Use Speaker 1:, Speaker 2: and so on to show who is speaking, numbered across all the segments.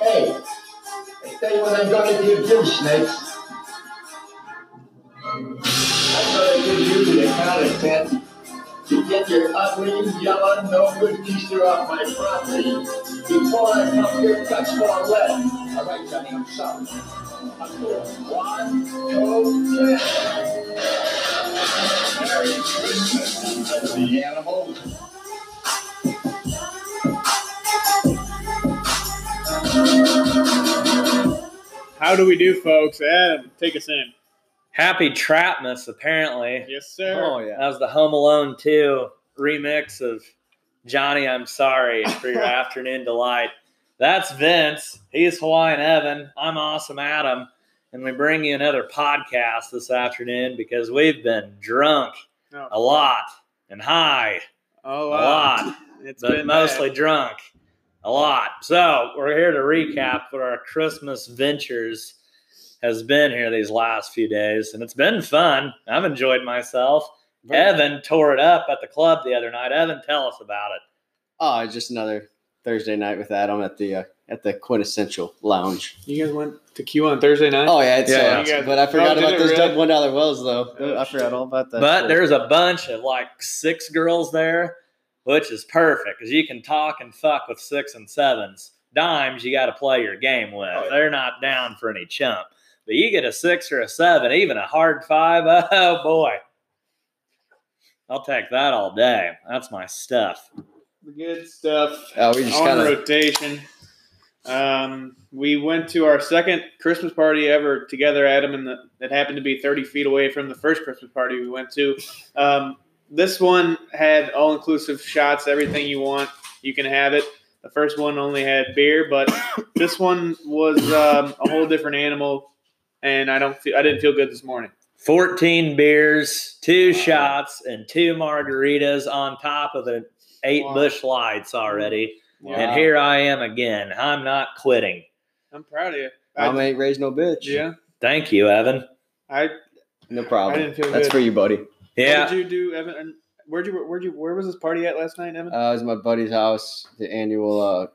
Speaker 1: Hey, I tell you what I'm gonna give you, snakes. I'm gonna give you the counterfeit to get your ugly, yellow, no good Easter off my property before I come here and touch more lead. All right, Johnny, I'm sorry. I'm cool. One, two, three. Merry Christmas, ugly animal.
Speaker 2: How do we do, folks? Adam, take us in.
Speaker 3: Happy Trapmas, apparently.
Speaker 2: Yes, sir.
Speaker 3: That was the Home Alone 2 remix of Johnny, I'm Sorry for Your Afternoon Delight. That's Vince. He's Hawaiian Evan. I'm Awesome Adam. And we bring you another podcast this afternoon because we've been drunk
Speaker 2: No.
Speaker 3: a lot and high
Speaker 2: Oh,
Speaker 3: a
Speaker 2: wow.
Speaker 3: lot,
Speaker 2: It's
Speaker 3: but
Speaker 2: been
Speaker 3: mostly
Speaker 2: bad.
Speaker 3: drunk a lot. So we're here to recap what our Christmas ventures has been here these last few days, and it's been fun. I've enjoyed myself. Evan tore it up at the club the other night. Evan, tell us about it.
Speaker 4: Oh, it's just another Thursday night with Adam at the uh, at the quintessential lounge.
Speaker 2: uh, You guys went to Q on Thursday night?
Speaker 4: Oh yeah, it's
Speaker 3: Yeah,
Speaker 4: yeah,
Speaker 2: you guys-
Speaker 4: but I
Speaker 2: Oh,
Speaker 4: forgot
Speaker 2: did
Speaker 4: about
Speaker 2: it
Speaker 4: those
Speaker 2: really?
Speaker 4: one dollar wells though.
Speaker 2: Oh,
Speaker 4: I forgot all about that.
Speaker 3: but
Speaker 4: shit.
Speaker 3: there's a bunch of like six girls there, which is perfect because you can talk and fuck with six and sevens. Dimes, you got to play your game with.
Speaker 2: Oh, yeah.
Speaker 3: They're not down for any chump. But you get a six or a seven, even a hard five, oh boy. I'll take that all day. That's my stuff.
Speaker 2: The good stuff.
Speaker 4: oh, we just
Speaker 2: on
Speaker 4: kind of
Speaker 2: rotation. Um, we went to our second Christmas party ever together, Adam, and the, that happened to be 30 feet away from the first Christmas party we went to. Um, this one had all inclusive shots, everything you want, you can have it. The first one only had beer, but this one was um, a whole different animal, and I don't feel I didn't feel good this morning.
Speaker 3: 14 beers, two shots, and two margaritas on top of the eight
Speaker 2: Wow.
Speaker 3: bush lights already.
Speaker 4: Wow.
Speaker 3: And here I am again. I'm not quitting.
Speaker 2: I'm proud of you. I-
Speaker 4: mom ain't raised no bitch.
Speaker 2: yeah,
Speaker 3: Thank you, Evan.
Speaker 2: I.
Speaker 4: no
Speaker 2: I
Speaker 4: problem.
Speaker 2: didn't feel
Speaker 4: That's
Speaker 2: good.
Speaker 4: for you, buddy.
Speaker 2: What
Speaker 3: Yeah.
Speaker 2: did you do, Evan? And Where'd you? Where'd you? Where was this party at last night, Evan?
Speaker 4: Uh, it was my buddy's house, the annual uh,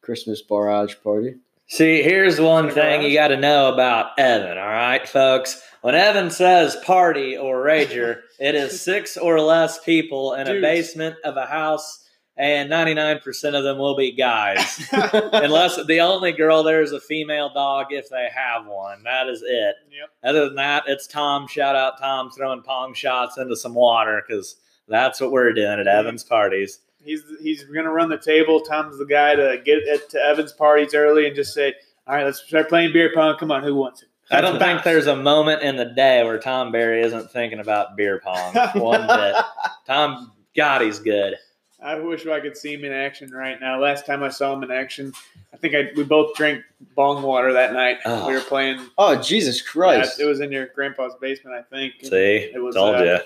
Speaker 4: Christmas barrage party.
Speaker 3: See, here's one
Speaker 2: Like
Speaker 3: thing
Speaker 2: garage?
Speaker 3: you got to know about Evan, all right, folks? When Evan says party or rager, it is six or less people in a
Speaker 2: Dudes.
Speaker 3: basement of a house, and 99% of them will be guys. Unless the only girl there is a female dog if they have one. That is it.
Speaker 2: Yep.
Speaker 3: Other than that, it's Tom. Shout out Tom throwing pong shots into some water because that's what we're doing at Evan's parties.
Speaker 2: He's he's gonna run the table. Tom's the guy to get at, to Evan's parties early and just say, "All right, let's start playing beer pong. Come on, who wants it?"
Speaker 3: I don't think there's a moment in the day where Tom Barry isn't thinking about beer pong one bit. Tom, God, he's good.
Speaker 2: I wish I could see him in action right now. Last time I saw him in action, I think I we both drank bong water that night.
Speaker 3: Oh.
Speaker 2: We were playing.
Speaker 4: Oh Jesus Ah. Christ!
Speaker 2: it was in your grandpa's basement, I think.
Speaker 3: See,
Speaker 2: It was,
Speaker 3: told
Speaker 2: uh,
Speaker 3: you.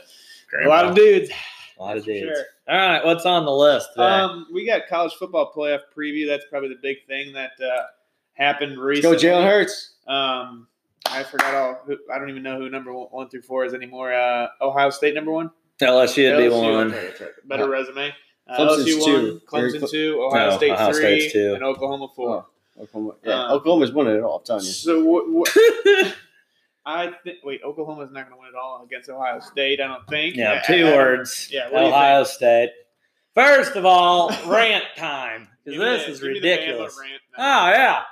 Speaker 2: a lot of dudes.
Speaker 3: a lot
Speaker 2: that's
Speaker 3: of
Speaker 2: for
Speaker 3: dudes.
Speaker 2: sure.
Speaker 3: All right, what's on the list today?
Speaker 2: Um, we got college football playoff preview. That's probably the big thing that uh, happened
Speaker 4: Let's go
Speaker 2: recently.
Speaker 4: Jalen Hurts.
Speaker 2: Um, I forgot all. Who, I don't even know who number one, one through four is anymore. Uh, Ohio State number one.
Speaker 3: LSU would be
Speaker 2: LSU,
Speaker 3: one.
Speaker 2: that's right, Better
Speaker 4: Uh,
Speaker 2: resume. Uh,
Speaker 4: Clemson's
Speaker 2: LSU
Speaker 4: two.
Speaker 2: one, Clemson
Speaker 4: Very cl-
Speaker 2: two, Ohio
Speaker 3: No,
Speaker 2: State
Speaker 3: Ohio
Speaker 2: three,
Speaker 3: State's two.
Speaker 2: and Oklahoma four.
Speaker 4: Oklahoma, yeah,
Speaker 2: Uh,
Speaker 4: Oklahoma's winning it all. I'm telling you.
Speaker 2: So what? what I think. Wait, Oklahoma's not going to win it all against Ohio State. I don't think. uh,
Speaker 3: Yeah,
Speaker 2: I-
Speaker 3: two
Speaker 2: I- I-
Speaker 3: words.
Speaker 2: yeah, what do you
Speaker 3: Ohio State. First of all, rant time. 'cause
Speaker 2: Give me
Speaker 3: This
Speaker 2: the-
Speaker 3: is
Speaker 2: give me the Bama
Speaker 3: ridiculous.
Speaker 2: rant now.
Speaker 3: Oh yeah.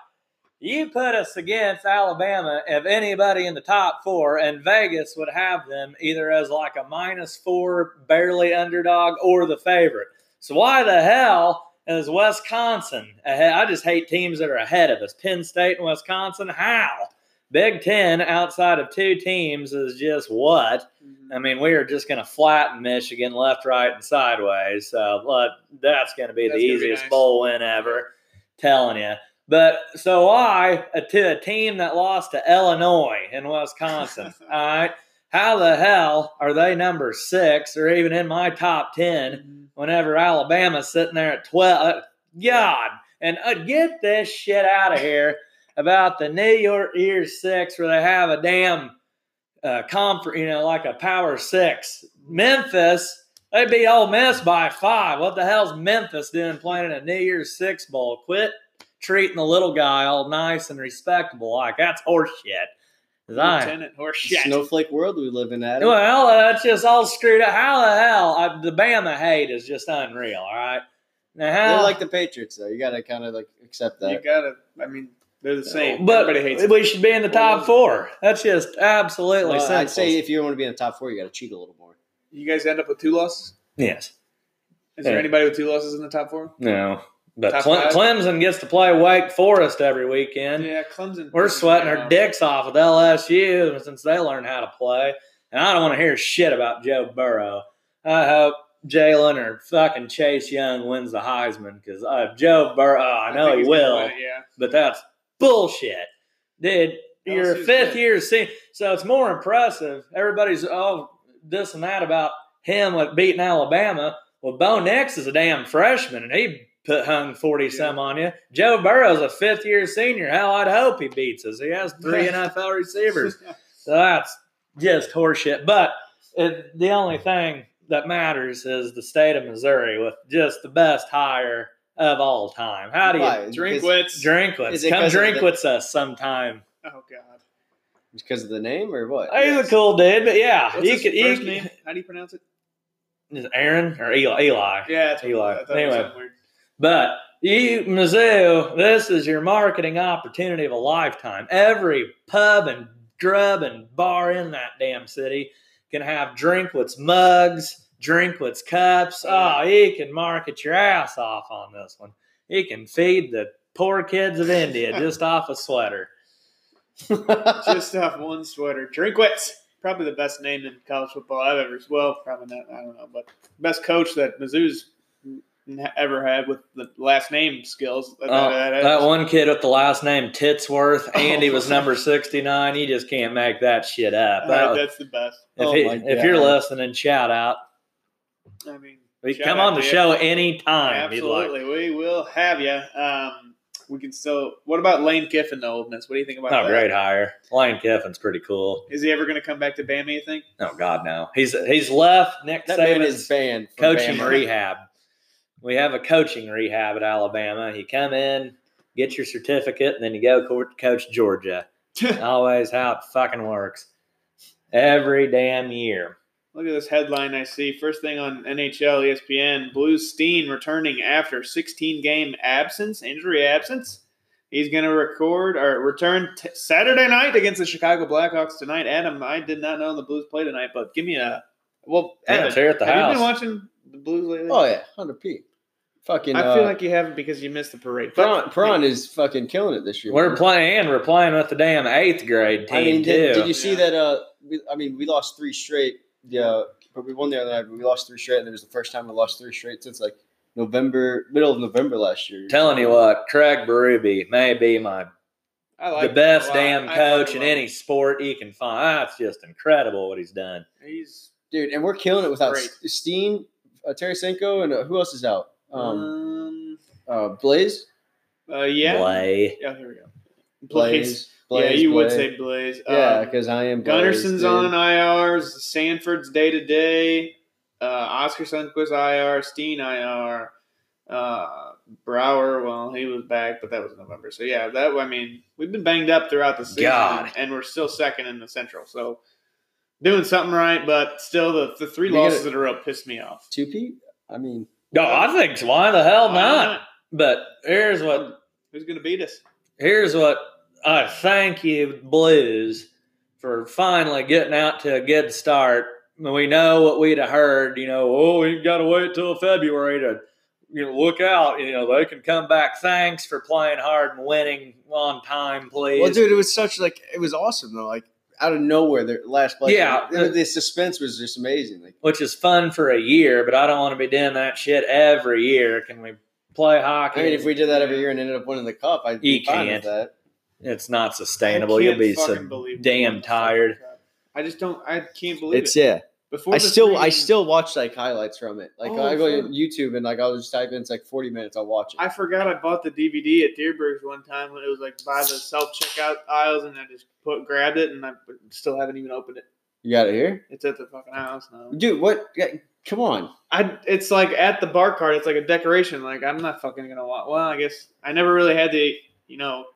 Speaker 3: You put us against Alabama if anybody in the top four, and Vegas would have them either as like a minus four, barely underdog, or the favorite. So why the hell is Wisconsin ahead? I just hate teams that are ahead of us. Penn State and Wisconsin. How? Big Ten outside of two teams is just what? I mean, we are just going to flatten Michigan left, right, and sideways. So but that's going to be
Speaker 2: That's
Speaker 3: the
Speaker 2: gonna be
Speaker 3: easiest
Speaker 2: nice.
Speaker 3: bowl win ever. Telling you. But so I uh, to a team that lost to Illinois and Wisconsin. all right, how the hell are they number six or even in my top ten?
Speaker 2: Mm-hmm.
Speaker 3: Whenever Alabama's sitting there at twelve, Uh, God, and uh, get this shit out of here about the New York Year Six where they have a damn uh, conference, you know, like a Power Six. Memphis, they beat Ole Miss by five. What the hell's Memphis doing playing in a New Year's Six bowl? Quit treating the little guy all nice and respectable. Like that's horseshit. 'Cause I am.
Speaker 2: Lieutenant Horseshit.
Speaker 4: Snowflake world we live in, Adam.
Speaker 3: Well, that's just all screwed up. How the hell? I, the Bama hate is just unreal. All right. Now, how,
Speaker 4: They're like the Patriots, though. You got to kind of like accept
Speaker 2: you
Speaker 4: that.
Speaker 2: gotta. I mean, they're the same.
Speaker 3: but
Speaker 2: Everybody hates.
Speaker 3: we should be in the top four. That's just absolutely
Speaker 4: Well, I'd
Speaker 3: senseless.
Speaker 4: say if you want to be in the top four, you got to cheat a little more.
Speaker 2: You guys end up with two losses.
Speaker 3: yes.
Speaker 2: Is there
Speaker 3: Yeah.
Speaker 2: anybody with two losses in the top four?
Speaker 3: No. But
Speaker 2: Top
Speaker 3: Cle-
Speaker 2: five?
Speaker 3: Clemson gets to play Wake Forest every weekend.
Speaker 2: Yeah, Clemson.
Speaker 3: We're sweating
Speaker 2: Yeah.
Speaker 3: our dicks off with LSU since they learned how to play. And I don't want to hear shit about Joe Burrow. I hope Jalen or fucking Chase Young wins the Heisman because uh, Joe Burrow, I know
Speaker 2: think
Speaker 3: he
Speaker 2: he's gonna
Speaker 3: will,
Speaker 2: win it, Yeah.
Speaker 3: but that's bullshit. Dude, your
Speaker 2: LSU's
Speaker 3: fifth
Speaker 2: good.
Speaker 3: year senior. So it's more impressive. Everybody's oh this and that about him with beating Alabama. Well, Bo Nix is a damn freshman, and he put hung forty some on you. Joe Burrow's a fifth year senior. Hell, I'd hope he beats us. He has three NFL receivers. So that's just horseshit. But it, the only thing that matters is the state of Missouri with just the best hire of all time. How do you
Speaker 4: Why?
Speaker 2: Drink
Speaker 4: Because-
Speaker 2: wits.
Speaker 3: drink
Speaker 4: Is
Speaker 3: with?
Speaker 4: it
Speaker 3: Come
Speaker 4: 'cause of
Speaker 3: drink
Speaker 4: the-
Speaker 3: with us sometime.
Speaker 2: Oh God.
Speaker 4: Because of the name or what?
Speaker 3: He's a cool dude, but yeah,
Speaker 2: What's
Speaker 3: he
Speaker 2: his
Speaker 3: could. he
Speaker 2: first
Speaker 3: could-
Speaker 2: name? How do you pronounce it?
Speaker 3: Is it Aaron or Eli? Eli.
Speaker 2: Yeah, that's what
Speaker 3: Eli.
Speaker 2: I thought. I thought it was
Speaker 3: Anyway.
Speaker 2: something weird.
Speaker 3: But you, Mizzou, this is your marketing opportunity of a lifetime. Every pub and grub and bar in that damn city can have Drinkwitz mugs, Drinkwitz cups. Oh, he can market your ass off on this one. He can feed the poor kids of India just off a sweater.
Speaker 2: just off one sweater. Drinkwitz, probably the best name in college football I've ever. Well, probably not. I don't know, but best coach that Mizzou's n- ever had with the last name skills. That,
Speaker 4: Uh,
Speaker 3: Oh,
Speaker 2: that- that-
Speaker 3: that one kid with the last name Titsworth, Andy
Speaker 2: Oh.
Speaker 3: was number 69. You just can't make that shit up.
Speaker 2: uh,
Speaker 3: That was-
Speaker 2: that's the best.
Speaker 3: if,
Speaker 4: Oh
Speaker 3: he-
Speaker 4: my
Speaker 3: if you're
Speaker 4: God.
Speaker 3: listening, shout out.
Speaker 2: I mean,
Speaker 3: We
Speaker 2: shout
Speaker 3: come
Speaker 2: out
Speaker 3: on the
Speaker 2: to you.
Speaker 3: show anytime you'd like.
Speaker 2: Absolutely, we will have you. Um, we can still. What about Lane Kiffin, the old miss? What do you think about
Speaker 3: Oh,
Speaker 2: that?
Speaker 3: great hire. Lane Kiffin's pretty cool.
Speaker 2: Is he ever going to come back to Bama? You think?
Speaker 3: Oh God, no. He's he's left Nick
Speaker 4: That man
Speaker 3: Saban's
Speaker 4: is banned. from
Speaker 3: coaching
Speaker 4: Bama.
Speaker 3: rehab. We have a coaching rehab at Alabama. You come in, get your certificate, and then you go co- coach Georgia. Always how it fucking works. Every damn year.
Speaker 2: Look at this headline I see. First thing on NHL ESPN Blues Steen returning after 16 game absence, injury absence. He's going to record or return t- Saturday night against the Chicago Blackhawks tonight. Adam, I did not know the Blues play tonight, but give me a. Well,
Speaker 3: Yeah,
Speaker 2: Evan,
Speaker 3: it's here at the
Speaker 2: have you been
Speaker 3: house.
Speaker 2: watching the Blues lately?
Speaker 4: Oh yeah, hundred p. Fucking.
Speaker 2: I feel
Speaker 4: uh,
Speaker 2: like you haven't because you missed the parade.
Speaker 4: Prawn, Prawn is fucking killing it this year.
Speaker 3: We're
Speaker 4: man.
Speaker 3: playing and we're playing with the damn eighth grade team
Speaker 4: I mean, did,
Speaker 3: too.
Speaker 4: did you see
Speaker 2: Yeah.
Speaker 4: that? Uh, we, I mean, we lost three straight. Yeah, but we won the other night. But we lost three straight, and it was the first time we lost three straight since like November, middle of November last year.
Speaker 3: Telling you what, Craig Berube may be my
Speaker 2: I like
Speaker 3: the
Speaker 2: him a
Speaker 3: best
Speaker 2: lot.
Speaker 3: damn
Speaker 2: I
Speaker 3: coach
Speaker 2: like him
Speaker 3: in
Speaker 2: a lot.
Speaker 3: any sport he can find. That's just incredible what he's done.
Speaker 2: He's
Speaker 4: dude, and we're killing it without
Speaker 2: Great.
Speaker 4: S- Steen, uh, Tarasenko, and uh, who else is out?
Speaker 2: um,
Speaker 4: Um, uh, Blaze,
Speaker 2: uh, yeah.
Speaker 3: Blay.
Speaker 2: Oh, here we go. Blaze. yeah, you would say Blaze.
Speaker 4: yeah,
Speaker 2: Um,
Speaker 4: because I am. Blaze,
Speaker 2: Gunnarson's
Speaker 4: dude.
Speaker 2: on uh, IRs. Sanford's day to day. Uh, Oscar Sundquist IR. Steen IR. Uh, Brower, well, he was back, but that was November. So yeah, that I mean, we've been banged up throughout the season,
Speaker 3: God.
Speaker 2: and we're still second in the Central. So doing something right, but still the, the three
Speaker 4: You
Speaker 2: losses
Speaker 4: gotta-
Speaker 2: in a row pissed me off.
Speaker 4: two P. I mean,
Speaker 3: No, I think so. why the
Speaker 4: Oh,
Speaker 3: hell
Speaker 2: Why
Speaker 3: not? But here's what
Speaker 2: Who's gonna beat us?
Speaker 3: here's what I thank you Blues for finally getting out to a good start. We know what we'd have heard, you know, oh, you got to wait till February to you know, look out, you know, they can come back. Thanks for playing hard and winning on time, please.
Speaker 4: well, dude, it was such like it was awesome though. Like out of nowhere, their last play.
Speaker 3: Yeah.
Speaker 2: uh,
Speaker 4: the, the suspense was just amazing. Like
Speaker 3: which is fun for a year, but I don't want to be doing that shit every year. Can we play hockey?
Speaker 4: I mean, if we did that every year and ended up winning the cup, I'd be
Speaker 3: You
Speaker 4: fine
Speaker 3: can't.
Speaker 4: with that.
Speaker 3: it's not
Speaker 2: I
Speaker 3: sustainable. You'll
Speaker 2: can't
Speaker 3: be
Speaker 2: fucking
Speaker 3: so
Speaker 2: believe
Speaker 3: damn
Speaker 2: it.
Speaker 3: tired.
Speaker 2: I just don't. I can't believe
Speaker 4: It's
Speaker 2: it.
Speaker 4: yeah.
Speaker 2: Before
Speaker 4: I
Speaker 2: the
Speaker 4: still I
Speaker 2: three-
Speaker 4: still watch like highlights from it. Like
Speaker 2: Oh,
Speaker 4: I go
Speaker 2: fun.
Speaker 4: on YouTube and like I'll just type in it's like forty minutes. I'll watch it.
Speaker 2: I forgot I bought the DVD at Deerberg's one time when it was like by the self checkout aisles, and I just put grabbed it, and I still haven't even opened it.
Speaker 4: you got it here,
Speaker 2: It's at the fucking house now.
Speaker 4: dude. What? yeah, Come on.
Speaker 2: I it's like at the bar cart, it's like a decoration. Like I'm not fucking gonna want. Well, I guess I never really had the you know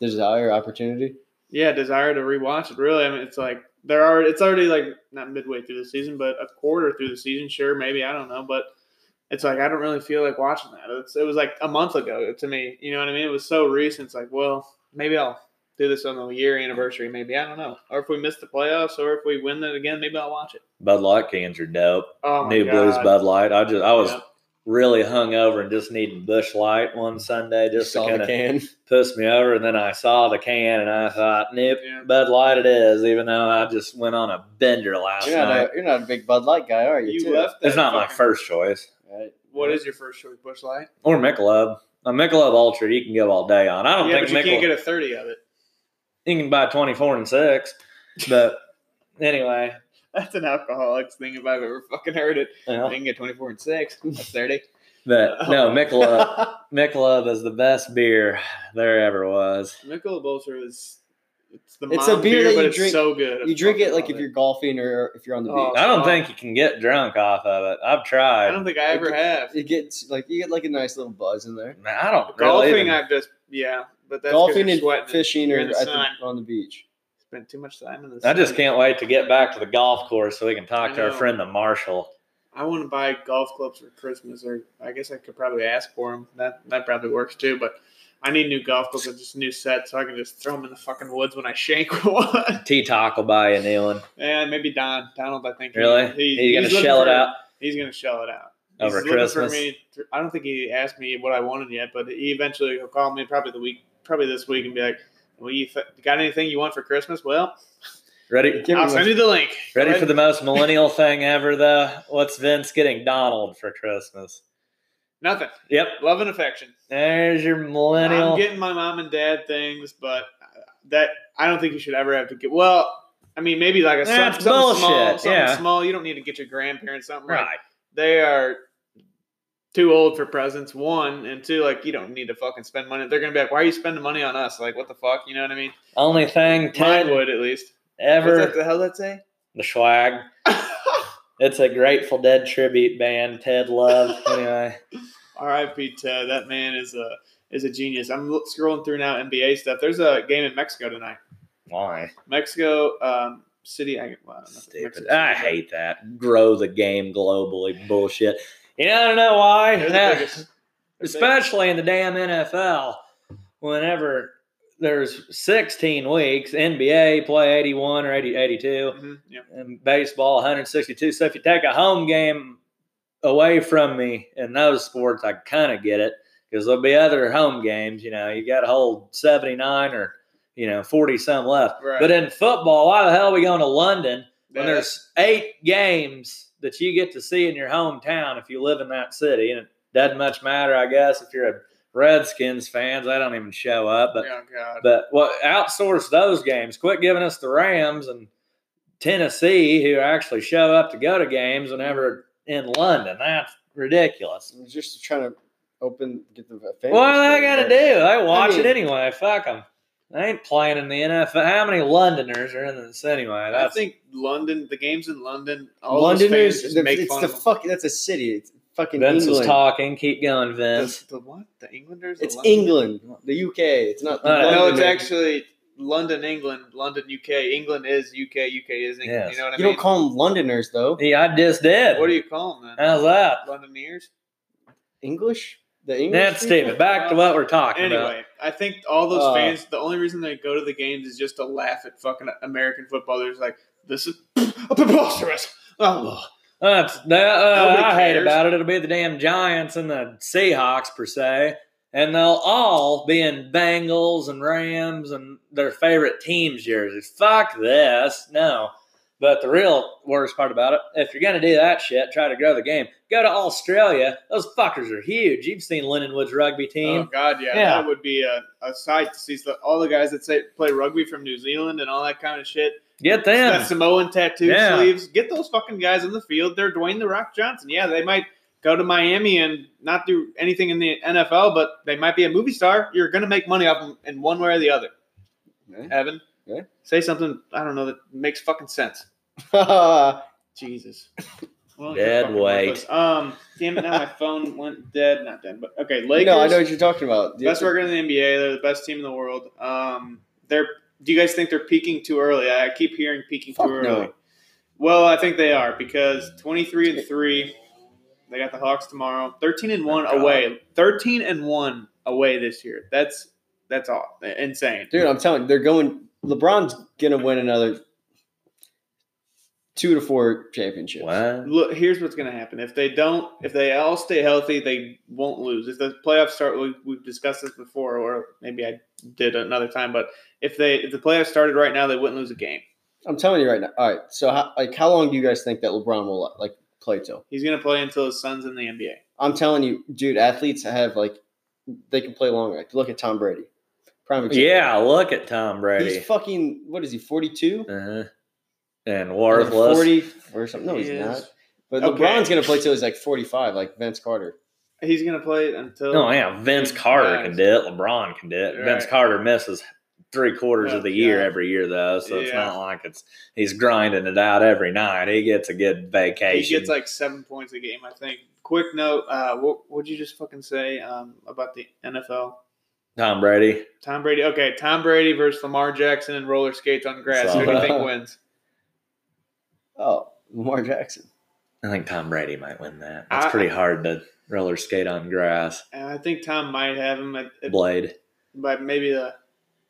Speaker 4: Desire, opportunity.
Speaker 2: yeah desire to rewatch it. Really, I mean, it's like there are it's already like not midway through the season, but a quarter through the season. Sure, maybe I don't know, but it's like I don't really feel like watching that. It's, it was like a month ago to me. You know what I mean? It was so recent. It's like well, maybe I'll do this on the year anniversary. Maybe I don't know. Or if we miss the playoffs, or if we win it again, maybe I'll watch it.
Speaker 3: Bud Light cans are dope.
Speaker 2: Oh my
Speaker 3: New
Speaker 2: God.
Speaker 3: Blues Bud Light. I just I was
Speaker 2: Yeah.
Speaker 3: really hung over and just needed Bush Light one Sunday just
Speaker 4: Saw
Speaker 3: to
Speaker 4: the
Speaker 3: kind of
Speaker 4: can.
Speaker 3: push me over. And then I saw the can and I thought, nope,
Speaker 2: Yeah.
Speaker 3: Bud Light it is. Even though I just went on a bender last
Speaker 4: You're not,
Speaker 3: night.
Speaker 4: a, you're not a big Bud Light guy, are you?
Speaker 2: You
Speaker 4: too?
Speaker 2: left.
Speaker 3: it's
Speaker 2: that
Speaker 3: not my
Speaker 2: fucking-
Speaker 3: first choice.
Speaker 4: Right.
Speaker 2: What is your first choice? Bush Light.
Speaker 3: Or Michelob. A Michelob Ultra you can go all day on. I don't
Speaker 2: yeah,
Speaker 3: think
Speaker 2: but you
Speaker 3: Michelob.
Speaker 2: can't get a thirty of it.
Speaker 3: you can buy twenty four and six, but anyway,
Speaker 2: That's an alcoholic's thing if I've ever fucking heard it.
Speaker 3: you
Speaker 2: You
Speaker 3: know,
Speaker 2: can get twenty four and six. That's thirty.
Speaker 3: but no Michelob. Michelob is the best beer there ever was.
Speaker 2: Michelob Ultra is it's the
Speaker 4: It's a
Speaker 2: mom
Speaker 4: beer
Speaker 2: beer,
Speaker 4: that
Speaker 2: but
Speaker 4: you
Speaker 2: it's
Speaker 4: drink-
Speaker 2: so good.
Speaker 4: You drink it like
Speaker 2: Fucking
Speaker 4: if
Speaker 2: love
Speaker 4: you're golfing or if you're on the
Speaker 2: Oh.
Speaker 4: beach.
Speaker 3: I don't think you can get drunk off of it. I've tried.
Speaker 2: I don't think I ever have.
Speaker 4: It gets like you get like a nice little buzz in there.
Speaker 3: Man, I don't really
Speaker 2: Golfing,
Speaker 3: even-
Speaker 2: I've just yeah, but that's 'cause
Speaker 4: golfing
Speaker 2: you're
Speaker 4: and
Speaker 2: sweating.
Speaker 4: fishing
Speaker 2: You're
Speaker 4: or
Speaker 2: in the
Speaker 4: at
Speaker 2: sun.
Speaker 4: the, on the beach.
Speaker 2: Spent too much time in this.
Speaker 3: I just can't wait to get back to the golf course so we can talk
Speaker 2: I
Speaker 3: to our
Speaker 2: know.
Speaker 3: friend the marshal.
Speaker 2: I want to buy golf clubs for Christmas, or I guess I could probably ask for them. That that probably works too. But I need new golf clubs and just a new set, so I can just throw them in the fucking woods when I shank one.
Speaker 3: T Talk will buy you a new one.
Speaker 2: Yeah, maybe Don Donald. I think he-
Speaker 3: Really?
Speaker 2: he-
Speaker 3: He's gonna
Speaker 2: looking
Speaker 3: shell it
Speaker 2: for-
Speaker 3: out.
Speaker 2: He's gonna shell it out He's
Speaker 3: Over
Speaker 2: looking for
Speaker 3: Christmas?
Speaker 2: me to- I don't think he asked me what I wanted yet, but he eventually will call me probably the week, probably this week, and be like, "Well, you th- got anything you want for Christmas? Well,
Speaker 3: Ready?
Speaker 4: Give me
Speaker 2: I'll
Speaker 4: one.
Speaker 2: send you the link.
Speaker 3: Ready for the most millennial thing ever, though? What's Vince getting Donald for Christmas?
Speaker 2: nothing?
Speaker 3: Yep,
Speaker 2: Love and affection.
Speaker 3: there's your millennial.
Speaker 2: I'm getting my mom and dad things, but uh, that I don't think you should ever have to get. Well, I mean, maybe like a some-
Speaker 3: That's
Speaker 2: something small,
Speaker 3: bullshit,
Speaker 2: something
Speaker 3: yeah.
Speaker 2: small. You don't need to get your grandparents something like
Speaker 3: right.
Speaker 2: they are too old for presents. One and two, like you don't need to fucking spend money. They're gonna be like, "Why are you spending money on us? Like, what the fuck? You know what I mean?"
Speaker 3: Only thing
Speaker 2: Mine
Speaker 3: Ted
Speaker 2: would at least. What's that,
Speaker 3: ever
Speaker 2: the hell that say?
Speaker 3: the swag. It's a Grateful Dead tribute band. Ted Love. Anyway,
Speaker 2: R.I.P. Ted. That man is a is a genius. I'm lo- scrolling through now NBA stuff. There's a game in Mexico tonight.
Speaker 3: why?
Speaker 2: Mexico um, City. I, well, I don't know if it's
Speaker 3: Stupid.
Speaker 2: Mexico
Speaker 3: I
Speaker 2: City, but
Speaker 3: hate that. Grow the game globally bullshit. You know, I don't know why.
Speaker 2: they're the
Speaker 3: That-
Speaker 2: biggest.
Speaker 3: especially in the damn NFL, whenever there's 16 weeks, NBA play 81 or 80, 82,
Speaker 2: Mhm, yeah.
Speaker 3: and baseball 162. So if you take a home game away from me in those sports, I kind of get it because there'll be other home games. You know, you got to hold 79 or, you know, 40 some left.
Speaker 2: Right.
Speaker 3: But in football, why the hell are we going to London when
Speaker 2: Yeah.
Speaker 3: there's eight games that you get to see in your hometown if you live in that city, and it doesn't much matter, I guess, if you're a Redskins fans, they don't even show up. But
Speaker 2: oh god.
Speaker 3: but what outsource those games? Quit giving us the Rams and Tennessee, who actually show up to go to games whenever in London. That's ridiculous.
Speaker 4: I'm just trying to open get the family.
Speaker 3: What do they got to do? They watch it
Speaker 4: mean-
Speaker 3: anyway. Fuck them. They ain't playing in the NFL. How many Londoners are in this anyway?
Speaker 2: I
Speaker 3: That's
Speaker 2: think London, the games in London, all those fans
Speaker 4: Londoners.
Speaker 2: just
Speaker 4: the-
Speaker 2: make
Speaker 4: it's
Speaker 2: fun
Speaker 4: the
Speaker 2: of them.
Speaker 4: fuck. That's a city. It's fucking
Speaker 3: Vince was
Speaker 4: England.
Speaker 3: talking. Keep going, Vince.
Speaker 2: The, the what? The Englanders? The
Speaker 4: It's
Speaker 2: London-
Speaker 4: England, the UK. It's not.
Speaker 3: Uh,
Speaker 2: No, it's
Speaker 4: Londoners.
Speaker 2: actually London, England, London, UK. England is UK, UK is England.
Speaker 3: Yes.
Speaker 2: You know what I
Speaker 4: You
Speaker 2: mean?
Speaker 4: don't call them Londoners though.
Speaker 3: Yeah, I just did.
Speaker 2: what do you call them then?
Speaker 3: How's that?
Speaker 2: Londoners?
Speaker 4: English. The English.
Speaker 3: That's
Speaker 4: people?
Speaker 3: David. Back to what we're talking about.
Speaker 2: Anyway, I think all those
Speaker 4: Uh,
Speaker 2: fans, the only reason they go to the games is just to laugh at fucking American football. They're just like, this is preposterous. Oh,
Speaker 3: That's that. Uh,
Speaker 2: Nobody
Speaker 3: I hate
Speaker 2: cares.
Speaker 3: about it. It'll be the damn Giants and the Seahawks per se, and they'll all be in Bengals and Rams and their favorite teams jerseys. Fuck this. No. But the real worst part about it, if you're gonna do that shit, try to grow the game. Go to Australia. Those fuckers are huge. You've seen Lindenwood's rugby
Speaker 2: oh
Speaker 3: team.
Speaker 2: God, yeah,
Speaker 3: Yeah.
Speaker 2: That would be a, a sight to see So all the guys that say, play rugby from New Zealand and all that kind of shit.
Speaker 3: Get
Speaker 2: that
Speaker 3: them.
Speaker 2: Samoan tattoo
Speaker 3: Yeah.
Speaker 2: sleeves. Get those fucking guys in the field. They're Dwayne the Rock Johnson. Yeah, they might go to Miami and not do anything in the NFL, but they might be a movie star. You're gonna make money off them in one way or the other.
Speaker 4: Yeah.
Speaker 2: Evan,
Speaker 4: Yeah.
Speaker 2: say something I don't know that makes fucking sense. Jesus, Well,
Speaker 3: Dead
Speaker 2: you're fucking
Speaker 3: weight.
Speaker 2: worthless. Um, damn it! Now my phone went dead. Not dead, but okay. Lakers.
Speaker 4: No, I know what you're talking about. You have
Speaker 2: Best
Speaker 4: to-
Speaker 2: record in the NBA. They're the best team in the world. Um, they're. Do you guys think they're peaking too early? I keep hearing peaking
Speaker 4: Fuck
Speaker 2: too
Speaker 4: no.
Speaker 2: early. Well, I think they are because twenty-three and three. They got the Hawks tomorrow. Thirteen and one
Speaker 4: Oh,
Speaker 3: God.
Speaker 2: away. Thirteen and one away this year. That's that's all insane.
Speaker 4: Dude, I'm telling you, they're going. LeBron's gonna win another two to four championships.
Speaker 3: What?
Speaker 2: Look, here's what's going to happen. If they don't, if they all stay healthy, they won't lose. If the playoffs start, we, we've discussed this before, or maybe I did another time. But if they, if the playoffs started right now, they wouldn't lose a game.
Speaker 4: I'm telling you right now. All right, so how, like, how long do you guys think that LeBron will like play till?
Speaker 2: He's going to play until his son's in the NBA.
Speaker 4: I'm telling you, dude, athletes have like they can play longer. Like, look at Tom Brady, prime example.
Speaker 3: Yeah, look at Tom
Speaker 4: he's
Speaker 3: Brady.
Speaker 4: fucking what is he? 42,
Speaker 3: Uh-huh. And worthless.
Speaker 4: 40 or something. No, he's
Speaker 2: He
Speaker 4: not.
Speaker 2: is-
Speaker 4: But
Speaker 2: Okay.
Speaker 4: LeBron's gonna play till he's like 45, like Vince Carter.
Speaker 2: He's going to play until
Speaker 3: No, yeah, Vince Carter
Speaker 2: Guys.
Speaker 3: can do it. LeBron can do it.
Speaker 2: Right.
Speaker 3: Vince Carter misses three quarters
Speaker 2: Oh,
Speaker 3: of the year
Speaker 2: God.
Speaker 3: every year, though, so it's
Speaker 2: Yeah.
Speaker 3: not like it's he's grinding it out every night. He gets a good vacation.
Speaker 2: he gets like seven points a game. I think. Quick note: uh, What would you just fucking say um, about the NFL?
Speaker 3: Tom Brady.
Speaker 2: Tom Brady. Okay, Tom Brady versus Lamar Jackson and roller skates on grass.
Speaker 3: So-
Speaker 2: Who do you think wins?
Speaker 4: Oh, Lamar Jackson.
Speaker 3: I think Tom Brady might win that.
Speaker 2: I-
Speaker 3: It's pretty hard to roller skate on grass.
Speaker 2: And I think Tom might have him at, at
Speaker 3: Blade.
Speaker 2: by maybe a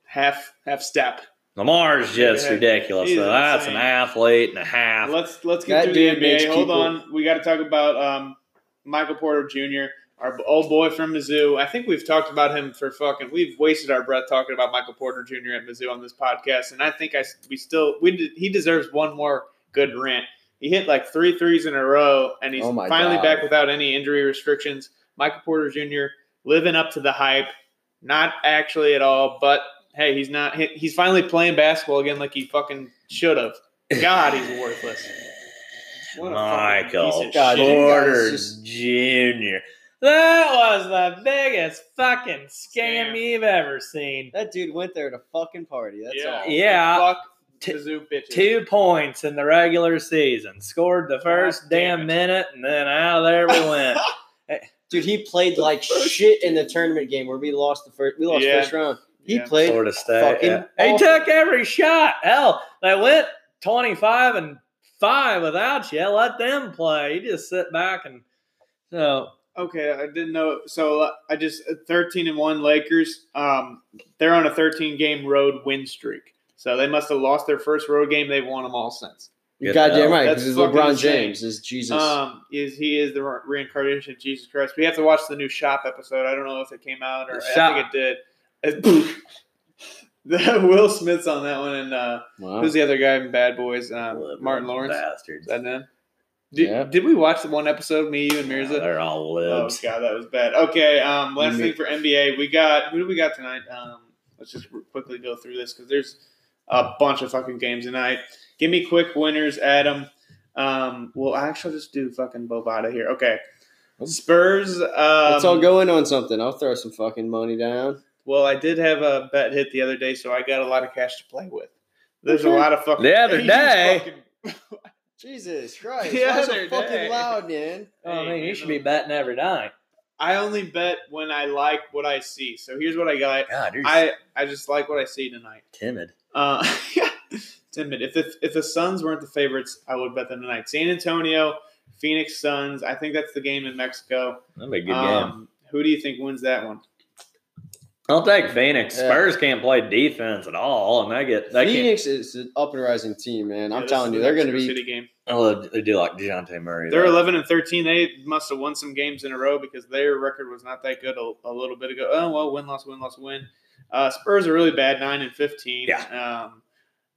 Speaker 2: half half step.
Speaker 3: Lamar's just
Speaker 2: Yeah,
Speaker 3: ridiculous.
Speaker 2: he's
Speaker 3: though. That's an
Speaker 2: insane.
Speaker 3: athlete and a half.
Speaker 2: Let's let's get
Speaker 4: That
Speaker 2: through
Speaker 4: dude
Speaker 2: the
Speaker 4: makes
Speaker 2: NBA. Hold
Speaker 4: people-
Speaker 2: on, we got to talk about um, Michael Porter Jr., our old boy from Mizzou. I think we've talked about him for fucking. We've wasted our breath talking about Michael Porter Jr. at Mizzou on this podcast, and I think I s- we still we de- he deserves one more good rant. He hit like three threes in a row, and he's
Speaker 4: Oh my
Speaker 2: finally
Speaker 4: God.
Speaker 2: back without any injury restrictions. Michael Porter Jr. living up to the hype, not actually at all, but hey, he's not. He, he's finally playing basketball again, like he fucking should have. God, he's worthless. What a fucking
Speaker 3: Michael
Speaker 2: piece of
Speaker 4: God,
Speaker 2: shit.
Speaker 4: you guys
Speaker 3: Porter
Speaker 4: just-
Speaker 3: Jr.
Speaker 5: That was the biggest fucking scam
Speaker 2: Scam.
Speaker 5: you've ever seen.
Speaker 4: That dude went there to fucking party. That's
Speaker 2: Yeah.
Speaker 4: all.
Speaker 5: Yeah.
Speaker 2: Fuck
Speaker 3: T-
Speaker 2: Mizzou bitches.
Speaker 5: Two points in the regular season. Scored the first
Speaker 2: God damn
Speaker 5: damn
Speaker 2: it.
Speaker 5: minute, and then out of there we went.
Speaker 4: Dude, he played like shit in the tournament game where we lost the first. We lost
Speaker 2: Yeah.
Speaker 4: first round. He
Speaker 2: Yeah.
Speaker 4: played
Speaker 3: Florida State.
Speaker 4: fucking.
Speaker 3: Yeah.
Speaker 5: He
Speaker 4: awful.
Speaker 5: took every shot. Hell, they went 25 and 5 without you. Let them play. You just sit back and. So,
Speaker 2: Okay, I didn't know. So uh, I just uh, thirteen and one Lakers. Um, they're on a thirteen game road win streak. So they must have lost their first road game. They've won them all since.
Speaker 4: You're goddamn right.
Speaker 2: That's
Speaker 4: This is
Speaker 2: fucking
Speaker 4: LeBron
Speaker 2: insane.
Speaker 4: James. This is Jesus.
Speaker 2: Um, is he is the re- reincarnation of Jesus Christ? We have to watch the new Shop episode. I don't know if it came out or I
Speaker 5: Shop.
Speaker 2: think it did. The- Will Smith's on that one, and uh,
Speaker 4: wow.
Speaker 2: who's the other guy in Bad Boys? Um,
Speaker 3: Little
Speaker 2: Martin Lawrence. Is
Speaker 3: Bastards.
Speaker 2: that them? Did,
Speaker 4: Yeah.
Speaker 2: did we watch the one episode? Me, you, and
Speaker 3: Yeah,
Speaker 2: Mirza.
Speaker 3: they're all
Speaker 2: Oh
Speaker 3: libs.
Speaker 2: god, that was bad. Okay, um, last
Speaker 4: Me-
Speaker 2: thing for NBA, we got who do we got tonight? Um, let's just quickly go through this because there's a bunch of fucking games tonight. Give me quick winners, Adam. Um, well, I actually just do fucking Bovada here. Okay, Spurs. Um,
Speaker 4: Oh. Let's all go in on something. I'll throw some fucking money down.
Speaker 2: Well, I did have a bet hit the other day, so I got a lot of cash to play with. There's a
Speaker 4: Okay.
Speaker 2: lot of fucking
Speaker 3: The other
Speaker 2: He's
Speaker 3: day-
Speaker 2: fucking-
Speaker 4: Jesus Christ.
Speaker 2: The
Speaker 4: Why is
Speaker 2: other
Speaker 4: it fucking
Speaker 2: day.
Speaker 4: loud, man?
Speaker 5: I mean,
Speaker 2: Hey,
Speaker 5: Oh, you
Speaker 2: man,
Speaker 5: should be betting every night.
Speaker 2: I only bet when I like what I see. So here's what I got.
Speaker 3: God, you're
Speaker 2: I I just like what I see tonight.
Speaker 3: timid.
Speaker 2: Uh, timid. If the, if the Suns weren't the favorites, I would bet them tonight. San Antonio, Phoenix Suns. I think that's the game in Mexico.
Speaker 3: That'd be a good game.
Speaker 2: Um, who do you think wins that one?
Speaker 3: I'll take Phoenix.
Speaker 4: Yeah.
Speaker 3: Spurs can't play defense at all, and they get they
Speaker 4: Phoenix is an up and rising team, man.
Speaker 2: Yeah,
Speaker 4: I'm
Speaker 2: this
Speaker 4: telling
Speaker 2: is
Speaker 4: you,
Speaker 2: the
Speaker 4: they're going to
Speaker 2: Mexico
Speaker 4: be.
Speaker 2: City game.
Speaker 3: can't. Oh, they do like Dejounte Murray.
Speaker 2: They're
Speaker 3: though.
Speaker 2: eleven and thirteen. They must have won some games in a row because their record was not that good a, a little bit ago. Oh well, win loss win loss win. Uh, Spurs are really bad, nine and fifteen. Yeah. Um,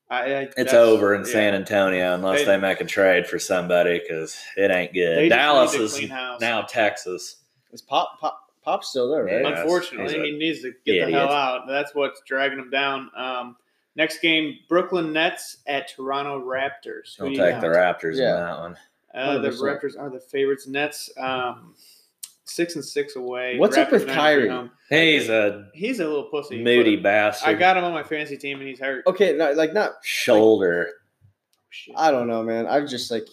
Speaker 2: I, I,
Speaker 3: It's
Speaker 2: that's-
Speaker 3: over in
Speaker 2: yeah.
Speaker 3: San Antonio unless
Speaker 2: They-
Speaker 3: they, make a trade for somebody because it ain't good.
Speaker 2: They just need to
Speaker 3: Dallas is
Speaker 2: clean house.
Speaker 3: now Texas.
Speaker 4: Is Pop, Pop, Pop's still there, right?
Speaker 3: Yeah. Yes, he's
Speaker 2: Unfortunately,
Speaker 3: a
Speaker 2: he needs to get the
Speaker 3: idiot.
Speaker 2: hell out. That's what's dragging him down. Um, next game: Brooklyn Nets at Toronto Raptors. Who
Speaker 3: I'll
Speaker 2: do
Speaker 3: take
Speaker 2: you
Speaker 3: the
Speaker 2: got?
Speaker 3: Raptors
Speaker 4: Yeah.
Speaker 3: in that one.
Speaker 2: Uh, the
Speaker 4: 100%.
Speaker 2: Raptors are the favorites. Nets um, six and six away.
Speaker 4: What's up
Speaker 2: Raptors
Speaker 4: with
Speaker 2: nine and three
Speaker 4: Kyrie?
Speaker 2: home.
Speaker 3: He's a
Speaker 2: He's a little pussy.
Speaker 3: moody
Speaker 2: but
Speaker 3: bastard. Oh,
Speaker 2: I got him on my fantasy team, and he's hurt. Oh,
Speaker 4: Okay, no, like, not.
Speaker 3: shoulder.
Speaker 2: Shit.
Speaker 4: I don't know, man. I've just, like.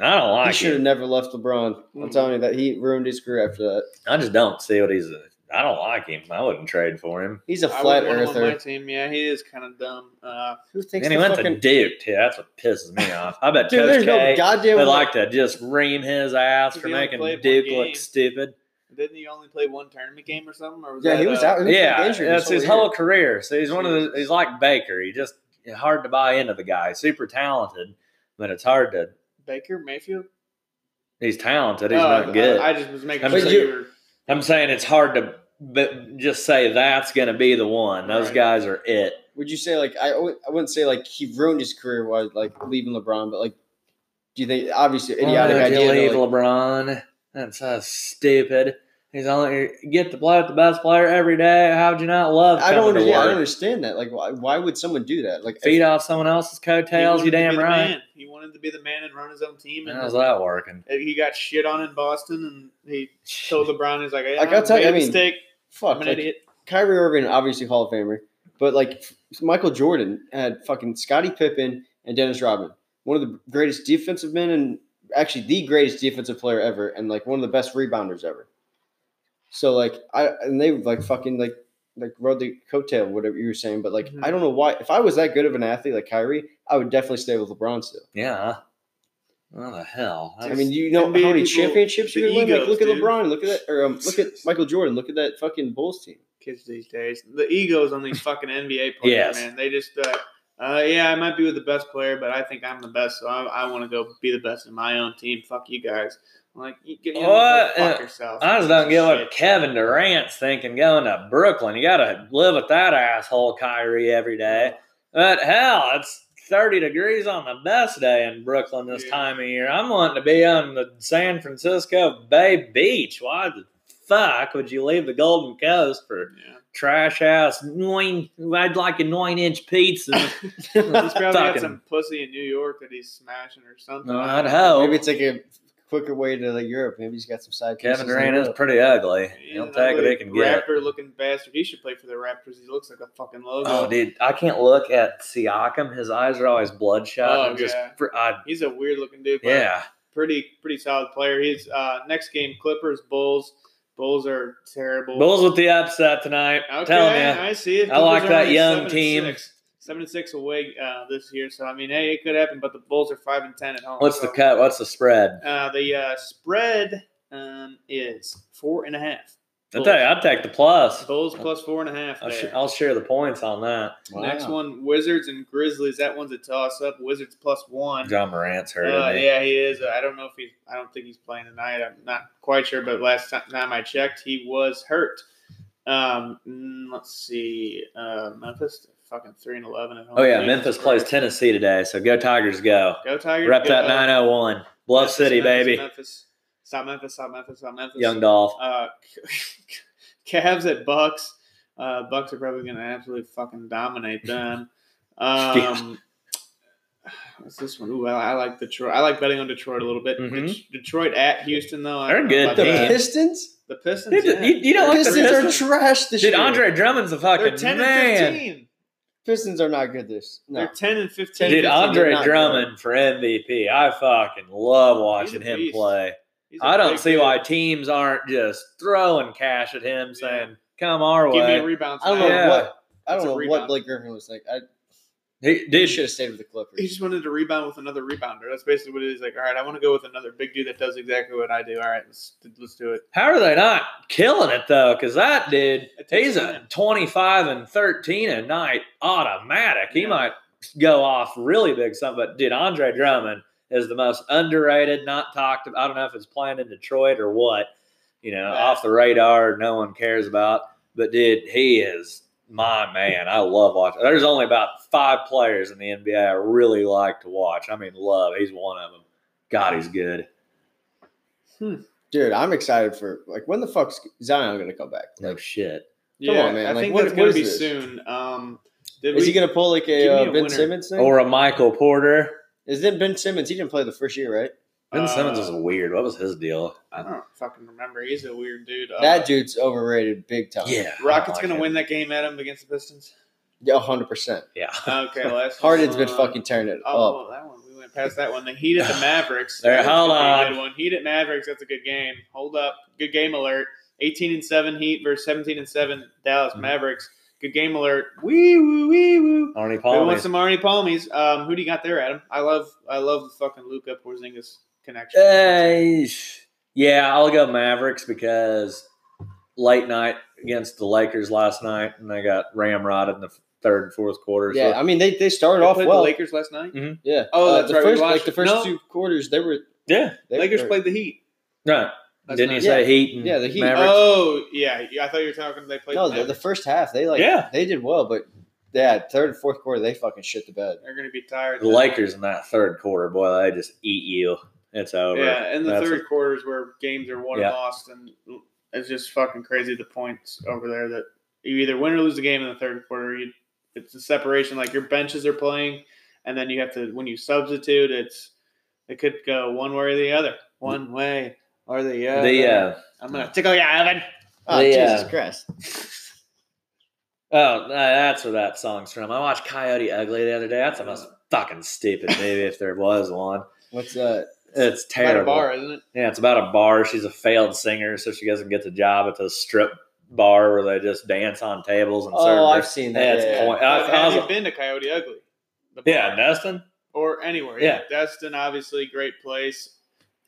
Speaker 3: I don't
Speaker 4: He
Speaker 3: like
Speaker 4: should
Speaker 3: it.
Speaker 4: have never left LeBron.
Speaker 2: Mm-hmm.
Speaker 4: I'm telling you that he ruined his career after that.
Speaker 3: I just don't see what he's. I don't like him. I wouldn't trade for him.
Speaker 4: He's a
Speaker 2: I
Speaker 4: flat
Speaker 2: wouldn't want him on my
Speaker 4: earther.
Speaker 2: team. Yeah, he is kind of dumb. Uh,
Speaker 4: Who thinks
Speaker 3: and he
Speaker 4: the
Speaker 3: went to
Speaker 4: fucking
Speaker 3: Duke too. That's what pisses me off. I bet
Speaker 4: dude?
Speaker 3: Coach
Speaker 4: There's no
Speaker 3: K
Speaker 4: goddamn.
Speaker 3: would like to just ream his ass for
Speaker 2: He only
Speaker 3: making
Speaker 2: played one
Speaker 3: Duke
Speaker 2: game.
Speaker 3: look stupid.
Speaker 2: didn't he only play one tournament game or something? Or was
Speaker 4: yeah,
Speaker 2: that,
Speaker 4: he was
Speaker 2: uh,
Speaker 4: out. He was
Speaker 3: yeah,
Speaker 4: injured
Speaker 3: that's his
Speaker 4: year.
Speaker 3: whole career. So he's one of the. He's like Baker. He just hard to buy into the guy. Super talented, but it's hard to.
Speaker 2: Baker Mayfield.
Speaker 3: He's talented. He's
Speaker 4: Uh,
Speaker 2: Oh, I-
Speaker 3: not good.
Speaker 2: I, just was making
Speaker 3: I'm
Speaker 2: sure
Speaker 3: saying-
Speaker 2: you were.
Speaker 3: I'm saying it's hard to but just say that's going to be the one. Those
Speaker 2: Right.
Speaker 3: guys are it.
Speaker 4: Would you say like I? w- I wouldn't say like he ruined his career while like leaving LeBron, but like, do you think obviously
Speaker 3: Why
Speaker 4: idiotic
Speaker 3: would
Speaker 4: idea?
Speaker 3: Uh, you
Speaker 4: but,
Speaker 3: leave
Speaker 4: like,
Speaker 3: LeBron? That's so stupid. He's only get to play with the best player every day. How would you not love?
Speaker 4: I don't.
Speaker 3: coming to
Speaker 4: Under, yeah, I
Speaker 3: work?
Speaker 4: don't understand that. Like, why, why would someone do that? Like,
Speaker 3: Feed off someone else's
Speaker 2: he
Speaker 3: coattails.
Speaker 2: wanted
Speaker 3: You
Speaker 2: to be
Speaker 3: damn
Speaker 2: the
Speaker 3: right.
Speaker 2: man. He wanted to be the man and run his own team. And
Speaker 3: How's that working?
Speaker 2: he got shit on in Boston, and he told LeBron, "He's like, yeah,
Speaker 4: I gotta tell
Speaker 2: made
Speaker 4: you, I
Speaker 2: a
Speaker 4: mean,
Speaker 2: mistake.
Speaker 4: fuck.
Speaker 2: I'm an
Speaker 4: like,
Speaker 2: idiot."
Speaker 4: Kyrie Irving, obviously Hall of Famer, but like Michael Jordan had fucking Scottie Pippen and Dennis Rodman, one of the greatest defensive men and actually the greatest defensive player ever, and like one of the best rebounders ever. So like I and they like fucking like like rode the coattail, whatever you were saying, but like
Speaker 2: Mhm.
Speaker 4: I don't know why. If I was that good of an athlete like Kyrie, I would definitely stay with LeBron still.
Speaker 3: Yeah. What the hell?
Speaker 4: I mean, you know
Speaker 2: NBA
Speaker 4: how many
Speaker 2: people-
Speaker 4: championships you
Speaker 2: the
Speaker 4: could win. Like,
Speaker 2: egos,
Speaker 4: look at
Speaker 2: dude.
Speaker 4: LeBron, look at that, or um, look at Michael Jordan, look at that fucking Bulls team.
Speaker 2: kids these days. The egos on these fucking NBA players,
Speaker 3: Yes.
Speaker 2: man. They just, uh, uh, yeah, I might be with the best player, but I think I'm the best, so I, I want to go be the best in my own team. Fuck you guys. I'm like, you get you know,
Speaker 3: What?
Speaker 2: go fuck
Speaker 3: Uh,
Speaker 2: yourself.
Speaker 3: I just don't get
Speaker 2: Shit.
Speaker 3: what Kevin Durant's thinking going to Brooklyn. You got to live with that asshole Kyrie every day. But hell, it's 30 degrees on the best day in Brooklyn this
Speaker 2: Yeah.
Speaker 3: time of year. I'm wanting to be on the San Francisco Bay Beach. Why the fuck would you leave the Golden Coast for
Speaker 2: Yeah.
Speaker 3: trash ass nine? I'd like a nine inch pizza.
Speaker 2: He's probably got
Speaker 3: Fucking-
Speaker 2: some pussy in New York that he's smashing or something.
Speaker 3: I'd
Speaker 2: Oh.
Speaker 3: hope.
Speaker 4: Maybe it's like a quicker way to like Europe. Maybe he's got some side.
Speaker 3: Kevin
Speaker 4: pieces in
Speaker 3: Durant is
Speaker 4: Europe.
Speaker 3: pretty ugly.
Speaker 2: He's
Speaker 3: He'll
Speaker 2: an
Speaker 3: take what
Speaker 2: ugly
Speaker 3: he can get.
Speaker 2: Rapper looking bastard. He should play for the Raptors. He looks like a fucking logo.
Speaker 3: Oh, dude, I can't look at Siakam. His eyes are always bloodshot.
Speaker 2: Oh,
Speaker 3: I'm just,
Speaker 2: yeah.
Speaker 3: fr- I,
Speaker 2: He's a weird looking dude. but
Speaker 3: yeah.
Speaker 2: Pretty, pretty solid player. He's uh, next game Clippers, Bulls. Bulls are terrible.
Speaker 3: Bulls with the upset tonight.
Speaker 2: Okay,
Speaker 3: I'm telling you,
Speaker 2: I see it.
Speaker 3: I like
Speaker 2: Clippers are
Speaker 3: that
Speaker 2: only
Speaker 3: young
Speaker 2: seven and
Speaker 3: team.
Speaker 2: six. Seven and six away uh, this year, so I mean, hey, it could happen. But the Bulls are five and ten at home.
Speaker 3: what's the
Speaker 2: so,
Speaker 3: cut? What's the spread?
Speaker 2: Uh, the uh, spread um, is four and a half.
Speaker 3: I tell you, I'd take the plus.
Speaker 2: Bulls plus four and a half.
Speaker 3: Oh. I'll, sh-
Speaker 2: there.
Speaker 3: I'll share the points on that.
Speaker 2: Next
Speaker 4: Wow.
Speaker 2: one, Wizards and Grizzlies. That one's a toss up. Wizards plus one.
Speaker 3: John Morant's hurting
Speaker 2: Uh,
Speaker 3: me.
Speaker 2: yeah, he is. I don't know if he. I don't think he's playing tonight. I'm not quite sure, but last ti- time I checked, he was hurt. Um, mm, let's see. Uh, Memphis, fucking three and eleven at home.
Speaker 3: Oh yeah,
Speaker 2: Jesus
Speaker 3: Memphis
Speaker 2: Christ.
Speaker 3: plays Tennessee today, so go Tigers, go.
Speaker 2: Go Tigers.
Speaker 3: Rep
Speaker 2: go.
Speaker 3: that 901. Bluff
Speaker 2: Memphis,
Speaker 3: City,
Speaker 2: Memphis,
Speaker 3: baby.
Speaker 2: Memphis, South Memphis, South Memphis, South Memphis.
Speaker 3: Young Dolph.
Speaker 2: Uh, Cavs at Bucks. Uh, Bucks are probably going to absolutely fucking dominate them. Um, what's this one? Ooh, I, I like Detroit. I like betting on Detroit a little bit.
Speaker 3: Mhm.
Speaker 2: Det- Detroit at Houston, though. I
Speaker 3: They're
Speaker 2: don't know
Speaker 3: good
Speaker 2: about
Speaker 4: The
Speaker 3: team.
Speaker 2: that.
Speaker 4: Pistons.
Speaker 2: The Pistons.
Speaker 3: Dude,
Speaker 2: Yeah.
Speaker 3: you, you don't like the
Speaker 4: Pistons are
Speaker 3: Pistons?
Speaker 4: trash this
Speaker 3: Dude,
Speaker 4: year.
Speaker 3: Andre Drummond's a
Speaker 2: They're
Speaker 3: fucking
Speaker 2: ten and
Speaker 3: man.
Speaker 2: fifteen.
Speaker 4: Pistons are not good this. No.
Speaker 2: They're ten and fifteen.
Speaker 3: Dude,
Speaker 4: They're
Speaker 3: Andre
Speaker 4: not good.
Speaker 3: Drummond for MVP. I fucking love watching
Speaker 2: a
Speaker 3: him
Speaker 2: beast.
Speaker 3: play.
Speaker 2: He's a
Speaker 3: I don't
Speaker 2: big
Speaker 3: see
Speaker 2: dude.
Speaker 3: why teams aren't just throwing cash at him,
Speaker 2: Yeah.
Speaker 3: saying, "Come our
Speaker 2: Give me a
Speaker 3: way."
Speaker 2: rebound.
Speaker 4: I don't know
Speaker 3: Yeah.
Speaker 4: what. I
Speaker 2: It's a
Speaker 4: don't know
Speaker 2: rebound.
Speaker 4: what Blake Griffin was like. I
Speaker 3: He,
Speaker 4: he
Speaker 3: dude,
Speaker 4: should have stayed with the
Speaker 2: He
Speaker 4: Clippers.
Speaker 2: just wanted to rebound with another rebounder. That's basically what it is. Like, all right, I want to go with another big dude that does exactly what I do. All right, let's let's do it.
Speaker 3: how are they not killing it though? Because that dude,
Speaker 2: It takes
Speaker 3: he's a
Speaker 2: time.
Speaker 3: twenty-five and thirteen a night automatic. He
Speaker 2: Yeah.
Speaker 3: might go off really big some, but dude, Andre Drummond is the most underrated, not talked. about. I don't know if it's playing in Detroit or what. You know,
Speaker 2: Yeah.
Speaker 3: off the radar, no one cares about. But dude, he is my man. I love watching. There's only about five players in the NBA I really like to watch. I mean, love. He's one of them. God, he's good.
Speaker 4: Dude, I'm excited for like when the fuck's Zion gonna come back?
Speaker 3: No shit.
Speaker 4: Come on, man.
Speaker 2: I
Speaker 4: Like,
Speaker 2: think
Speaker 4: what-
Speaker 2: that's
Speaker 4: what
Speaker 2: going
Speaker 4: is
Speaker 2: to be
Speaker 4: this?
Speaker 2: soon. Um, did
Speaker 4: Is
Speaker 2: we-
Speaker 4: he gonna pull like a,
Speaker 2: Give me
Speaker 4: uh,
Speaker 2: a
Speaker 4: Ben
Speaker 2: winner.
Speaker 4: Simmons thing?
Speaker 3: Or a Michael Porter.
Speaker 4: is it Ben Simmons? He didn't play the first year, right?
Speaker 3: Ben Simmons
Speaker 2: Uh,
Speaker 3: was weird. What was his deal?
Speaker 2: I don't fucking remember. He's a weird dude. Uh,
Speaker 4: that Oh, dude's overrated big time.
Speaker 3: Yeah, I
Speaker 2: Rockets
Speaker 3: like
Speaker 2: going
Speaker 3: him.
Speaker 2: to win that game, Adam, against the Pistons.
Speaker 4: yeah, hundred percent.
Speaker 3: Yeah,
Speaker 2: Okay, last
Speaker 4: Harden's been
Speaker 2: one.
Speaker 4: fucking tearing it
Speaker 2: Oh,
Speaker 4: up.
Speaker 2: well, that one we went went past that one. The Heat at the Mavericks.
Speaker 3: There,
Speaker 2: That's
Speaker 3: hold
Speaker 2: gonna be a
Speaker 3: on.
Speaker 2: Good one. Heat at Mavericks. That's a good game. Hold up. Good game alert. 18 and 7 Heat versus 17 and 7 Dallas
Speaker 3: Mhm.
Speaker 4: Mm-hmm.
Speaker 2: Mavericks. Good game alert. Wee woo wee woo.
Speaker 3: Arnie
Speaker 2: We want
Speaker 3: Palmies.
Speaker 2: some Arnie Palmies. Um, who do you got there, Adam? I love I love the fucking Luca Porzingis connection.
Speaker 3: Uh, yeah, I'll go Mavericks because late night against the Lakers last night, and they got ramrodded in the third and fourth quarters.
Speaker 4: Yeah, I mean they, they started
Speaker 2: They
Speaker 4: off
Speaker 2: played
Speaker 4: well.
Speaker 2: the Lakers last night.
Speaker 4: Yeah.
Speaker 2: Oh,
Speaker 4: Uh,
Speaker 2: that's
Speaker 4: the
Speaker 2: right, we
Speaker 4: First, like
Speaker 2: watched-
Speaker 4: the first
Speaker 2: No.
Speaker 4: two quarters, they were
Speaker 3: yeah.
Speaker 4: they,
Speaker 2: Lakers
Speaker 4: they-
Speaker 2: played the Heat.
Speaker 3: No,
Speaker 2: last
Speaker 3: didn't you
Speaker 2: night.
Speaker 3: say Heat? And
Speaker 4: Yeah, the Heat.
Speaker 3: Mavericks?
Speaker 2: Oh yeah, I thought you were talking. They played.
Speaker 4: No,
Speaker 2: the
Speaker 4: the, the
Speaker 2: Mavericks.
Speaker 4: first half they like
Speaker 3: Yeah.
Speaker 4: they did well, but yeah, third and fourth quarter they fucking shit the bed.
Speaker 2: They're going to be tired.
Speaker 3: the Lakers in that third quarter, boy, they just eat you. It's over.
Speaker 2: Yeah, and the
Speaker 3: That's
Speaker 2: third
Speaker 3: it.
Speaker 2: quarter is where games are won
Speaker 3: Yeah.
Speaker 2: and lost, and it's just fucking crazy the points over there that you either win or lose the game in the third quarter. You, it's a separation. Like your benches are playing, and then you have to when you substitute, it's it could go one way or the other, one way or the other.
Speaker 3: the uh,
Speaker 2: I'm gonna tickle you, Evan.
Speaker 4: Oh,
Speaker 3: They, uh,
Speaker 4: Jesus Christ!
Speaker 3: Oh, uh, that's where that song's from. I watched Coyote Ugly the other day. That's the most fucking stupid movie if there was one.
Speaker 4: What's that?
Speaker 3: It's
Speaker 2: At a
Speaker 3: terrible.
Speaker 2: bar, isn't it?
Speaker 3: Yeah, it's about a bar. She's a failed singer, so she doesn't get the job at the strip bar where they just dance on tables and serve.
Speaker 4: Oh, I've
Speaker 3: drinks.
Speaker 4: seen
Speaker 3: yeah,
Speaker 4: that.
Speaker 3: it's
Speaker 4: yeah, yeah.
Speaker 3: point. I,
Speaker 2: But
Speaker 3: I
Speaker 2: have
Speaker 3: was
Speaker 2: you
Speaker 3: like,
Speaker 2: been to Coyote Ugly? The
Speaker 3: Uh, yeah,
Speaker 2: bar?
Speaker 3: Destin.
Speaker 2: or anywhere.
Speaker 3: Yeah.
Speaker 2: Destin, obviously, great place.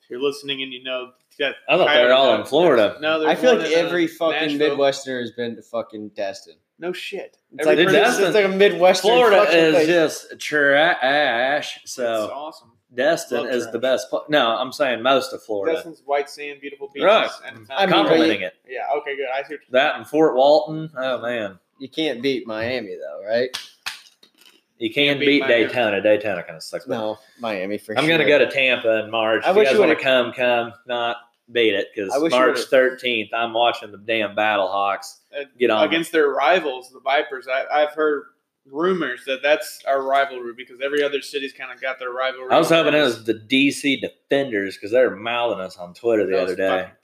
Speaker 2: If you're listening and you know that,
Speaker 3: I thought they were Oh, all in Florida.
Speaker 2: No, there's
Speaker 4: I feel
Speaker 2: one
Speaker 4: like
Speaker 2: in, uh,
Speaker 4: every fucking
Speaker 2: Nashville.
Speaker 4: Midwesterner has been to fucking Destin.
Speaker 2: No shit. Every
Speaker 4: It's like,
Speaker 3: Dude,
Speaker 2: person-
Speaker 3: Destin-
Speaker 4: it's like a Midwestern.
Speaker 3: Florida
Speaker 4: fucking
Speaker 3: is
Speaker 4: place.
Speaker 3: just trash.
Speaker 2: That's
Speaker 3: So
Speaker 2: awesome.
Speaker 3: Destin
Speaker 2: Love
Speaker 3: is
Speaker 2: trash.
Speaker 3: the best. Pl- no, I'm saying most of Florida.
Speaker 2: Destin's white sand, beautiful beaches,
Speaker 3: Right.
Speaker 2: and it's not
Speaker 4: I mean,
Speaker 3: Complimenting it.
Speaker 2: Yeah. Okay. Good. I see. What you're-
Speaker 3: That and Fort Walton. Oh man,
Speaker 4: You can't beat Miami though, right?
Speaker 3: you can
Speaker 2: Can't beat
Speaker 3: beat,
Speaker 2: Miami.
Speaker 3: Daytona. Daytona kind of sucks. but-
Speaker 4: No, Miami for
Speaker 3: I'm
Speaker 4: sure.
Speaker 3: gonna go to Tampa in March.
Speaker 4: I
Speaker 3: if
Speaker 4: wish
Speaker 3: you guys
Speaker 4: you
Speaker 3: want to
Speaker 4: would've-
Speaker 3: come, come. Not beat it because
Speaker 4: I wish you
Speaker 3: March
Speaker 4: would've-
Speaker 3: 13th, I'm watching the damn Battle Hawks
Speaker 2: Uh,
Speaker 3: get on.
Speaker 2: Against their rivals, the Vipers. I, I've heard rumors that that's our rivalry because every other city's kind of got their rivalry.
Speaker 3: I was hoping it was the DC Defenders because they're mouthing us on Twitter the
Speaker 2: Those
Speaker 3: other day.
Speaker 2: fucking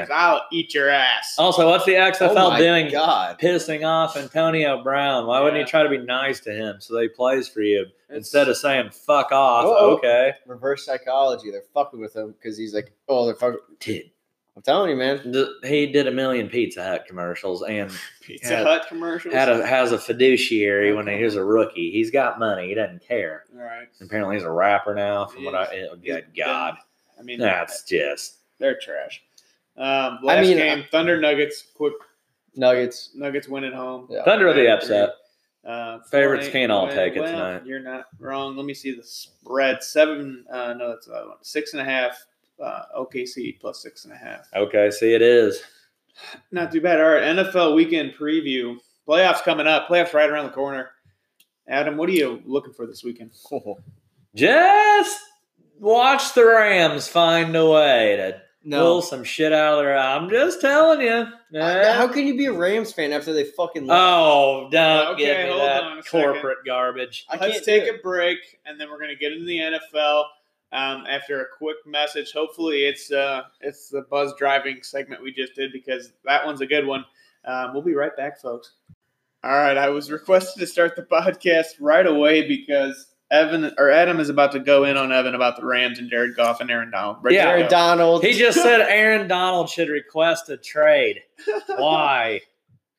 Speaker 2: Cocksuckers. I'll eat your ass.
Speaker 3: Also, what's the XFL
Speaker 4: Oh my
Speaker 3: doing?
Speaker 4: God,
Speaker 3: Pissing off Antonio Brown. Why wouldn't
Speaker 2: Yeah.
Speaker 3: you try to be nice to him so that he plays for you
Speaker 2: It's-
Speaker 3: instead of saying "fuck off"?
Speaker 4: Uh-oh.
Speaker 3: Okay,
Speaker 4: reverse psychology. They're fucking with him because he's like, oh, they're fucking.
Speaker 3: dude,
Speaker 4: I'm telling you, man.
Speaker 3: th- he did a million Pizza Hut commercials and
Speaker 2: Pizza
Speaker 3: had-
Speaker 2: Hut commercials.
Speaker 3: had a, has a fiduciary when he was a rookie. He's got money. He doesn't care.
Speaker 2: All right.
Speaker 3: Apparently, he's a rapper now. From what I, oh,
Speaker 2: He's
Speaker 3: good God,
Speaker 2: I mean,
Speaker 3: that's just
Speaker 2: They're trash. Um, last
Speaker 4: mean,
Speaker 2: game, Thunder Nuggets. Quick
Speaker 4: Nuggets.
Speaker 2: Nuggets win at home.
Speaker 4: Yeah.
Speaker 3: Thunder of the upset.
Speaker 2: Uh,
Speaker 3: Favorites
Speaker 2: 4-8.
Speaker 3: can't all
Speaker 2: Well,
Speaker 3: take it
Speaker 2: well,
Speaker 3: tonight.
Speaker 2: You're not wrong. Let me see the spread. Seven. Uh, no, that's the other one. Six and a half. Uh, OKC plus six and a half.
Speaker 3: Okay, see, it is.
Speaker 2: Not too bad. All right, NFL weekend preview. Playoffs coming up. Playoffs right around the corner. Adam, what are you looking for this weekend?
Speaker 3: Just watch the Rams find a way to pull
Speaker 4: No.
Speaker 3: some shit out of their. I'm just telling you.
Speaker 4: Uh,
Speaker 3: Yeah.
Speaker 4: How can you be a Rams fan after they fucking? lost?
Speaker 3: Oh, don't
Speaker 2: Okay,
Speaker 3: give me
Speaker 2: hold on a
Speaker 3: that
Speaker 2: second.
Speaker 3: corporate garbage.
Speaker 4: I
Speaker 2: Let's
Speaker 4: can't
Speaker 2: take
Speaker 4: do
Speaker 2: a break, and then we're going to get into the NFL um, after a quick message. Hopefully, it's uh, it's the buzz driving segment we just did because that one's a good one. Um, we'll be right back, folks. All right, I was requested to start the podcast right away because Evan or Adam is about to go in on Evan about the Rams and Jared Goff and Aaron Donald. Right
Speaker 3: Yeah.
Speaker 2: there we
Speaker 4: Aaron
Speaker 2: go.
Speaker 4: Donald.
Speaker 3: He just said Aaron Donald should request a trade. Why?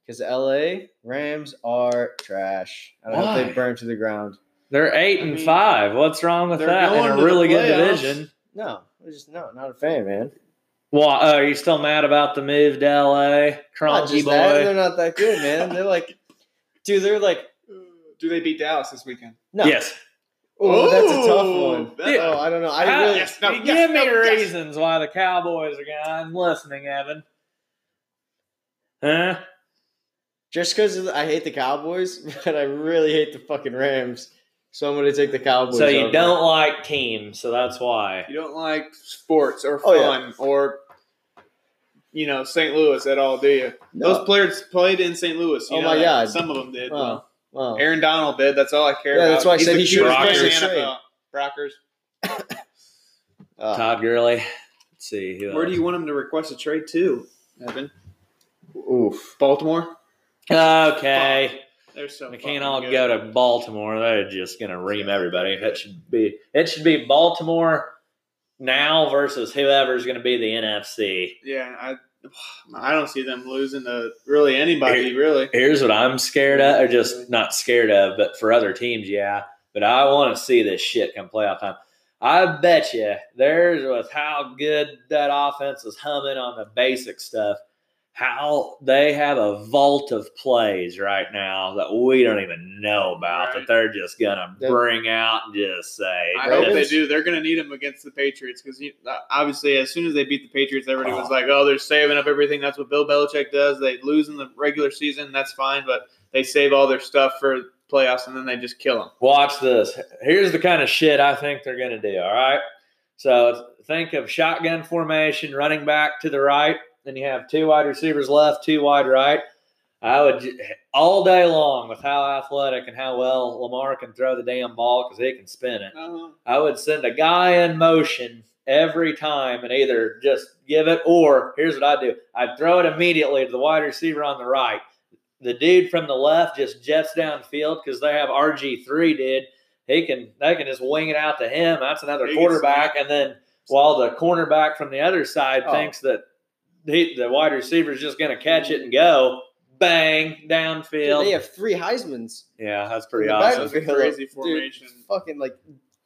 Speaker 4: Because L.A. Rams are trash. I hope
Speaker 3: Why?
Speaker 4: they burn to the ground.
Speaker 3: They're eight
Speaker 2: I
Speaker 3: and
Speaker 2: mean,
Speaker 3: five. What's wrong with
Speaker 2: they're
Speaker 3: that?
Speaker 2: going
Speaker 3: In
Speaker 2: to
Speaker 3: a
Speaker 2: the
Speaker 3: really good
Speaker 2: playoffs.
Speaker 3: division.
Speaker 4: No, I just no, not a fan, man.
Speaker 3: Well, uh, are you still mad about the move to LA,
Speaker 4: Not
Speaker 3: Crunchy
Speaker 4: just that, uh,
Speaker 3: boy?
Speaker 4: they're not that good, man. They're like, dude, they're like,
Speaker 2: Do they beat Dallas this weekend?
Speaker 4: no.
Speaker 3: Yes.
Speaker 4: Oh, that's a
Speaker 2: Ooh,
Speaker 4: tough one.
Speaker 2: that-
Speaker 4: Oh, I don't know. I
Speaker 3: How-
Speaker 4: really.
Speaker 2: yes, no,
Speaker 3: give
Speaker 2: yes,
Speaker 3: me
Speaker 2: no, yes.
Speaker 3: reasons why the Cowboys are gone. I'm listening, Evan. Huh?
Speaker 4: Just because I hate the Cowboys, but I really hate the fucking Rams, so I'm gonna take the Cowboys.
Speaker 3: So you
Speaker 4: over.
Speaker 3: don't like teams, so that's why.
Speaker 2: You don't like sports or
Speaker 4: Oh,
Speaker 2: fun
Speaker 4: yeah.
Speaker 2: or you know St. Louis at all, do you?
Speaker 4: No.
Speaker 2: Those players played in St. Louis. you
Speaker 4: Uh, Oh
Speaker 2: know
Speaker 4: my
Speaker 2: that.
Speaker 4: God.
Speaker 2: Some of them did.
Speaker 4: Wow. Wow.
Speaker 2: Aaron Donald did. That's all I care
Speaker 4: Yeah,
Speaker 2: about.
Speaker 4: that's why I said
Speaker 2: the
Speaker 4: he should
Speaker 2: cutest
Speaker 3: have
Speaker 2: player in
Speaker 4: been
Speaker 2: the
Speaker 4: straight.
Speaker 2: NFL. Brockers.
Speaker 4: Uh,
Speaker 3: Todd Gurley. Let's see. Who
Speaker 2: Where do
Speaker 3: else?
Speaker 2: you want him to request a trade to, Evan?
Speaker 4: oof.
Speaker 2: Baltimore.
Speaker 3: Okay.
Speaker 2: They're so.
Speaker 3: We
Speaker 2: fucking
Speaker 3: can't all
Speaker 2: good.
Speaker 3: go to Baltimore. They're just gonna ream everybody. That should be it. Should be Baltimore now versus whoever's gonna be the NFC.
Speaker 2: Yeah, I I don't see them losing to really anybody. Really,
Speaker 3: Here's what I'm scared of, or just not scared of, but for other teams, yeah. But I want to see this shit come playoff time. I bet you there's with how good that offense is humming on the basic stuff, how they have a vault of plays right now that we don't even know about
Speaker 2: Right.
Speaker 3: that they're just gonna
Speaker 4: That-
Speaker 3: bring out and just say.
Speaker 2: I
Speaker 4: Ravens?
Speaker 2: hope they do. They're going to need them against the Patriots because obviously, as soon as they beat the Patriots, everybody was
Speaker 3: Oh.
Speaker 2: like, "Oh, they're saving up everything." That's what Bill Belichick does. They lose in the regular season, that's fine, but they save all their stuff for playoffs, and then they just kill them.
Speaker 3: Watch this. Here's the kind of shit I think they're going to do. All right. So think of shotgun formation, running back to the right. Then you have two wide receivers left, two wide right. I would ju- all day long with how athletic and how well Lamar can throw the damn ball because he can spin it. I would send a guy in motion every time and either just give it or here's what I'd do. I'd throw it immediately to the wide receiver on the right. The dude from the left just jets downfield because they have RG three did. He can they can just wing it out to him. That's another
Speaker 2: He can
Speaker 3: quarterback. And then while the cornerback from the other side
Speaker 4: Oh.
Speaker 3: thinks that he, the wide receiver is just gonna catch it and go, bang,
Speaker 4: Dude, they
Speaker 3: downfield.
Speaker 4: have three Heisman's.
Speaker 3: Yeah, that's pretty
Speaker 4: The
Speaker 2: That
Speaker 3: awesome.
Speaker 2: was a
Speaker 4: Backfield.
Speaker 2: crazy
Speaker 4: Dude,
Speaker 2: formation.
Speaker 4: Fucking like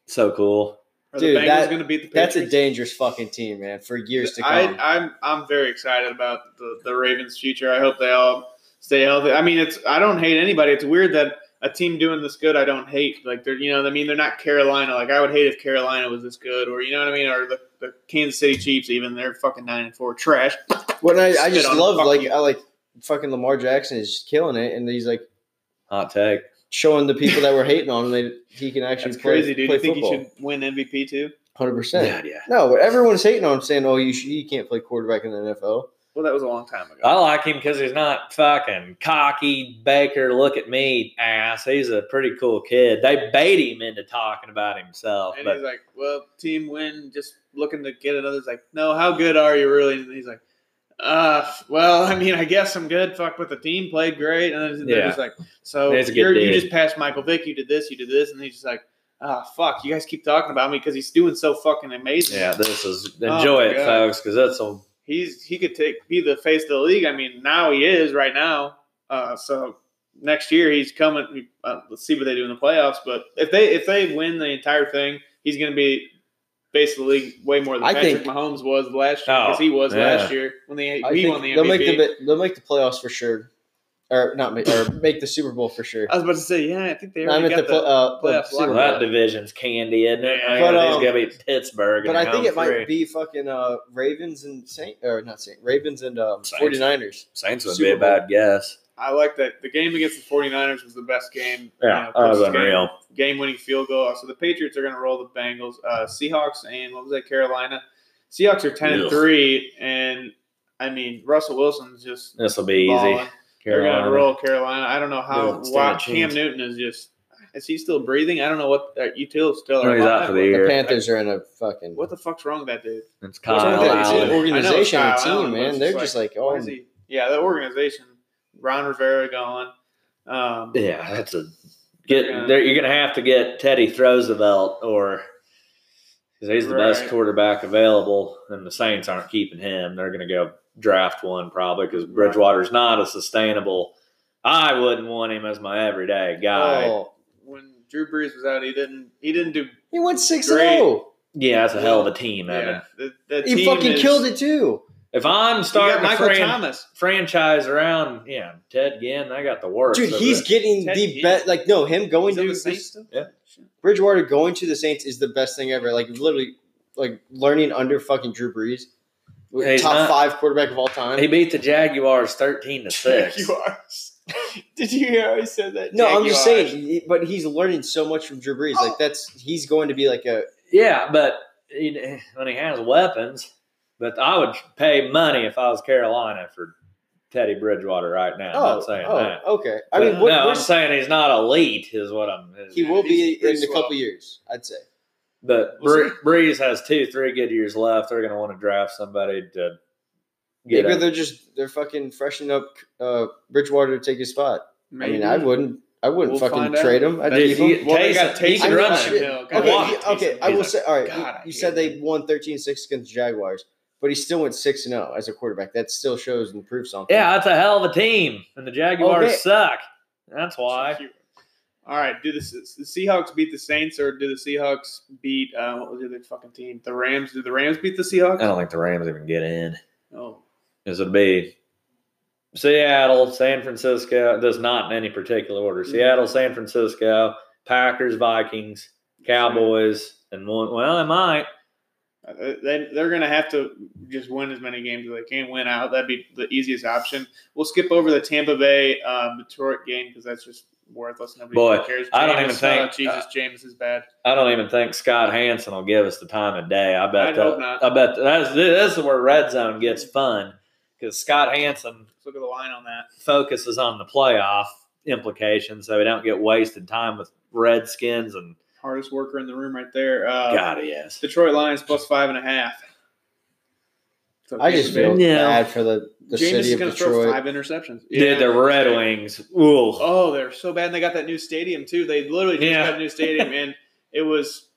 Speaker 3: So cool.
Speaker 2: Are
Speaker 4: Dude,
Speaker 2: the Bengals
Speaker 4: that-
Speaker 2: going to beat the Patriots?
Speaker 4: that's a dangerous fucking team, man. For years to
Speaker 2: I,
Speaker 4: come.
Speaker 2: I'm I'm very excited about the, the Ravens' future. I hope they all stay healthy. I mean, it's I don't hate anybody. It's weird that a team doing this good I don't hate. Like they're you know I mean they're not Carolina. Like I would hate if Carolina was this good, or you know what I mean, or the, the Kansas City Chiefs. Even they're fucking nine and four, trash.
Speaker 4: Well, and I, I
Speaker 2: Spit
Speaker 4: just
Speaker 2: on
Speaker 4: love
Speaker 2: fuck
Speaker 4: like
Speaker 2: you.
Speaker 4: I like fucking Lamar Jackson is just killing it, and he's like
Speaker 3: Hot take.
Speaker 4: showing the people that were hating on him that he can actually
Speaker 2: That's
Speaker 4: play,
Speaker 2: crazy, dude.
Speaker 4: play
Speaker 2: You think
Speaker 4: football.
Speaker 2: you should win MVP too?
Speaker 4: Hundred percent.
Speaker 3: yeah.
Speaker 4: No, what everyone's hating on him, saying, "Oh, you sh you can't play quarterback in the NFL."
Speaker 2: Well, that was a long time ago.
Speaker 3: I like him because he's not fucking cocky Baker. Look at me, ass. He's a pretty cool kid. They bait him into talking about himself,
Speaker 2: and he's
Speaker 3: but
Speaker 2: like, "Well, team win, just looking to get another." He's like, "No, how good are you really?" And he's like, "Uh, well, I mean, I guess I'm good. Fuck, but the team played great." And then they're
Speaker 3: Yeah.
Speaker 2: just like, "So
Speaker 3: He's a good
Speaker 2: you're, you
Speaker 3: dude.
Speaker 2: just passed Michael Vick. You did this. You did this." And he's just like, "Ah, fuck, you guys keep talking about me because he's doing so fucking amazing.
Speaker 3: yeah, this is
Speaker 2: Oh,
Speaker 3: enjoy it,
Speaker 2: God.
Speaker 3: folks, because that's a
Speaker 2: He's he could take be the face of the league. I mean, now he is right now. Uh, so." Next year he's coming. Uh, let's see what they do in the playoffs. But if they if they win the entire thing, he's going to be face of the league way more than
Speaker 4: I
Speaker 2: Patrick
Speaker 4: think-
Speaker 2: Mahomes was last year
Speaker 3: Oh,
Speaker 2: because he was
Speaker 3: yeah.
Speaker 2: last year when they
Speaker 4: I
Speaker 2: we
Speaker 4: think
Speaker 2: won the
Speaker 4: they'll
Speaker 2: MVP.
Speaker 4: make the bi- they'll make the playoffs for sure, or not make or make the Super Bowl for sure.
Speaker 2: I was about to say, yeah, I think they
Speaker 4: I
Speaker 2: already
Speaker 4: meant the,
Speaker 2: got the.
Speaker 4: pl- uh, the
Speaker 2: playoff
Speaker 4: Super
Speaker 2: locker
Speaker 4: Bowl.
Speaker 3: well, that division's candy, isn't it?
Speaker 2: Yeah.
Speaker 3: But,
Speaker 4: But,
Speaker 3: um,
Speaker 4: um,
Speaker 3: gonna be Pittsburgh,
Speaker 4: But
Speaker 3: and
Speaker 4: I think it
Speaker 3: home
Speaker 4: might
Speaker 3: three.
Speaker 4: be fucking uh, Ravens and Saint or not Saint Ravens and um,
Speaker 3: Saints.
Speaker 4: 49ers.
Speaker 3: Saints would be
Speaker 4: Super
Speaker 3: a bad guess.
Speaker 2: I like that the game against the 49ers was the best game.
Speaker 3: Yeah,
Speaker 2: you know,
Speaker 3: that was
Speaker 2: closest game.
Speaker 3: unreal.
Speaker 2: game-winning field goal. So the Patriots are going to roll the Bengals, uh, Seahawks, and what was that? Carolina. Seahawks are ten and
Speaker 3: Ugh.
Speaker 2: three, and I mean Russell Wilson's just
Speaker 3: This will be
Speaker 2: balling.
Speaker 3: easy.
Speaker 2: They're going
Speaker 3: Carolina.
Speaker 2: to roll Carolina. I don't know how.
Speaker 3: Doesn't stand
Speaker 2: Why,
Speaker 3: a
Speaker 2: Cam
Speaker 3: chance.
Speaker 2: Newton is just. Is he still breathing? I don't know what. Uh, you still still.
Speaker 3: No, he's out
Speaker 2: alive.
Speaker 3: for the
Speaker 4: The
Speaker 3: year.
Speaker 4: Panthers are in a fucking
Speaker 2: What the fuck's wrong with that dude?
Speaker 3: It's
Speaker 4: What's wrong
Speaker 3: Kyle
Speaker 4: with that team?
Speaker 3: Allen.
Speaker 4: organization,
Speaker 2: I know,
Speaker 4: and
Speaker 2: Kyle Allen,
Speaker 4: team,
Speaker 2: but
Speaker 4: man.
Speaker 2: it's
Speaker 4: They're
Speaker 2: like,
Speaker 4: just like,
Speaker 2: Why
Speaker 4: oh,
Speaker 2: is
Speaker 3: Mm.
Speaker 2: he? Yeah, the organization. Ron Rivera gone. Um,
Speaker 3: Yeah, that's a
Speaker 2: They're
Speaker 3: get.
Speaker 2: gonna-
Speaker 3: There, you're gonna have to get Teddy Roosevelt or because he's the best
Speaker 2: Right.
Speaker 3: quarterback available, and the Saints aren't keeping him. They're gonna go draft one probably because Bridgewater's not a sustainable. I wouldn't want him as my everyday guy.
Speaker 4: oh.
Speaker 2: When Drew Brees was out, he didn't. He didn't do.
Speaker 4: he went six
Speaker 2: Great.
Speaker 4: zero.
Speaker 3: Yeah, that's a hell of a team, Evan.
Speaker 2: Yeah, the, the
Speaker 4: He
Speaker 2: team
Speaker 4: fucking
Speaker 2: is-
Speaker 4: killed it too.
Speaker 3: If I'm
Speaker 2: You got
Speaker 3: starting a
Speaker 2: Michael
Speaker 3: fran-
Speaker 2: Thomas.
Speaker 3: franchise around, yeah, Ted Ginn, I got the worst.
Speaker 4: Dude,
Speaker 3: of
Speaker 4: he's
Speaker 3: it.
Speaker 4: getting
Speaker 2: Ted
Speaker 4: the
Speaker 2: Ginn.
Speaker 4: best. Like, no, him going
Speaker 2: Is he
Speaker 4: to the
Speaker 2: with Saints
Speaker 4: Saints,
Speaker 2: still?
Speaker 3: Yeah.
Speaker 4: Bridgewater going to the Saints is the best thing ever. Like, literally, like learning under fucking Drew Brees,
Speaker 3: Yeah, he's
Speaker 4: top
Speaker 3: not-
Speaker 4: five quarterback of all time.
Speaker 3: he beat the Jaguars thirteen to six.
Speaker 2: Jaguars. Did you hear how he said that?
Speaker 4: no, I'm just
Speaker 2: Jaguars.
Speaker 4: saying, he- but he's learning so much from Drew Brees. Like, that's he's going to be like a
Speaker 3: Yeah, but he, when he has weapons, but I would pay money if I was Carolina for Teddy Bridgewater right now. I'm
Speaker 4: oh,
Speaker 3: not saying
Speaker 4: oh,
Speaker 3: that.
Speaker 4: okay. I mean, what,
Speaker 3: no, I'm
Speaker 4: what's-
Speaker 3: saying he's not elite, is what I'm. is-
Speaker 4: he will be
Speaker 2: He's pretty
Speaker 4: in a
Speaker 2: slow.
Speaker 4: couple years, I'd say.
Speaker 3: But
Speaker 2: We'll
Speaker 3: Bre- Breeze has two, three good years left. They're going to want to draft somebody to get
Speaker 4: Maybe
Speaker 3: him.
Speaker 4: they're just they're fucking freshening up uh, Bridgewater to take his spot. I mean, I wouldn't. I wouldn't
Speaker 2: We'll
Speaker 4: fucking
Speaker 2: find out.
Speaker 4: trade him. I'd
Speaker 3: Dude,
Speaker 4: keep him.
Speaker 3: he-
Speaker 2: Well, they
Speaker 3: Taysom-
Speaker 2: got
Speaker 3: he
Speaker 2: Taysom
Speaker 3: can run
Speaker 2: Rushing
Speaker 3: shit.
Speaker 2: Hill. God.
Speaker 4: Okay,
Speaker 3: walk
Speaker 4: he-
Speaker 3: Taysom.
Speaker 4: okay. I
Speaker 3: He's
Speaker 4: will
Speaker 3: like,
Speaker 4: say, all right.
Speaker 2: God, I
Speaker 4: you you
Speaker 2: hate
Speaker 4: said they won 13-6 against the Jaguars, but he still went six and zero as a quarterback. That still shows and proves something.
Speaker 3: Yeah, that's a hell of a team, and the Jaguars
Speaker 4: Okay.
Speaker 3: suck. That's why.
Speaker 2: All right, do the, Se- the Seahawks beat the Saints or do the Seahawks beat uh, what was the other fucking team? The Rams. Did the Rams beat the
Speaker 3: I
Speaker 2: Seahawks?
Speaker 3: don't think the Rams even get in.
Speaker 2: Oh,
Speaker 3: This would be Seattle, San Francisco. Does not in any particular order.
Speaker 2: Mm-hmm.
Speaker 3: Seattle, San Francisco, Packers, Vikings, Cowboys, and one. Well, they might.
Speaker 2: Uh, They, they're going to have to just win as many games as they can win out. That'd be the easiest option. We'll skip over the Tampa Bay um, Detroit game because that's just worthless. Nobody
Speaker 3: Boy,
Speaker 2: cares.
Speaker 3: I don't
Speaker 2: Jameis,
Speaker 3: even think-
Speaker 2: oh,
Speaker 4: uh,
Speaker 2: Jesus, James is bad.
Speaker 3: I don't even think Scott Hansen will give us the time of day. I bet
Speaker 2: I'd
Speaker 3: that.
Speaker 2: hope not.
Speaker 3: I bet that's this is where red zone gets fun because Scott Hansen
Speaker 2: Let's look at the line on that.
Speaker 3: focuses on the playoff implications, so we don't get wasted time with Redskins and
Speaker 2: Hardest worker in the room right there. Uh,
Speaker 3: God, he is.
Speaker 2: Detroit Lions plus five and a half. So
Speaker 4: I just feel
Speaker 3: Yeah.
Speaker 4: bad for the, the
Speaker 2: Jameis
Speaker 4: city
Speaker 2: is
Speaker 4: of
Speaker 2: going to throw
Speaker 4: Detroit.
Speaker 2: five interceptions.
Speaker 3: Did the Red Wings? Ooh,
Speaker 2: Oh, they're so bad. And they got that new stadium too. They literally just
Speaker 3: Yeah.
Speaker 2: got a new stadium, and it was.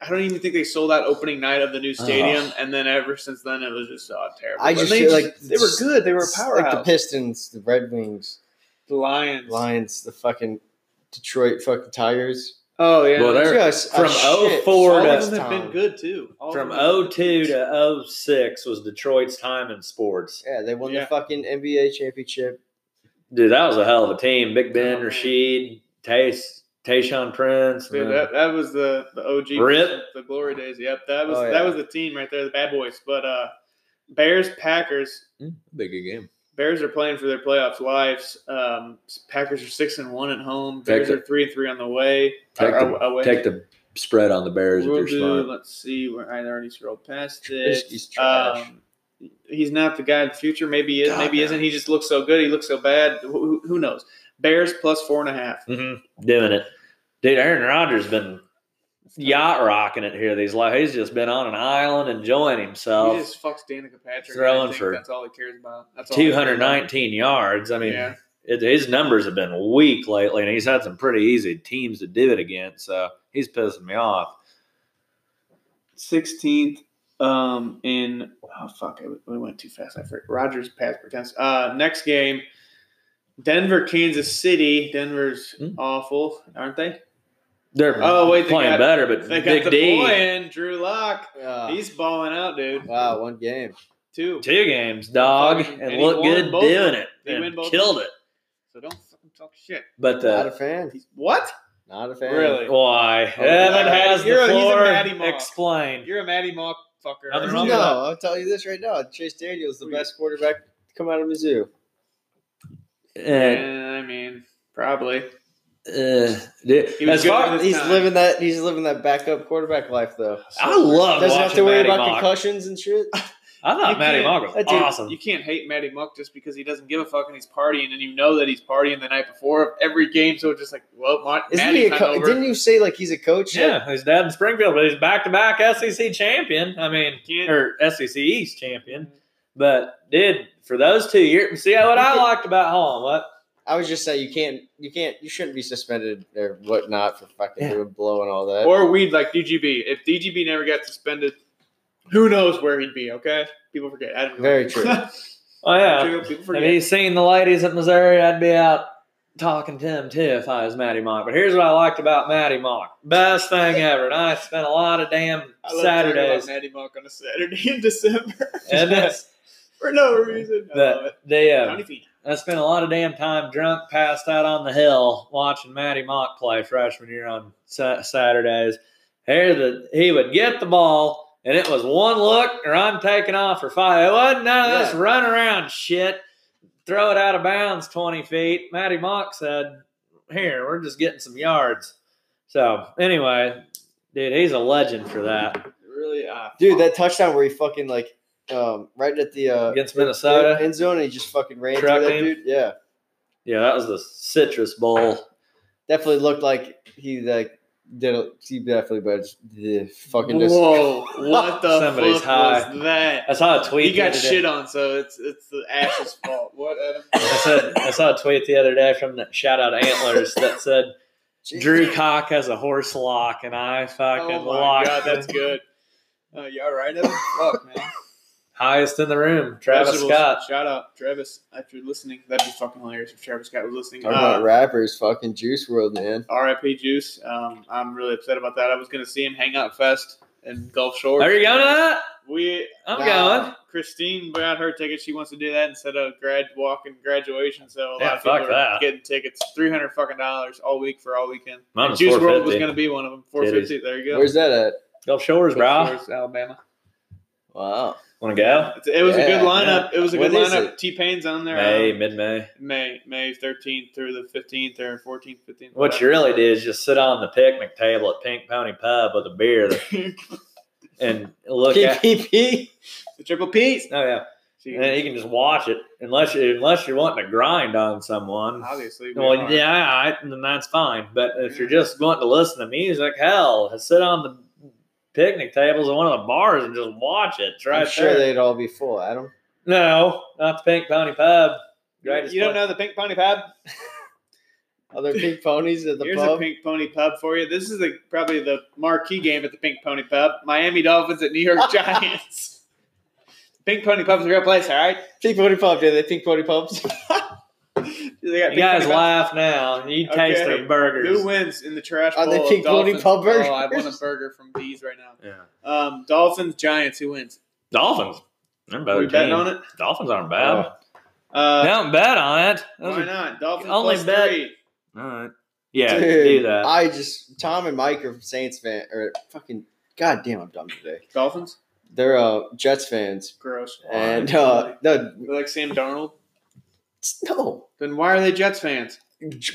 Speaker 2: I don't even think they sold out opening night of the new stadium, and then ever since then it was just oh, terrible.
Speaker 4: Uh-huh. I
Speaker 2: And
Speaker 4: just
Speaker 2: they
Speaker 4: feel like
Speaker 2: they were good. They were a
Speaker 4: Like the
Speaker 2: powerhouse.
Speaker 4: Pistons, the Red Wings,
Speaker 2: the Lions.
Speaker 4: Lions, the fucking Detroit fucking Tigers.
Speaker 2: Oh yeah,
Speaker 3: Well, they're-
Speaker 4: Just a
Speaker 3: from
Speaker 4: shit
Speaker 3: 04
Speaker 4: show
Speaker 3: to-
Speaker 2: all
Speaker 3: Florida
Speaker 2: of them have
Speaker 4: time.
Speaker 2: been good too. All of
Speaker 3: from
Speaker 2: them have been good.
Speaker 3: 02 to 06 was Detroit's time in sports.
Speaker 4: Yeah, they won
Speaker 2: Yeah.
Speaker 4: the fucking NBA championship.
Speaker 3: Dude, that was a hell of a team. Big
Speaker 2: Oh,
Speaker 3: Ben,
Speaker 2: man.
Speaker 3: Rashid, Tays, Tayshawn Prince.
Speaker 2: Dude,
Speaker 3: man.
Speaker 2: that, that was the, the OG
Speaker 3: Rip.
Speaker 2: the glory days. Yep, that was
Speaker 4: Oh, yeah.
Speaker 2: that was the team right there, the bad boys. But uh, Bears Packers,
Speaker 3: Big game.
Speaker 2: Bears are playing for their playoffs lives. Um, Packers are six and one at home. Bears
Speaker 3: Take
Speaker 2: are three and three on the way.
Speaker 3: Take
Speaker 2: Or,
Speaker 3: the-
Speaker 2: uh, away.
Speaker 3: Take the spread on the Bears
Speaker 2: We'll
Speaker 3: if you're
Speaker 2: do-
Speaker 3: smart.
Speaker 2: Let's see. Where I already scrolled past it.
Speaker 4: Trubisky's trash.
Speaker 2: Um, he's not the guy in the future. Maybe he is.
Speaker 3: God,
Speaker 2: maybe he
Speaker 3: no.
Speaker 2: isn't. He just looks so good. He looks so bad. Who, who- who knows? Bears plus four and a half.
Speaker 3: Mm-hmm. Doing it. Dude, Aaron Rodgers been yacht rocking it here. These like he's just been on an island enjoying
Speaker 2: he
Speaker 3: himself.
Speaker 2: just fucks Danica Patrick.
Speaker 3: Throwing
Speaker 2: I think
Speaker 3: for
Speaker 2: that's all he cares about. That's all he cares about.
Speaker 3: 219 yards. I mean,
Speaker 2: Yeah.
Speaker 3: it, his numbers have been weak lately, and he's had some pretty easy teams to do it against. So he's pissing me off.
Speaker 2: sixteenth um, in oh fuck, I, we went too fast. I forgot. Rogers pass pretense. Uh, next game, Denver, Kansas City. Denver's
Speaker 3: Hmm.
Speaker 2: awful, aren't they?
Speaker 3: They're
Speaker 2: Oh, wait, they
Speaker 3: playing
Speaker 2: got-
Speaker 3: better, but
Speaker 2: They got
Speaker 3: Big
Speaker 2: the
Speaker 3: D
Speaker 2: boy in Drew Lock.
Speaker 4: Ah,
Speaker 2: He's balling out, dude.
Speaker 4: wow, one game.
Speaker 2: Two.
Speaker 3: two games, dog,
Speaker 2: Fucking-
Speaker 3: and,
Speaker 2: and he
Speaker 3: looked
Speaker 2: won
Speaker 3: good
Speaker 2: both of
Speaker 3: doing
Speaker 2: them.
Speaker 3: it.
Speaker 2: They
Speaker 3: and
Speaker 2: win both of
Speaker 3: killed
Speaker 2: them.
Speaker 3: it.
Speaker 2: So don't fucking talk shit.
Speaker 3: But
Speaker 4: Not a
Speaker 3: the
Speaker 4: fan.
Speaker 2: He's- What?
Speaker 4: Not a fan.
Speaker 2: Really?
Speaker 3: why
Speaker 4: Oh,
Speaker 3: Evan
Speaker 4: yeah.
Speaker 3: has
Speaker 2: You're a-
Speaker 3: the
Speaker 2: he's a
Speaker 3: floor.
Speaker 2: Matty Moss.
Speaker 3: Explain.
Speaker 2: You're a Matty Mock fucker.
Speaker 3: Nothing wrong with
Speaker 4: No, I'll tell you this right now. Chase Daniel's the best quarterback to come out of Mizzou.
Speaker 3: Uh,
Speaker 2: Yeah, I mean, probably.
Speaker 3: uh, dude,
Speaker 2: He was
Speaker 3: as
Speaker 2: good
Speaker 3: far-
Speaker 2: with his
Speaker 4: He's
Speaker 2: time.
Speaker 4: living that. He's living that backup quarterback life though.
Speaker 3: I love
Speaker 4: Doesn't
Speaker 3: watching
Speaker 4: have to worry
Speaker 3: Matty
Speaker 4: about
Speaker 3: Mock.
Speaker 4: concussions and shit.
Speaker 3: I
Speaker 2: You
Speaker 3: thought Matty
Speaker 2: can't-
Speaker 3: Mock was
Speaker 4: that dude-
Speaker 3: awesome.
Speaker 2: You can't hate Matty Muck just because he doesn't give a fuck and he's partying, and you know that he's partying the night before of every game. So it's just like, well, Ma-
Speaker 4: Isn't he
Speaker 2: Matty's
Speaker 4: a
Speaker 2: not
Speaker 4: co-
Speaker 2: over.
Speaker 4: didn't you say like he's a coach? at-
Speaker 3: yeah, he's dad in Springfield, but he's back to back SEC champion. I mean,
Speaker 2: Can't- Mm-hmm.
Speaker 3: or SEC East champion. But dude, for those two years, see what I liked about home. What
Speaker 4: I was just saying you can't, you can't, you shouldn't be suspended or whatnot for fucking
Speaker 3: Yeah.
Speaker 4: doing blow and all that.
Speaker 2: Or weed like DGB. If DGB never got suspended, who knows where he'd be? Okay, people forget. I don't know.
Speaker 4: Very true.
Speaker 3: oh yeah,
Speaker 2: True, People
Speaker 3: have
Speaker 2: forget.
Speaker 3: you seen the ladies at Missouri? I'd be out talking to him too if I was Matty Mock. But here's what I liked about Matty Mock: best thing ever. And I spent a lot of damn
Speaker 2: I love talking about
Speaker 3: Saturdays.
Speaker 2: Matty Muck on a Saturday in December
Speaker 3: And that's
Speaker 2: for no reason. I love
Speaker 3: the,
Speaker 2: it.
Speaker 3: the uh,
Speaker 2: Johnny Fina.
Speaker 3: I spent a lot of damn time drunk, passed out on the hill, watching Matty Mock play freshman year on sa- Saturdays. Here, the he would get the ball, and it was one look, or I'm taking off for five. It wasn't none of this
Speaker 4: Yeah.
Speaker 3: run around shit. Throw it out of bounds twenty feet. Matty Mock said, "Here, we're just getting some yards." So anyway, dude, he's a legend for that
Speaker 2: Really, uh,
Speaker 4: Dude, that touchdown where he fucking like, um, right at the uh,
Speaker 3: against Minnesota.
Speaker 4: end zone, and he just fucking ran
Speaker 3: Truck
Speaker 4: through that
Speaker 3: him.
Speaker 4: dude. Yeah,
Speaker 3: Yeah, that was the Citrus Bowl.
Speaker 4: definitely looked like he like did a, he definitely, but it's the fucking just
Speaker 2: Whoa! What the
Speaker 3: Somebody's
Speaker 2: fuck
Speaker 3: high.
Speaker 2: was that?
Speaker 3: I saw a tweet.
Speaker 2: You got
Speaker 3: the other day.
Speaker 2: shit on, so it's it's the Ash's fault. What? Adam?
Speaker 3: I said I saw a tweet the other day from the shout out antlers that said Drew Cock has a horse lock and I fucking
Speaker 2: Oh my
Speaker 3: lock.
Speaker 2: god, that's good. Uh, you all right, Evan? Fuck, man.
Speaker 3: highest in the room. Travis
Speaker 2: Vegetables.
Speaker 3: Scott.
Speaker 2: Shout out, Travis. If you're listening, that'd be fucking hilarious if Travis Scott was listening.
Speaker 4: Talking about
Speaker 2: Uh,
Speaker 4: rappers, fucking Juice World, man.
Speaker 2: R.I.P. Juice. Um, I'm really upset about that. I was gonna see him hang out fest in Gulf Shores.
Speaker 3: Are you going to that?
Speaker 2: We
Speaker 3: I'm
Speaker 4: Nah.
Speaker 3: going.
Speaker 2: Christine got her ticket. She wants to do that instead of grad walk and graduation. So a
Speaker 3: Yeah,
Speaker 2: lot of people
Speaker 3: fuck
Speaker 2: are
Speaker 3: that.
Speaker 2: getting tickets. Three hundred fucking dollars all week for all weekend.
Speaker 3: Mine
Speaker 2: And
Speaker 3: was
Speaker 2: Juice World was
Speaker 3: 450.
Speaker 2: going to be one of them. Four fifty. There you go.
Speaker 4: Where's that at?
Speaker 3: Gulf Shores, bro.
Speaker 2: Shores, Alabama.
Speaker 4: Wow.
Speaker 3: Want to go?
Speaker 2: It's- It was a
Speaker 4: Yeah,
Speaker 2: good lineup. It was a good
Speaker 4: When is
Speaker 2: lineup. T Pain's on there.
Speaker 3: May,
Speaker 2: um,
Speaker 3: mid May.
Speaker 2: May May thirteenth through the fifteenth or fourteenth, fifteenth.
Speaker 3: What you really did is just sit on the picnic table at Pink Pony Pub with a beer and look at.
Speaker 4: PPP.
Speaker 2: the triple P's.
Speaker 3: Oh yeah, and you can just watch it unless you, unless you're wanting to grind on someone.
Speaker 2: Obviously. we
Speaker 3: Well,
Speaker 2: are.
Speaker 3: yeah, all right, then that's fine. But if you're just wanting to listen to music, hell, sit on the picnic tables in one of the bars and just watch it. It's right
Speaker 4: I'm sure
Speaker 3: there.
Speaker 4: they'd all be full, Adam.
Speaker 3: no, not the Pink Pony Pub. Greatest
Speaker 2: You don't
Speaker 3: place-
Speaker 2: know the Pink Pony Pub?
Speaker 4: Are there pink ponies at the
Speaker 2: Here's
Speaker 4: pub?
Speaker 2: a Pink Pony Pub for you. This is the, probably the marquee game at the Pink Pony Pub. Miami Dolphins at New York Giants. Pink Pony Pub's a real place, all right?
Speaker 4: pink pony pub. Do they have pink pony pubs?
Speaker 2: They got
Speaker 3: You
Speaker 2: Pink Pony
Speaker 3: guys
Speaker 2: Pub.
Speaker 3: laugh now. You taste
Speaker 2: Okay.
Speaker 3: their burgers.
Speaker 2: Who wins in the trash
Speaker 4: Are
Speaker 2: bowl?
Speaker 4: they
Speaker 2: of
Speaker 4: Pink Pony
Speaker 2: Dolphins?
Speaker 4: Pub burgers?
Speaker 2: Oh, I want a burger from these right now.
Speaker 3: Yeah.
Speaker 2: Um, Dolphins, Giants, who wins?
Speaker 3: Dolphins. They're
Speaker 4: Oh,
Speaker 3: a better
Speaker 2: we betting
Speaker 3: team.
Speaker 2: on it?
Speaker 3: Dolphins aren't bad.
Speaker 2: Uh,
Speaker 3: don't bet on it. Those
Speaker 2: why
Speaker 3: are-
Speaker 2: not? Dolphins
Speaker 3: only
Speaker 2: plus
Speaker 3: bet-
Speaker 2: three.
Speaker 3: All right. Yeah,
Speaker 4: Dude,
Speaker 3: do that.
Speaker 4: I just Tom and Mike are Saints fan or fucking goddamn I'm dumb today.
Speaker 2: Dolphins?
Speaker 4: They're uh Jets fans.
Speaker 2: Gross.
Speaker 4: And uh no,
Speaker 2: They like Sam Darnold?
Speaker 4: no.
Speaker 2: Then why are they Jets fans?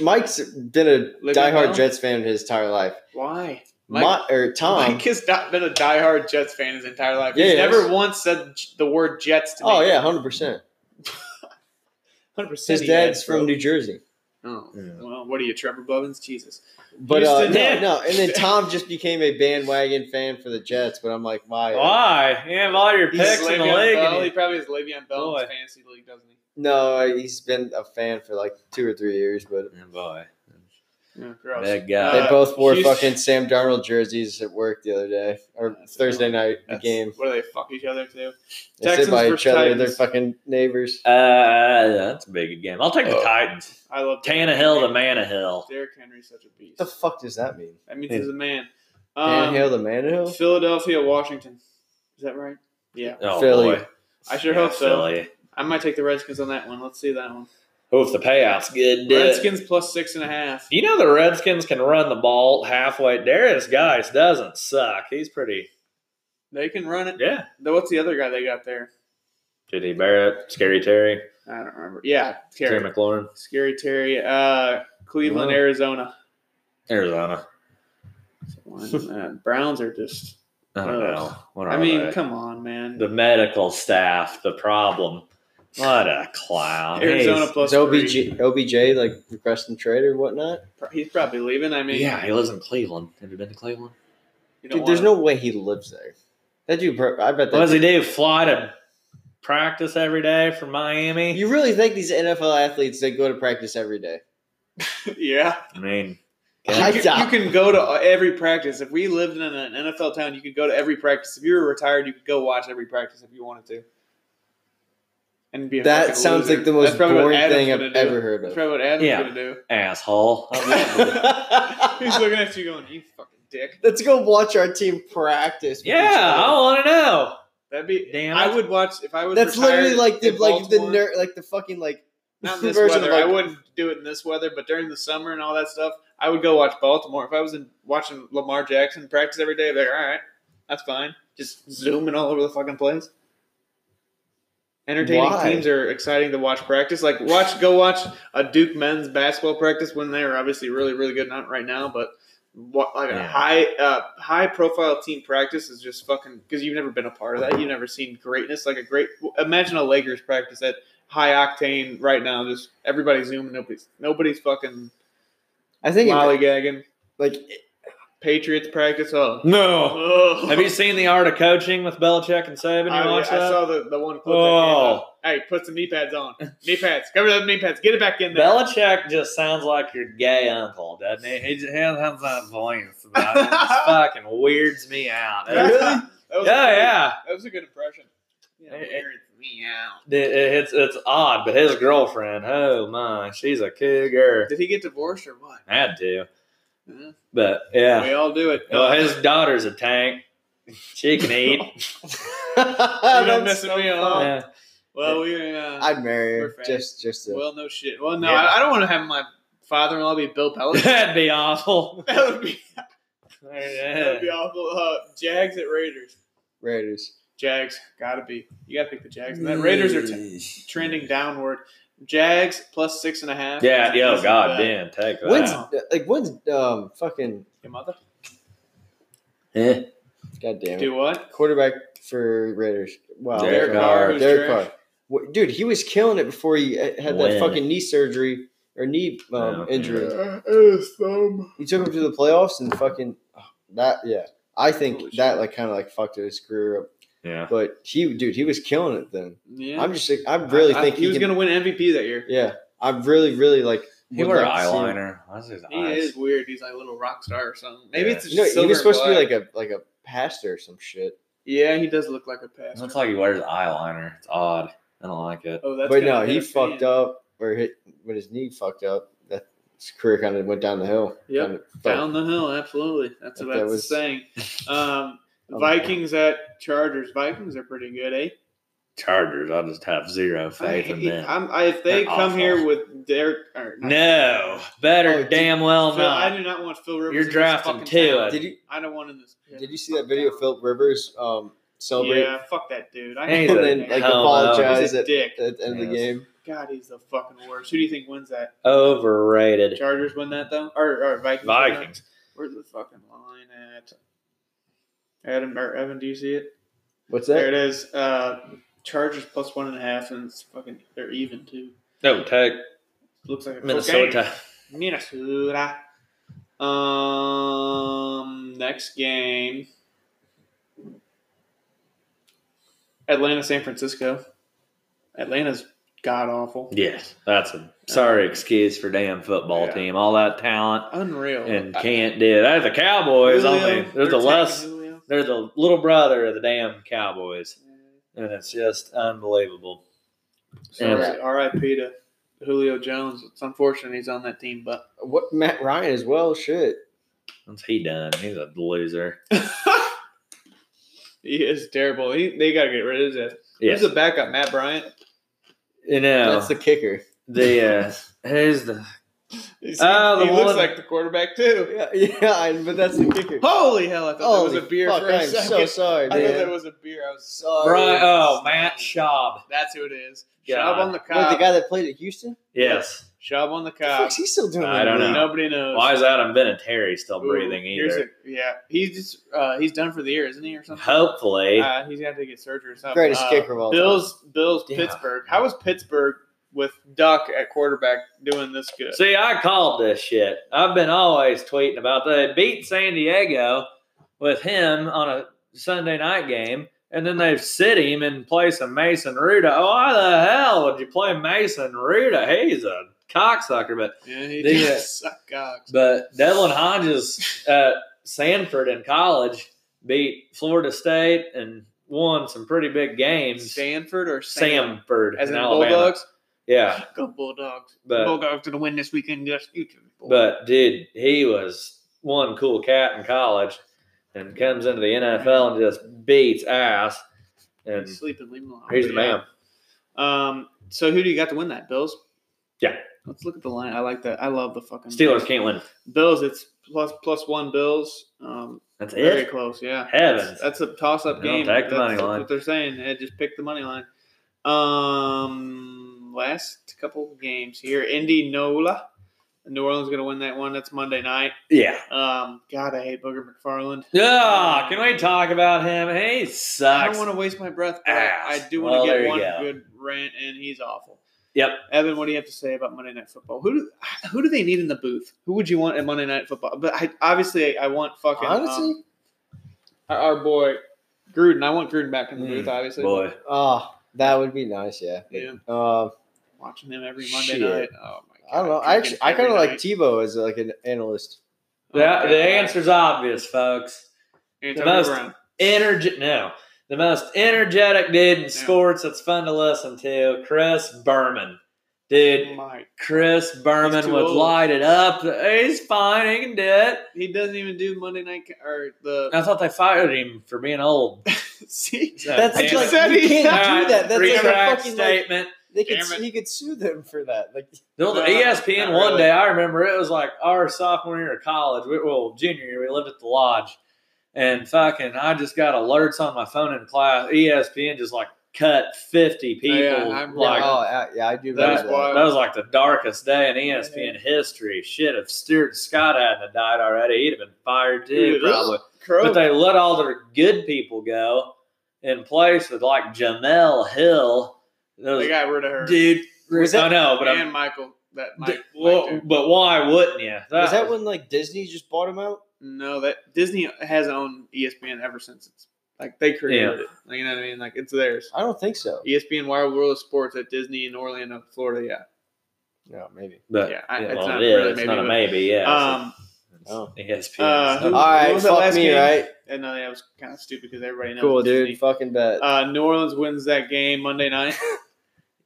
Speaker 4: Mike's been a
Speaker 2: Living
Speaker 4: diehard
Speaker 2: well?
Speaker 4: Jets fan his entire life.
Speaker 2: Why? Mike-
Speaker 4: My, or Tom.
Speaker 2: Mike has not been a diehard Jets fan his entire life.
Speaker 4: Yeah,
Speaker 2: He's
Speaker 4: he
Speaker 2: never
Speaker 4: is.
Speaker 2: once said j- the word Jets to me.
Speaker 4: oh yeah, hundred percent.
Speaker 2: 100%.
Speaker 4: His
Speaker 2: he
Speaker 4: dad's
Speaker 2: had,
Speaker 4: from
Speaker 2: bro.
Speaker 4: New Jersey.
Speaker 2: Oh,
Speaker 3: Yeah.
Speaker 2: well, what are you, Trevor Bovins? Jesus.
Speaker 4: But uh,
Speaker 2: Houston,
Speaker 4: no,
Speaker 2: yeah.
Speaker 4: no, and then Tom just became a bandwagon fan for the Jets. But I'm like, why?
Speaker 3: Why? You have all your
Speaker 2: He's
Speaker 3: picks in the
Speaker 2: Le'Veon
Speaker 3: league.
Speaker 2: Bell.
Speaker 3: and
Speaker 2: He
Speaker 3: you-
Speaker 2: probably has Le'Veon Bell in
Speaker 3: Boy.
Speaker 2: his fantasy league, doesn't he?
Speaker 4: No, he's been a fan for like two or three years. But
Speaker 3: Oh, boy.
Speaker 2: Yeah, gross.
Speaker 3: That guy.
Speaker 4: they
Speaker 2: Uh,
Speaker 4: both wore
Speaker 2: Houston-
Speaker 4: fucking Sam Darnold jerseys at work the other day or Thursday night the
Speaker 3: That's-
Speaker 4: game.
Speaker 2: What do they fuck each other to?
Speaker 4: They sit
Speaker 2: Texans
Speaker 4: by
Speaker 2: versus
Speaker 4: each other. They're
Speaker 2: Titans.
Speaker 4: fucking neighbors.
Speaker 3: Uh, that's a big game. I'll take the
Speaker 4: Oh.
Speaker 3: Titans.
Speaker 2: I love
Speaker 3: Tannehill to Manahill.
Speaker 2: Derrick Henry's such a beast.
Speaker 4: What the fuck does that mean?
Speaker 2: That means he's a man. Um,
Speaker 4: Tannehill, the Manhill.
Speaker 2: Philadelphia, Washington. Is that right? Yeah.
Speaker 3: Oh,
Speaker 4: Philly.
Speaker 3: boy.
Speaker 2: I sure
Speaker 3: Yeah,
Speaker 2: hope so.
Speaker 3: Philly.
Speaker 2: I might take the Redskins on that one. Let's see that one.
Speaker 3: Oh, if the payout's good, do it.
Speaker 2: Redskins plus six and a half.
Speaker 3: You know the Redskins can run the ball halfway. Darius Geis doesn't suck. He's pretty.
Speaker 2: They can run it.
Speaker 3: Yeah.
Speaker 2: Though, What's the other guy they got there?
Speaker 3: J.D. Barrett, Scary Terry,
Speaker 2: I don't remember. Yeah,
Speaker 3: Terry
Speaker 2: Terry.
Speaker 3: McLaurin,
Speaker 2: Scary Terry. Uh, Cleveland,
Speaker 3: Wow.
Speaker 2: Arizona.
Speaker 3: Arizona.
Speaker 2: Uh, Browns are just.
Speaker 3: I don't
Speaker 2: Ugh.
Speaker 3: know. What are
Speaker 2: I mean,
Speaker 3: they?
Speaker 2: come on, man.
Speaker 3: the medical staff, the problem. What a clown.
Speaker 2: Arizona
Speaker 3: He's-
Speaker 2: plus
Speaker 4: Is OBJ, OBJ like requesting trade or whatnot?
Speaker 2: He's probably leaving. I mean,
Speaker 3: yeah, he lives in Cleveland. Have you been to Cleveland?
Speaker 2: you don't
Speaker 4: Dude, there's
Speaker 2: wanna-
Speaker 4: no way he lives there. That dude, pro- I bet
Speaker 3: What does
Speaker 4: that.
Speaker 3: he do? Fly to practice every day from Miami?
Speaker 4: You really think these NFL athletes they go to practice every day?
Speaker 2: yeah.
Speaker 3: I mean,
Speaker 4: I
Speaker 2: you,
Speaker 4: doubt-
Speaker 2: can, you can go to every practice. If we lived in an NFL town, you could go to every practice. If you were retired, you could go watch every practice if you wanted to. And be a
Speaker 4: That
Speaker 2: fucking
Speaker 4: sounds
Speaker 2: loser.
Speaker 4: like the
Speaker 2: That's
Speaker 4: most
Speaker 2: probably what
Speaker 4: boring
Speaker 2: Adam's
Speaker 4: thing I've
Speaker 2: gonna do.
Speaker 4: ever heard
Speaker 2: That's
Speaker 4: of.
Speaker 2: probably what Adam's
Speaker 3: Yeah.
Speaker 2: gonna do.
Speaker 3: asshole. I'd love to-
Speaker 2: He's looking at you going, "You fucking dick."
Speaker 4: Let's go watch our team practice. with each
Speaker 3: yeah, I
Speaker 4: other.
Speaker 3: want to know.
Speaker 2: That'd be.
Speaker 3: Damn
Speaker 2: I
Speaker 3: it.
Speaker 2: would watch if I was.
Speaker 4: that's literally
Speaker 2: retired
Speaker 4: like the
Speaker 2: in
Speaker 4: like the
Speaker 2: Baltimore,
Speaker 4: ner- like the fucking like
Speaker 2: Not in this
Speaker 4: version of
Speaker 2: weather.
Speaker 4: like-
Speaker 2: I wouldn't do it in this weather, but during the summer and all that stuff, I would go watch Baltimore. If I was in, watching Lamar Jackson practice every day, I'd be like, all right, that's fine. Just zooming all over the fucking place. Entertaining
Speaker 4: Why?
Speaker 2: teams are exciting to watch practice. Like watch, go watch a Duke men's basketball practice when they're obviously really, really good. Not right now, but what, like
Speaker 3: Yeah.
Speaker 2: a high, uh, high profile team practice is just fucking because you've never been a part of that. You've never seen greatness like a great. Imagine a Lakers practice at high octane right now. Just everybody zooming. Nobody's nobody's fucking
Speaker 4: I think it-
Speaker 2: lollygagging.
Speaker 4: like it-
Speaker 2: Patriots practice. Oh,
Speaker 3: No.
Speaker 2: Ugh.
Speaker 3: Have you seen the art of coaching with Belichick and Saban? You
Speaker 2: I,
Speaker 3: watch
Speaker 2: I
Speaker 3: that?
Speaker 2: saw the, the one clip.
Speaker 3: Oh.
Speaker 2: That came out. Hey, put some knee pads on. Knee pads. Cover those knee pads. Get it back in there.
Speaker 3: Belichick just sounds like your gay uncle, doesn't he? He just has that voice. About it. It just fucking weirds me out.
Speaker 2: That was a
Speaker 3: Yeah,
Speaker 2: good-
Speaker 3: yeah.
Speaker 2: That was a good impression. Yeah,
Speaker 3: It-
Speaker 2: weird. Meow.
Speaker 3: It- it- it's it's odd, but his girlfriend, oh my, she's a cougar.
Speaker 2: Did he get divorced or what?
Speaker 3: Had to,
Speaker 2: Huh?
Speaker 3: but yeah.
Speaker 2: We all do it.
Speaker 3: Well, Oh, his daughter's a tank. She can eat.
Speaker 2: You're not
Speaker 4: That's
Speaker 2: missing
Speaker 4: so
Speaker 2: me at all.
Speaker 4: fun.
Speaker 3: Yeah.
Speaker 2: Well, we. Uh,
Speaker 4: I'd marry
Speaker 2: We're
Speaker 4: her
Speaker 2: fans.
Speaker 4: just just to,
Speaker 2: well, no shit. Well, no,
Speaker 3: Yeah.
Speaker 2: I, I don't want to have my father-in-law be Bill Belichick.
Speaker 3: That'd be awful.
Speaker 2: that would be that
Speaker 3: Yeah.
Speaker 2: would be awful. Uh, Jags at Raiders.
Speaker 4: Raiders.
Speaker 2: Jags gotta be. You gotta pick the Jags. And that Raiders are t- trending downward. Jags plus six and a half.
Speaker 3: Yeah, yo,
Speaker 2: That's
Speaker 3: god
Speaker 2: bad.
Speaker 3: damn, take that.
Speaker 4: When's
Speaker 2: Wow.
Speaker 4: like when's um fucking
Speaker 2: Your mother
Speaker 3: Eh.
Speaker 4: god damn it.
Speaker 2: do what?
Speaker 4: quarterback for Raiders. Wow,
Speaker 3: Derek
Speaker 4: Derek
Speaker 3: Carr,
Speaker 4: Carr.
Speaker 2: who's
Speaker 4: Derek
Speaker 2: trash.
Speaker 4: Carr. Wha- Dude, he was killing it before he uh, had
Speaker 3: When? Oh,
Speaker 4: that fucking knee surgery or knee um,
Speaker 3: Yeah.
Speaker 4: injury.
Speaker 2: thumb.
Speaker 4: You took him to the playoffs and fucking oh, that. Yeah, I think
Speaker 2: Holy
Speaker 4: that
Speaker 2: shit.
Speaker 4: like kind of like fucked his career up.
Speaker 3: Yeah.
Speaker 4: But he, dude, he was killing it then.
Speaker 2: Yeah,
Speaker 4: I'm just, like, I really
Speaker 2: I- I-
Speaker 4: think
Speaker 2: he, was
Speaker 4: can-
Speaker 2: gonna win MVP that year.
Speaker 4: Yeah, I really, really like.
Speaker 3: He
Speaker 4: would
Speaker 3: wear
Speaker 4: like to see him.
Speaker 3: eyeliner. Why is his
Speaker 2: He
Speaker 3: eyes?
Speaker 2: is weird. He's like a little rock star or something. Maybe
Speaker 3: Yeah.
Speaker 2: it's just
Speaker 4: No, he
Speaker 2: silver
Speaker 4: was supposed to be
Speaker 2: and
Speaker 4: like
Speaker 2: black.
Speaker 4: a like a pastor or some shit.
Speaker 2: Yeah, he does look like a pastor.
Speaker 3: Looks like he wears eyeliner. It's odd. I don't like it.
Speaker 2: Oh, that's
Speaker 4: but
Speaker 2: gotta
Speaker 4: no,
Speaker 2: be
Speaker 4: he
Speaker 2: a
Speaker 4: fucked
Speaker 2: fan.
Speaker 4: up or hit when his knee fucked up. That his career kind of went down the hill.
Speaker 2: Yep.
Speaker 4: Kinda fucked.
Speaker 2: Down the hill, absolutely. That's
Speaker 4: If
Speaker 2: what
Speaker 4: that
Speaker 2: that's
Speaker 4: was-
Speaker 2: saying. Um,
Speaker 4: Okay.
Speaker 2: Vikings at Chargers. Vikings are pretty good, eh?
Speaker 3: Chargers. I just have zero faith in
Speaker 2: I,
Speaker 3: them.
Speaker 2: I'm, I, if they
Speaker 3: They're
Speaker 2: come
Speaker 3: awful.
Speaker 2: here with Derek, or not-
Speaker 3: No, better
Speaker 4: Oh, did-
Speaker 3: damn well
Speaker 2: Phil, I
Speaker 3: not.
Speaker 2: do not want Phil Rivers.
Speaker 3: You're
Speaker 2: in this
Speaker 3: drafting
Speaker 2: fucking
Speaker 3: two.
Speaker 2: town.
Speaker 4: Did you
Speaker 2: I don't want him in this.
Speaker 4: did you see that video of Philip Rivers um, celebrate
Speaker 2: Yeah, fuck that dude. I
Speaker 3: Hey,
Speaker 2: hate
Speaker 4: and
Speaker 3: a
Speaker 4: then
Speaker 2: that man.
Speaker 4: like
Speaker 3: hell no.
Speaker 4: apologize
Speaker 2: He's a
Speaker 4: at,
Speaker 2: dick.
Speaker 4: at the end of the
Speaker 3: Yes.
Speaker 4: game?
Speaker 2: God, he's the fucking worst. Who do you think wins that?
Speaker 3: Overrated.
Speaker 2: Chargers win that though, or, or Vikings? win that?
Speaker 3: Vikings.
Speaker 2: Where's the fucking line at? Adam or Evan, do you see it?
Speaker 4: What's
Speaker 2: There it
Speaker 4: that?
Speaker 2: is. Uh, Chargers plus one and a half, and it's fucking they're even too.
Speaker 3: No, take
Speaker 2: Looks like a
Speaker 3: Minnesota.
Speaker 2: Game. Minnesota. Um, next game. Atlanta, San Francisco. Atlanta's god awful.
Speaker 3: Yes, that's a sorry excuse for damn football
Speaker 2: Yeah.
Speaker 3: team. All that talent
Speaker 2: Unreal.
Speaker 3: and
Speaker 2: I-
Speaker 3: can't do it. That's the Cowboys.
Speaker 2: Julio,
Speaker 3: I mean, they're the
Speaker 2: taking
Speaker 3: less.
Speaker 2: Julio.
Speaker 3: They're the little brother of the damn Cowboys, and it's just unbelievable.
Speaker 2: Sorry, R.I.P. to Julio Jones. It's unfortunate he's on that team, but
Speaker 4: What Matt Ryan as well? Shit.
Speaker 3: What's he done? He's a loser.
Speaker 2: he is terrible. He, they got to get rid of this.
Speaker 3: Yes,
Speaker 2: Who's the backup? Matt Bryant.
Speaker 3: you know
Speaker 4: That's the kicker.
Speaker 3: the uh, who's the
Speaker 2: He's-
Speaker 3: Ah, the
Speaker 2: he looks
Speaker 3: one-
Speaker 2: like the quarterback too.
Speaker 4: Yeah, yeah, I- but that's the kicker.
Speaker 2: Holy hell! I thought
Speaker 4: Holy
Speaker 2: that was a beer
Speaker 4: fuck,
Speaker 2: for a
Speaker 4: I'm
Speaker 2: second.
Speaker 4: so sorry,
Speaker 2: I thought that
Speaker 4: man.
Speaker 2: was uh, a beer. I was.
Speaker 4: Sorry.
Speaker 3: Brian? Oh, Matt Schaub.
Speaker 2: That's who it is.
Speaker 3: God.
Speaker 2: Shab on the
Speaker 4: Wait,
Speaker 2: cob.
Speaker 4: the guy that played at Houston?
Speaker 3: Yes.
Speaker 2: Shab on the
Speaker 4: What the
Speaker 2: cob.
Speaker 4: fuck's he still doing?
Speaker 3: I
Speaker 4: in the
Speaker 3: don't
Speaker 4: league?
Speaker 3: know.
Speaker 2: Nobody knows.
Speaker 3: Why is Adam Vinatieri still
Speaker 2: Ooh,
Speaker 3: breathing
Speaker 2: here's
Speaker 3: either?
Speaker 2: a- yeah, he's just uh, he's done for the year, isn't he, or something?
Speaker 3: Hopefully,
Speaker 2: Uh, he's got to get surgery or something.
Speaker 4: Greatest
Speaker 2: Uh,
Speaker 4: kicker of all time.
Speaker 2: Bills, Bills,
Speaker 3: Yeah.
Speaker 2: Pittsburgh. How is Pittsburgh with Duck at quarterback doing this good?
Speaker 3: See, I called this shit. I've been always tweeting about that. They beat San Diego with him on a Sunday night game, and then they sit him in place of Mason Ruda. Oh, why the hell would you play Mason Ruda? He's a cocksucker. But
Speaker 2: yeah, he
Speaker 3: They-
Speaker 2: just suck cocks.
Speaker 3: but Devlin Hodges at Sanford in college beat Florida State and won some pretty big games.
Speaker 2: Stanford or Sam?
Speaker 3: Samford
Speaker 2: As in
Speaker 3: in Alabama.
Speaker 2: Bulldogs?
Speaker 3: Yeah.
Speaker 2: Go Bulldogs.
Speaker 3: But-
Speaker 2: Bulldogs going to win this weekend against YouTube.
Speaker 3: But dude, he was one cool cat in college, and comes into the NFL and just beats ass. And
Speaker 2: He's sleeping, leave him alone.
Speaker 3: he's the
Speaker 2: But yeah.
Speaker 3: man.
Speaker 2: Um, so who do you got to win that? Bills?
Speaker 3: Yeah.
Speaker 2: Let's look at the line. I like that. I love the fucking
Speaker 3: Steelers can't win.
Speaker 2: Bills, it's plus plus one Bills. Um,
Speaker 3: That's
Speaker 2: very
Speaker 3: it.
Speaker 2: close, yeah.
Speaker 3: Heavens.
Speaker 2: That's a toss up
Speaker 3: No,
Speaker 2: game.
Speaker 3: take
Speaker 2: That's-
Speaker 3: the money
Speaker 2: that's
Speaker 3: line.
Speaker 2: what they're saying. Yeah, just pick the money line. Um, last couple games here. Indy Nola. New Orleans going to win that one. That's Monday night.
Speaker 3: Yeah.
Speaker 2: Um, God, I hate Booger McFarland.
Speaker 3: Yeah. Can we talk about him? He
Speaker 2: I
Speaker 3: sucks.
Speaker 2: don't want to waste my breath, but I-
Speaker 3: Ass.
Speaker 2: I do want
Speaker 3: Well,
Speaker 2: to
Speaker 3: there
Speaker 2: get
Speaker 3: you
Speaker 2: one
Speaker 3: go.
Speaker 2: good rant, and he's awful.
Speaker 3: Yep.
Speaker 2: Evan, what do you have to say about Monday Night Football? Who do, who do they need in the booth? Who would you want in Monday Night Football? But I, obviously, I want fucking um,
Speaker 4: Honestly,
Speaker 2: our our boy Gruden. I want Gruden back in the
Speaker 3: Mm,
Speaker 2: booth. Obviously,
Speaker 3: Boy,
Speaker 4: ah, that would be nice. Yeah.
Speaker 2: Yeah.
Speaker 4: Um,
Speaker 2: watching him every Monday
Speaker 4: Shit.
Speaker 2: night. Oh my god!
Speaker 4: I don't know. I
Speaker 2: drinking
Speaker 4: actually, I kind
Speaker 2: every
Speaker 4: of like
Speaker 2: night.
Speaker 4: Tebow as like an analyst.
Speaker 3: the, the answer's obvious, folks.
Speaker 2: Antonio
Speaker 3: the most-
Speaker 2: Brown.
Speaker 3: energy no the most energetic dude in sports that's fun to listen to chris berman dude
Speaker 2: Oh My-
Speaker 3: chris
Speaker 2: He's
Speaker 3: berman
Speaker 2: too
Speaker 3: would
Speaker 2: old.
Speaker 3: light it up he's fine he can do it
Speaker 2: He doesn't even do Monday night ca- or the.
Speaker 3: i thought they fired him for being old
Speaker 2: See,
Speaker 3: So,
Speaker 4: That's
Speaker 3: damn
Speaker 4: like
Speaker 3: it.
Speaker 2: said
Speaker 4: you
Speaker 2: he's
Speaker 4: can't
Speaker 3: All
Speaker 4: do
Speaker 3: right,
Speaker 4: that. That's like a
Speaker 3: retract
Speaker 4: fucking like,
Speaker 3: statement
Speaker 4: they could
Speaker 2: Damn it.
Speaker 4: you could sue them for that. Like
Speaker 3: No, the E
Speaker 2: No,
Speaker 3: ESPN
Speaker 2: not
Speaker 3: one
Speaker 2: really.
Speaker 3: day, I remember it was like our sophomore year of college. We, well, junior year, we lived at the lodge, and fucking, I just got alerts on my phone in class. E ESPN just like cut fity people.
Speaker 2: Yeah, I'm-
Speaker 3: like
Speaker 4: oh I- yeah, I do.
Speaker 3: that
Speaker 4: remember
Speaker 3: was
Speaker 2: That's
Speaker 4: that.
Speaker 2: why-
Speaker 3: that was like the darkest day in E ESPN history. Shit, if Stuart Scott hadn't have died already, he'd have been fired too,
Speaker 2: Dude, this-
Speaker 3: probably.
Speaker 2: Crow.
Speaker 3: But they let all their good people go in place with like Jamel Hill. Those,
Speaker 2: they got rid of her.
Speaker 3: dude,
Speaker 4: Was that-
Speaker 3: I know, but I'm
Speaker 2: and Michael. That Mike,
Speaker 3: D-
Speaker 2: Mike
Speaker 3: well,
Speaker 2: dude.
Speaker 3: but why wouldn't you?
Speaker 4: Was that when like Disney just bought him out?
Speaker 2: no, that Disney hasn't owned E ESPN ever since it's like they created it. Like, you know what I mean? Like it's theirs. E
Speaker 4: I don't think so.
Speaker 2: ESPN Wild World of Sports at Disney in Orlando, Florida. Yeah.
Speaker 4: No, maybe.
Speaker 3: But,
Speaker 2: Yeah, I-
Speaker 3: yeah,
Speaker 2: it's
Speaker 3: well,
Speaker 2: not
Speaker 3: it is.
Speaker 2: really
Speaker 3: It's
Speaker 2: maybe,
Speaker 3: not a
Speaker 2: but-
Speaker 3: maybe. Yeah,
Speaker 2: Um,
Speaker 3: it's- E
Speaker 4: Oh.
Speaker 3: it's
Speaker 2: uh,
Speaker 3: ESPN.
Speaker 2: who-
Speaker 4: All right,
Speaker 2: what was that
Speaker 4: fuck
Speaker 2: last
Speaker 4: me,
Speaker 2: game?
Speaker 4: right?
Speaker 2: and no, that was kind of stupid because everybody knows.
Speaker 4: Cool, dude.
Speaker 2: Disney.
Speaker 4: Fucking bet.
Speaker 2: Uh, New Orleans wins that game Monday night.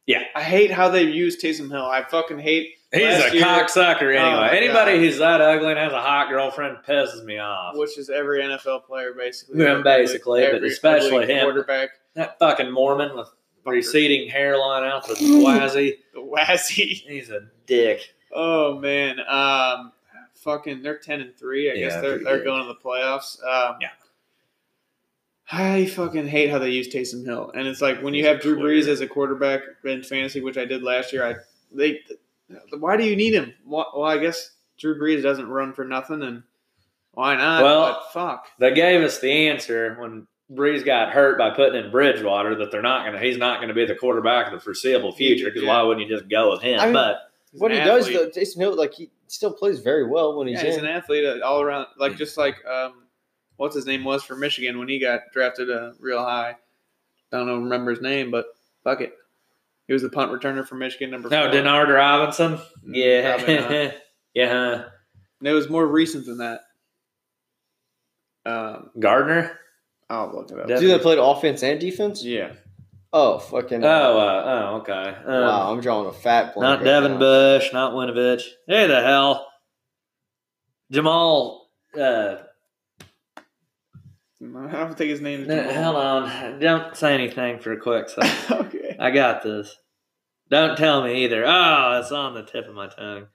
Speaker 3: Yeah.
Speaker 2: I hate how they use Taysom Hill. I fucking hate.
Speaker 3: He's
Speaker 2: last
Speaker 3: a
Speaker 2: year-
Speaker 3: cocksucker
Speaker 2: Oh, my
Speaker 3: anyway. Anybody
Speaker 2: God.
Speaker 3: who's that ugly and has a hot girlfriend pisses me off.
Speaker 2: Which is every NFL player basically.
Speaker 3: Yeah, Uh. basically, but especially
Speaker 2: every
Speaker 3: him.
Speaker 2: Quarterback.
Speaker 3: That fucking Mormon with
Speaker 2: Fucker.
Speaker 3: receding hairline out the wazzy.
Speaker 2: The Wazzy.
Speaker 3: He's a dick.
Speaker 2: Oh man, um, fucking, they're ten and three. I
Speaker 3: Yeah,
Speaker 2: guess they're
Speaker 3: pretty
Speaker 2: they're
Speaker 3: good.
Speaker 2: going to the playoffs. Um,
Speaker 3: Yeah.
Speaker 2: I fucking hate how they use Taysom Hill, and it's like when you
Speaker 3: He's
Speaker 2: have
Speaker 3: a
Speaker 2: Drew
Speaker 3: quitter.
Speaker 2: Brees as a quarterback in fantasy, which I did last year. I they, why do you need him? Why, well, I guess Drew Brees doesn't run for nothing, and why not?
Speaker 3: Well-
Speaker 2: But fuck.
Speaker 3: They gave us the answer when Breeze got hurt by putting in Bridgewater that they're not gonna. He's not gonna be the quarterback of the foreseeable future. Because why wouldn't you just go with him?
Speaker 4: I mean-
Speaker 3: but
Speaker 2: He's
Speaker 4: what
Speaker 2: an
Speaker 4: he does
Speaker 2: athlete.
Speaker 4: though, Jason Hill, like he still plays very well when he's
Speaker 2: yeah, he's
Speaker 4: in.
Speaker 2: an athlete uh, all around, like
Speaker 3: Mm.
Speaker 2: just like um, what's his name was for Michigan when he got drafted uh, real high. Don't know, remember his name, but fuck it, he was the punt returner for Michigan number.
Speaker 3: no,
Speaker 2: four.
Speaker 3: Denard Robinson.
Speaker 2: probably not.
Speaker 3: Yeah, yeah.
Speaker 2: And it was more recent than that. Um,
Speaker 3: Gardner.
Speaker 2: I'll look it up.
Speaker 3: Def-
Speaker 4: Do they played offense and defense?
Speaker 2: yeah,
Speaker 4: Oh fucking!
Speaker 3: Oh, uh, oh, okay. Um,
Speaker 4: wow, I'm drawing a fat blank.
Speaker 3: Not
Speaker 4: right
Speaker 3: Devin
Speaker 4: now.
Speaker 3: Bush, not Winovich. Hey, the hell, Jamal. Uh,
Speaker 2: I don't think his name is.
Speaker 3: no, hold on, don't say anything for a quick second.
Speaker 2: okay.
Speaker 3: I got this. Don't tell me either. Oh, it's on the tip of my tongue.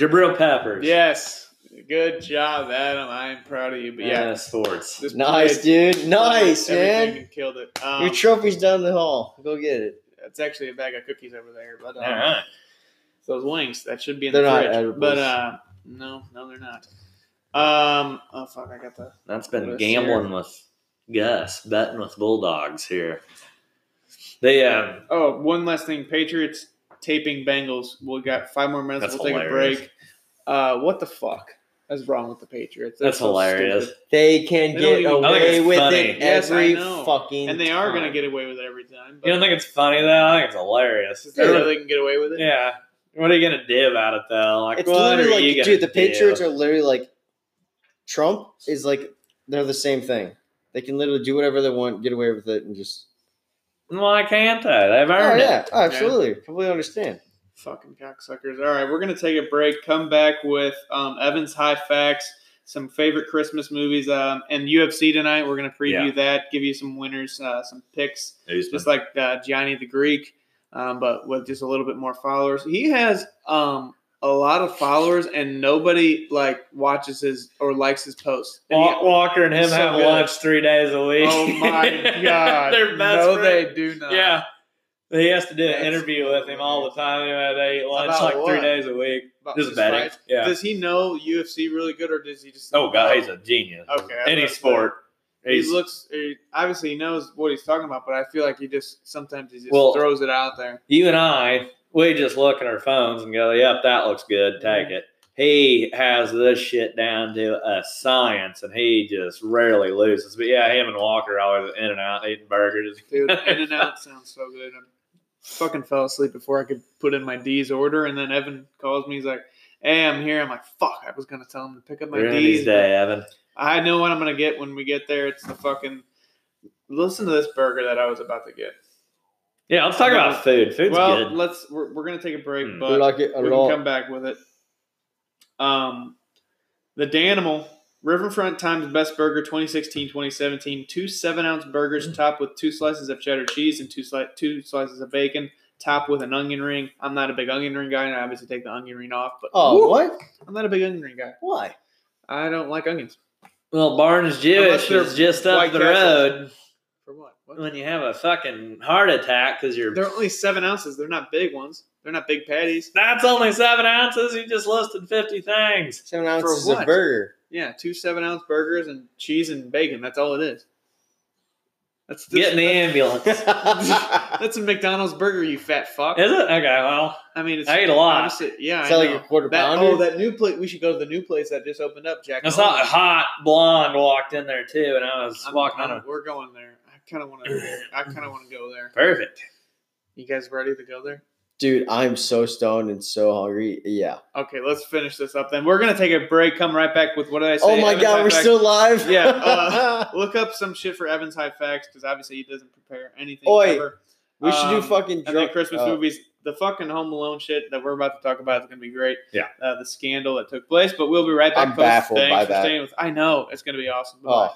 Speaker 3: Jabril Peppers.
Speaker 2: Yes, good job, Adam. I'm proud of you. But yeah,
Speaker 3: yeah, sports.
Speaker 2: this
Speaker 4: Uh, Nice,
Speaker 2: kid
Speaker 4: dude. Nice,
Speaker 2: everything
Speaker 4: man.
Speaker 2: and Killed it. Um,
Speaker 4: Your trophy's down the hall. Go get it.
Speaker 2: it's actually a bag of cookies over there, but. Um,
Speaker 3: All right.
Speaker 2: Those wings that should be in
Speaker 4: They're
Speaker 2: the
Speaker 4: not
Speaker 2: fridge,
Speaker 4: edibles.
Speaker 2: but uh, no, no, they're not. Um, oh fuck, I got the
Speaker 3: That's been
Speaker 2: Let's
Speaker 3: gambling with Gus, betting with Bulldogs here. They um,
Speaker 2: oh one last thing. Patriots taping Bengals. We got five more minutes.
Speaker 3: That's
Speaker 2: we'll
Speaker 3: hilarious.
Speaker 2: take a break. Uh, what the fuck is wrong with the Patriots? They're
Speaker 3: that's
Speaker 2: so
Speaker 3: hilarious.
Speaker 2: stupid.
Speaker 4: They can
Speaker 2: They don't
Speaker 4: get
Speaker 2: even- I think
Speaker 4: away
Speaker 3: it's
Speaker 4: with
Speaker 3: funny.
Speaker 4: it
Speaker 2: Yes, I
Speaker 4: every
Speaker 2: know.
Speaker 4: fucking.
Speaker 2: and they are going to
Speaker 4: time.
Speaker 2: get away with it every time. But
Speaker 3: You don't think it's funny though? I think it's hilarious.
Speaker 2: is there really they can get away with it?
Speaker 3: Yeah. What are you gonna do about it though? Like,
Speaker 4: It's
Speaker 3: what are
Speaker 4: literally
Speaker 3: you
Speaker 4: like,
Speaker 3: gonna
Speaker 4: dude, the
Speaker 3: do?
Speaker 4: Patriots are literally like Trump is like they're the same thing. They can literally do whatever they want, get away with it, and just.
Speaker 3: Why can't they? They've
Speaker 4: Oh
Speaker 3: earned it.
Speaker 4: yeah, oh, absolutely, completely understand.
Speaker 2: Fucking cocksuckers. All right, we're going to take a break. Come back with um, Evan's High Facts, some favorite Christmas movies, um, and UFC tonight. We're going to preview that, give you some winners, uh, some picks. just like uh, Gianni the Greek, um, but with just a little bit more followers. He has um, a lot of followers, and nobody like watches his or likes his posts. And
Speaker 3: Wa- Walker and him
Speaker 2: So
Speaker 3: have
Speaker 2: good.
Speaker 3: lunch three days a
Speaker 2: he-
Speaker 3: week.
Speaker 2: oh my god!
Speaker 3: They're best
Speaker 2: no,
Speaker 3: friends.
Speaker 2: they do not.
Speaker 3: Yeah. He has to do an
Speaker 2: That's
Speaker 3: interview with him all the time. Anyway, they eat lunch
Speaker 2: About
Speaker 3: like
Speaker 2: what?
Speaker 3: three days a week.
Speaker 2: About
Speaker 3: Just
Speaker 2: his
Speaker 3: betting.
Speaker 2: fights.
Speaker 3: Yeah.
Speaker 2: Does he know UFC really good, or does he just?
Speaker 3: oh god, he's a genius.
Speaker 2: Okay, I
Speaker 3: Any
Speaker 2: thought so.
Speaker 3: sport.
Speaker 2: He
Speaker 3: He's-
Speaker 2: looks. He, obviously, he knows what he's talking about, but I feel like he just sometimes he just
Speaker 3: Well-
Speaker 2: throws it out there.
Speaker 3: you and I we just look at our phones and go, "Yep, that looks good. Take it." He has this shit down to a science, and he just rarely loses. But yeah, him and Walker always in and out eating burgers.
Speaker 2: Dude, In and Out sounds so good. I fucking fell asleep before I could put in my D's order, and then Evan calls me. He's like, "Hey, I'm here." I'm like, "Fuck!" I was gonna tell him to pick up my
Speaker 3: Ruin
Speaker 2: D's.
Speaker 3: his day, Evan.
Speaker 2: I know what I'm gonna get when we get there. It's the fucking. Listen to this burger that I was about to get.
Speaker 3: Yeah, let's talk about food. Food's
Speaker 2: well,
Speaker 3: good.
Speaker 2: let's. We're, we're gonna take a break,
Speaker 3: Hmm.
Speaker 2: but
Speaker 4: like it a
Speaker 2: we
Speaker 4: lot.
Speaker 2: can come back with it. Um, the Danimal Riverfront Times Best Burger 2016 2017. Two seven ounce
Speaker 4: Mm.
Speaker 2: burgers topped with two slices of cheddar cheese and two, sli- two slices of bacon, topped with an onion ring. I'm not a big onion ring guy, and I obviously take the onion ring off, but
Speaker 4: oh, what?
Speaker 2: I'm not a big onion ring guy.
Speaker 4: Why?
Speaker 2: I don't like onions.
Speaker 3: well, Barnes
Speaker 2: Unless
Speaker 3: Jewish
Speaker 2: they're
Speaker 3: is just up
Speaker 2: White
Speaker 3: the
Speaker 2: Castles.
Speaker 3: road.
Speaker 2: For what? what?
Speaker 4: Mm.
Speaker 3: When you have a fucking heart attack because you're
Speaker 2: They're only seven ounces. They're not big ones. They're not big patties.
Speaker 3: That's only seven ounces. You just listed 50 things.
Speaker 4: Seven ounces
Speaker 2: what?
Speaker 4: of burger.
Speaker 2: Yeah, two seven ounce burgers and cheese and bacon. That's all it is. That's
Speaker 3: Get in the ambulance. Is
Speaker 4: Sound
Speaker 2: That's a McDonald's burger, you fat fuck.
Speaker 3: it? Okay, well,
Speaker 2: I mean, it's
Speaker 3: I ate a lot.
Speaker 2: honestly- yeah, I
Speaker 4: like
Speaker 2: know.
Speaker 4: a quarter
Speaker 2: that,
Speaker 4: pounder.
Speaker 2: oh, that new place. We should go to the new place that just opened up, Jack.
Speaker 3: I saw a
Speaker 2: Nolan's.
Speaker 3: hot blonde walked in there too, and I was
Speaker 2: I'm-
Speaker 3: walking on
Speaker 2: I'm-
Speaker 3: a
Speaker 2: We're going there. I kind of want to. I kind of want to go there.
Speaker 3: perfect.
Speaker 2: You guys ready to go there?
Speaker 4: Dude, I'm so stoned and so hungry. Yeah.
Speaker 2: Okay, let's finish this up. Then we're gonna take a break. Come right back with what did I say?
Speaker 4: oh my
Speaker 2: Evan's
Speaker 4: god,
Speaker 2: Hot
Speaker 4: we're
Speaker 2: Facts.
Speaker 4: still live.
Speaker 2: Yeah, uh, Look up some shit for Evans High Facts because obviously he doesn't prepare anything.
Speaker 4: Oi.
Speaker 2: ever.
Speaker 4: we should do
Speaker 2: um,
Speaker 4: fucking
Speaker 2: And then
Speaker 4: drunk
Speaker 2: Christmas
Speaker 4: uh,
Speaker 2: movies. The fucking Home Alone shit that we're about to talk about is going to be great.
Speaker 3: Yeah.
Speaker 2: Uh, the scandal that took place, but we'll be right back.
Speaker 4: I'm
Speaker 2: folks.
Speaker 4: baffled
Speaker 2: Thanks
Speaker 4: by
Speaker 2: for
Speaker 4: that.
Speaker 2: staying with. I know it's going to be awesome.
Speaker 4: Oh.
Speaker 2: Bye-bye.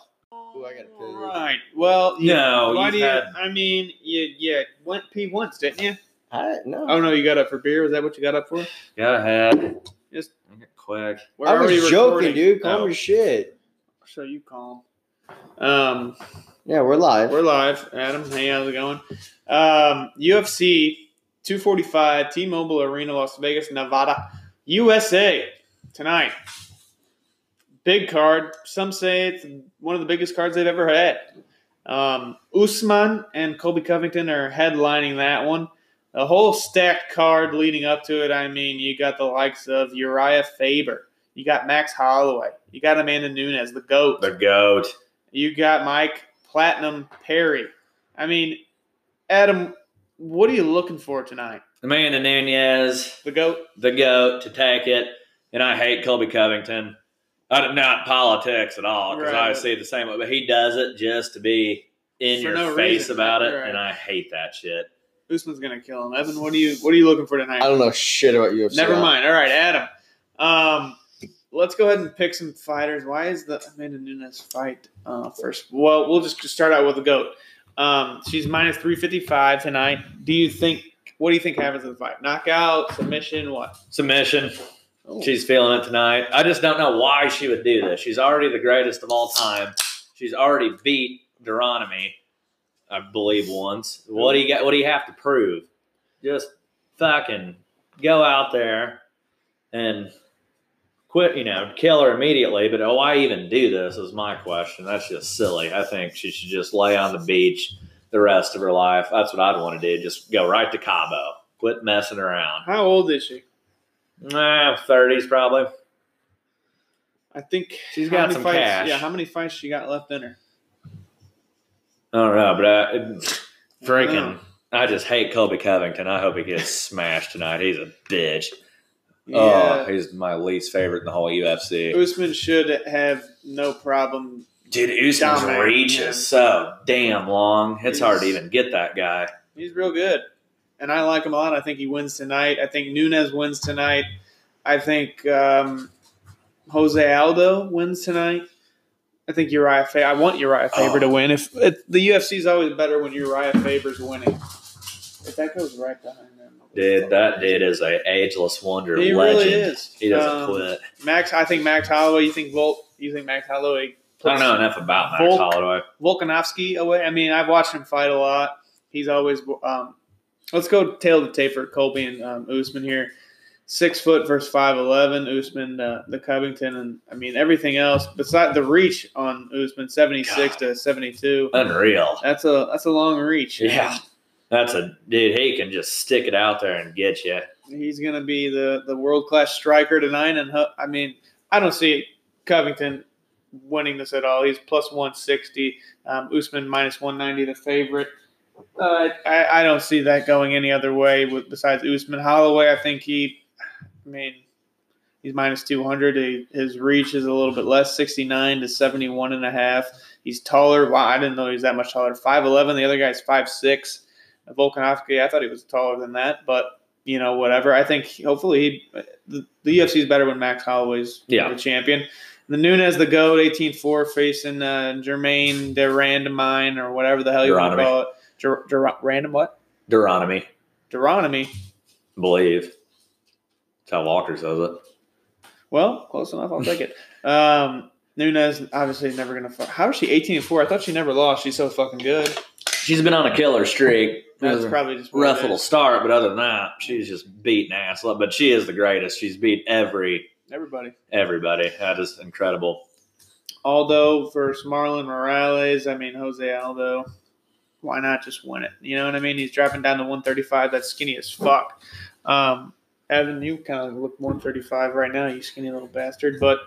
Speaker 4: Ooh, I gotta pee.
Speaker 2: All right. Well, you-
Speaker 3: No,
Speaker 2: Why
Speaker 3: you've
Speaker 2: do you?
Speaker 3: had-
Speaker 2: I mean, you yeah went pee once, didn't you?
Speaker 4: I, no.
Speaker 2: Oh no, you got up for beer. Is that what you got up for?
Speaker 3: Go ahead.
Speaker 2: Just-
Speaker 3: quick.
Speaker 2: We're
Speaker 4: I was
Speaker 2: already
Speaker 4: joking,
Speaker 2: recording.
Speaker 4: dude. Calm
Speaker 3: Oh.
Speaker 4: your shit.
Speaker 2: So you calm. Um.
Speaker 4: Yeah, we're live.
Speaker 2: We're live, Adam. Hey, how's it going? Um, UFC 245, T-Mobile Arena, Las Vegas, Nevada, USA tonight. Big card. Some say it's one of the biggest cards they've ever had. Um, Usman and Colby Covington are headlining that one. The whole stacked card leading up to it. I mean, you got the likes of Uriah Faber. You got Max Holloway. You got Amanda Nunes, the GOAT.
Speaker 3: The goat.
Speaker 2: You got Mike Platinum Perry. I mean, Adam, what are you looking for tonight?
Speaker 3: Amanda Nunez,
Speaker 2: The goat.
Speaker 3: the goat, to take it. And I hate Colby Covington. I don't, not politics at all because
Speaker 2: Right.
Speaker 3: I see it the same way, but he does it just to be in
Speaker 2: For
Speaker 3: your
Speaker 2: no
Speaker 3: face
Speaker 2: reason.
Speaker 3: about it,
Speaker 2: Right.
Speaker 3: and I hate that shit.
Speaker 2: Usman's gonna kill him. Evan, what are you what are you looking for
Speaker 4: I
Speaker 2: tonight?
Speaker 4: don't know shit about UFC.
Speaker 2: Never mind. All right, Adam. Um, let's go ahead and pick some fighters. Why is the Amanda Nunes fight uh, first? Well, we'll just start out with the goat. Um, she's minus three fifty five tonight. Do you think? What do you think happens in the fight? Knockout, submission, what?
Speaker 3: Submission.
Speaker 2: Oh.
Speaker 3: She's feeling it tonight. I just don't know why she would do this. She's already the greatest of all time. She's already beat Deuteronomy, I believe, once. What do you got? What do you have to prove? Just fucking go out there and quit. You know, kill her immediately. But oh, why even do this? Is my question. That's just silly. I think she should just lay on the beach the rest of her life. That's what I'd want to do. Just go right to Cabo. Quit messing around.
Speaker 2: How old is she?
Speaker 3: Nah, thirties probably.
Speaker 2: I think
Speaker 3: She's
Speaker 2: how
Speaker 3: got
Speaker 2: many
Speaker 3: some
Speaker 2: fights,
Speaker 3: cash.
Speaker 2: Yeah, how many fights she got left in her?
Speaker 3: I don't know, but I, freaking,
Speaker 2: Wow.
Speaker 3: I just hate Colby Covington. I hope he gets smashed tonight. He's a bitch. Oh, he's my least favorite in the whole UFC.
Speaker 2: Usman should have no problem.
Speaker 3: Dude, Usman's
Speaker 2: Dominating
Speaker 3: reach
Speaker 2: him.
Speaker 3: is so damn long. It's hard to
Speaker 2: He's-
Speaker 3: even get that guy.
Speaker 2: He's real good, and I like him a lot. I think he wins tonight. I think Nunez wins tonight. I think um, Jose Aldo wins tonight. I think Uriah. Fa- I want Uriah Faber
Speaker 3: Oh.
Speaker 2: to win. If it, the UFC is always better when Uriah Faber's winning. If that goes right behind them,
Speaker 3: Dude, that dude is a ageless wonder
Speaker 2: he
Speaker 3: legend.
Speaker 2: really is.
Speaker 3: He doesn't
Speaker 2: Um,
Speaker 3: quit.
Speaker 2: Max, I think Max Holloway. You think Volt? You think Max Holloway?
Speaker 3: I don't know enough about Max
Speaker 2: Volk-
Speaker 3: Holloway.
Speaker 2: Volkanovski away. I mean, I've watched him fight a lot. He's always. Um, let's go tail to tape for Colby and um, Usman here. Six foot versus five eleven. Usman, uh, the Covington, and I mean everything else. Besides the reach on Usman, seventy six to seventy two.
Speaker 3: Unreal.
Speaker 2: That's a that's a long reach.
Speaker 3: Yeah. That's a dude. He can just stick it out there and get you.
Speaker 2: He's going to be the, the world class striker tonight. And Hu- I mean, I don't see Covington winning this at all. He's plus 160. Um, Usman minus 190, the favorite. Uh, I, I don't see that going any other way with, besides Usman. Holloway, I think he, I mean, he's minus 200. He, his reach is a little bit less, 69 to 71 and a half. He's taller. Wow, I didn't know he was that much taller. 5'11. The other guy's 5'6. Volkanovski, I thought he was taller than that, but you know, whatever. I think he- hopefully he, the, the UFC is better when Max Holloway's
Speaker 3: Yeah.
Speaker 2: the champion. The Nunes, the GOAT, 18 4, facing uh, Jermaine de Randamine or whatever the hell you want to
Speaker 3: Geronimi.
Speaker 2: call it. Ger- Ger- random what?
Speaker 3: Deuteronomy,
Speaker 2: Deuteronomy.
Speaker 3: I believe. That's how Walker says it.
Speaker 2: Well, close enough. I'll take it. Um, Nunes obviously never gonna. Fu- How is she eighteen and four? I thought she never lost. She's so fucking good.
Speaker 3: She's been on a killer streak.
Speaker 2: That's probably just what it
Speaker 3: rough little
Speaker 2: is.
Speaker 3: start, but other than that, she's just beating ass. But she is the greatest. She's beat every
Speaker 2: Everybody.
Speaker 3: everybody. That is incredible.
Speaker 2: Aldo versus Marlon Morales. I mean Jose Aldo. Why not just win it? You know what I mean? He's dropping down to one thirty five. That's skinny as fuck. Um, Evan, you kind of look one thirty five right now. You skinny little bastard. But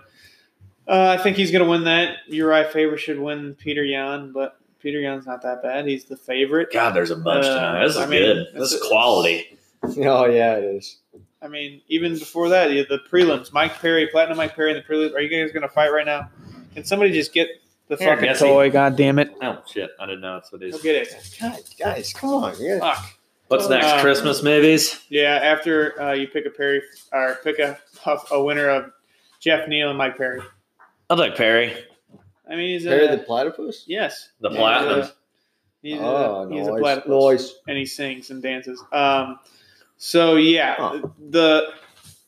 Speaker 2: uh, I think he's gonna win that. Uriah Faber should win Peter Yan, but Peter Yan's not that bad. He's the favorite.
Speaker 3: God, there's a bunch
Speaker 2: Uh,
Speaker 3: tonight. This is
Speaker 2: I mean,
Speaker 3: good. This
Speaker 2: it's-
Speaker 3: is quality.
Speaker 4: Oh yeah, it is.
Speaker 2: I mean, even before that, yeah, the prelims, Mike Perry, Platinum Mike Perry, and the prelims. Are you guys going to fight right now? Can somebody just get the
Speaker 3: Here,
Speaker 2: fucking
Speaker 3: Jesse.
Speaker 2: toy? God damn it!
Speaker 3: Oh shit, I didn't know that's what it
Speaker 2: Go
Speaker 3: is.
Speaker 2: get it.
Speaker 4: God, guys, come on. you gotta-
Speaker 2: Fuck.
Speaker 3: What's next?
Speaker 2: Um,
Speaker 3: Christmas movies?
Speaker 2: Yeah, after uh, you pick a Perry or pick a a winner of Jeff Neal and Mike Perry.
Speaker 3: I'll take Perry.
Speaker 2: I mean, he's a
Speaker 4: Perry the platypus.
Speaker 2: yes,
Speaker 3: The
Speaker 2: He's a-
Speaker 3: Platinums.
Speaker 2: He's a,
Speaker 4: oh,
Speaker 2: he's
Speaker 4: nice.
Speaker 2: a platypus.
Speaker 4: Nice.
Speaker 2: and he sings and dances. Um, so yeah,
Speaker 4: Huh.
Speaker 2: the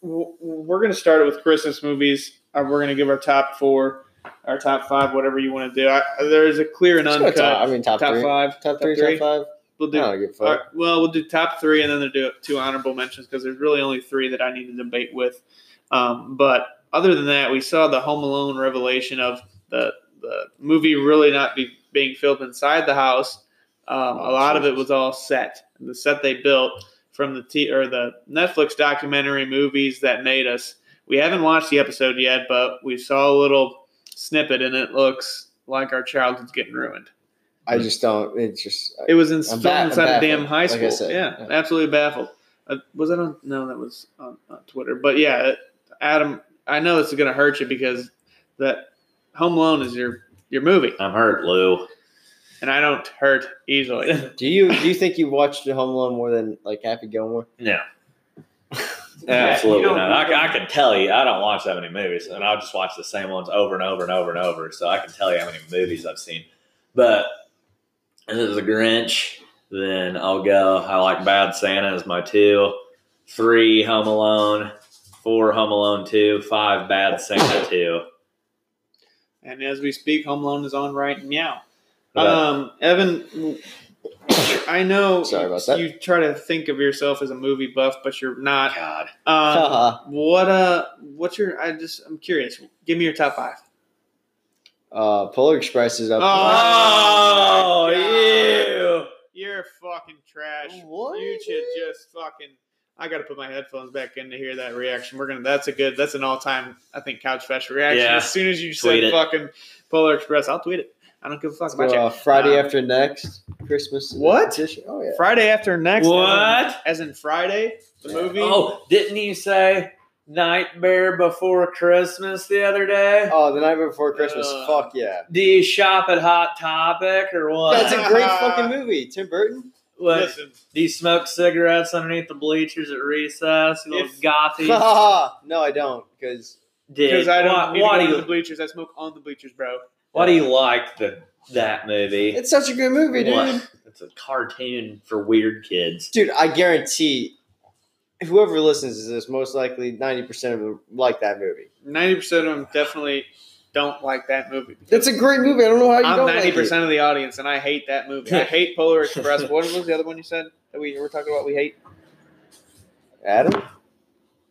Speaker 2: w- we're gonna start it with Christmas movies. Uh, we're gonna give our top four, our top five, whatever you want to do. I, there's a clear and
Speaker 4: Let's go
Speaker 2: uncut
Speaker 4: Top, I mean, top,
Speaker 2: top
Speaker 4: three,
Speaker 2: five.
Speaker 4: top three,
Speaker 2: three.
Speaker 4: top five.
Speaker 2: We'll
Speaker 4: I
Speaker 2: do.
Speaker 4: don't give a
Speaker 2: all
Speaker 4: fuck.
Speaker 2: right, well, we'll do top three and then there'll do two honorable mentions because there's really only three that I need to debate with. Um, but other than that, we saw the Home Alone revelation of the the movie really not be, being filmed inside the house. Um, a lot of it was all set. The set they built from the t- or the Netflix documentary movies that made us. We haven't watched the episode yet, but we saw a little snippet, and it looks like our childhood's getting ruined.
Speaker 4: I just don't. It's just. uh,
Speaker 2: It was in
Speaker 4: I'm
Speaker 2: filmed
Speaker 4: ba- I'm
Speaker 2: inside a damn
Speaker 4: baffled,
Speaker 2: high
Speaker 4: like I
Speaker 2: school.
Speaker 4: said.
Speaker 2: yeah,
Speaker 4: Yeah.
Speaker 2: absolutely baffled. Uh, was that on? No, that was on, on Twitter. But yeah, uh, Adam, I know this is gonna hurt you because that Home Alone is your your movie,
Speaker 3: I'm hurt, Lou.
Speaker 2: and I don't hurt easily.
Speaker 4: Do you do you think you watched Home Alone more than like Happy Gilmore?
Speaker 3: No.
Speaker 2: Yeah,
Speaker 3: Absolutely
Speaker 2: you don't-
Speaker 3: not. I, I can tell you, I don't watch that many movies, and I'll just watch the same ones over and over and over and over. So I can tell you how many movies I've seen. But if it's a Grinch, then I'll go. I like Bad Santa as my two, three Home Alone, four Home Alone two, five Bad Santa two.
Speaker 2: and as we speak, Home Alone is on right now.
Speaker 3: What about-
Speaker 2: Um, Evan, I know
Speaker 4: Sorry about that.
Speaker 2: you try to think of yourself as a movie buff, but you're not.
Speaker 3: God,
Speaker 2: Um,
Speaker 4: Haha.
Speaker 2: what uh, what's your? I just I'm curious. Give me your top five.
Speaker 4: uh, Polar Express is up.
Speaker 2: Oh,
Speaker 3: oh,
Speaker 2: God.
Speaker 3: ew.
Speaker 2: You're fucking trash.
Speaker 4: What?
Speaker 2: You should just fucking. I gotta put my headphones back in to hear that reaction. We're gonna. That's a good. That's an all-time. I think couch fest reaction.
Speaker 3: Yeah.
Speaker 2: As soon as you
Speaker 3: Tweet
Speaker 2: said
Speaker 3: it.
Speaker 2: fucking Polar Express, I'll tweet it. I don't give a fuck
Speaker 4: there.
Speaker 2: about you.
Speaker 4: Uh, Friday
Speaker 2: Um,
Speaker 4: after next Christmas.
Speaker 2: What?
Speaker 4: edition. Oh yeah.
Speaker 2: Friday after next.
Speaker 3: What?
Speaker 2: As in, as in Friday, the
Speaker 4: Yeah.
Speaker 2: movie.
Speaker 3: Oh, didn't you say Nightmare Before Christmas the other day?
Speaker 4: Oh, the night before Christmas.
Speaker 2: Ugh.
Speaker 4: Fuck yeah.
Speaker 3: Do you shop at Hot Topic or what?
Speaker 4: That's a great fucking movie. Tim Burton.
Speaker 3: What?
Speaker 2: Listen,
Speaker 3: Do you smoke cigarettes underneath the bleachers at recess? You little
Speaker 2: If-
Speaker 3: gothy
Speaker 4: no, I don't. Because
Speaker 3: dick.
Speaker 2: because I don't
Speaker 3: Why,
Speaker 2: need
Speaker 3: why
Speaker 2: to
Speaker 3: do
Speaker 2: go to the
Speaker 3: you
Speaker 2: bleachers. I smoke on the bleachers, bro.
Speaker 3: Why do you like the that movie?
Speaker 4: it's such a good movie, dude.
Speaker 3: What? It's a cartoon for weird kids.
Speaker 4: Dude, I guarantee whoever listens to this, most likely ninety percent of them like that movie.
Speaker 2: Ninety percent of them definitely don't like that movie.
Speaker 4: It's a great movie. I don't know how you
Speaker 2: I'm
Speaker 4: don't
Speaker 2: ninety
Speaker 4: like it.
Speaker 2: percent of the audience, and I hate that movie. I hate Polar Express. What was the other one you said that we were talking about? We hate.
Speaker 4: Adam,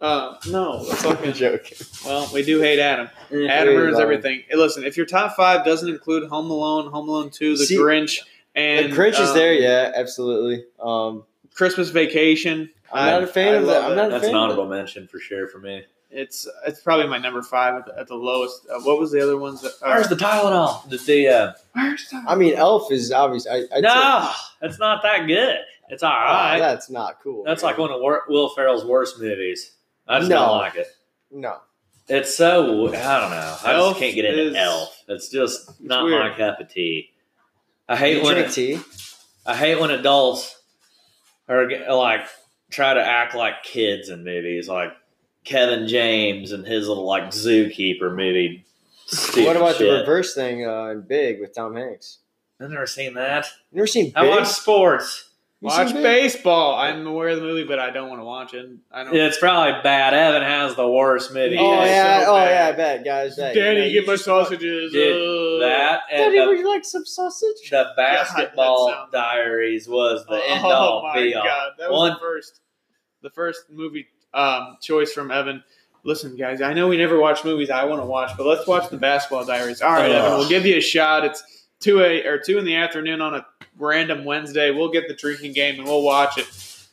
Speaker 2: Uh, no, the
Speaker 4: fucking
Speaker 2: fucking.
Speaker 4: joke.
Speaker 2: Well, we do hate Adam. Adam
Speaker 4: Hey,
Speaker 2: ruins
Speaker 4: Adam.
Speaker 2: everything. Hey, listen, if your top five doesn't include Home Alone, Home Alone Two, The
Speaker 4: See-
Speaker 2: Grinch, And
Speaker 4: The cringe is
Speaker 2: um,
Speaker 4: there, yeah, absolutely. Um,
Speaker 2: Christmas Vacation.
Speaker 4: I'm not a fan
Speaker 2: I
Speaker 4: of
Speaker 2: love
Speaker 4: that. I'm not a
Speaker 3: That's
Speaker 4: fan.
Speaker 3: an
Speaker 4: of
Speaker 3: honorable mention for sure for me.
Speaker 2: It's it's probably my number five at the, at the lowest. Uh, what was the other ones? That, uh,
Speaker 3: Where's the Tylenol? The, the uh,
Speaker 2: where's
Speaker 4: it. I mean, Elf is obvious. I, I'd say-
Speaker 3: no, it's not that good. It's all
Speaker 4: Oh,
Speaker 3: right.
Speaker 4: that's not cool.
Speaker 3: That's
Speaker 4: man.
Speaker 3: like one of Wor- Will Ferrell's worst movies. I just
Speaker 4: No.
Speaker 3: don't like it.
Speaker 4: no.
Speaker 3: It's so I don't know. I
Speaker 2: Elf
Speaker 3: just can't get into
Speaker 2: is-
Speaker 3: Elf. It's just not
Speaker 2: weird.
Speaker 3: my cup of tea. I
Speaker 4: Hey,
Speaker 3: hate
Speaker 4: you
Speaker 3: when
Speaker 4: drink tea.
Speaker 3: I hate when adults are g- like try to act like kids in movies, like Kevin James and his little like zookeeper movie. Stupid
Speaker 4: What about
Speaker 3: shit.
Speaker 4: the reverse thing uh, in Big with Tom Hanks?
Speaker 3: I've never seen that.
Speaker 4: You never seen Big?
Speaker 3: I watch sports.
Speaker 4: You
Speaker 2: watch
Speaker 4: seen Big?
Speaker 2: baseball? I'm aware of the movie, but I don't want to watch it. I don't.
Speaker 3: It's probably bad. Evan has the worst movie.
Speaker 4: Oh
Speaker 2: Yeah,
Speaker 4: yeah,
Speaker 2: so
Speaker 4: oh
Speaker 2: bad.
Speaker 4: yeah, I bet guys. That,
Speaker 2: Daddy,
Speaker 4: yeah, you
Speaker 2: get my
Speaker 4: just-
Speaker 2: sausages.
Speaker 3: Dude,
Speaker 2: Ugh.
Speaker 3: That and
Speaker 4: Daddy,
Speaker 3: the
Speaker 4: would you like some sausage?
Speaker 3: The Basketball
Speaker 2: sounds-
Speaker 3: Diaries was the end
Speaker 2: oh
Speaker 3: all
Speaker 2: my
Speaker 3: be all.
Speaker 2: god, that was
Speaker 3: One-
Speaker 2: the first, the first movie um, choice from Evan. Listen, guys, I know we never watch movies I want to watch, but let's watch the Basketball Diaries. All right, Evan,
Speaker 3: Ugh.
Speaker 2: we'll give you a shot. It's two a or two in the afternoon on a random Wednesday. We'll get the drinking game and we'll watch it.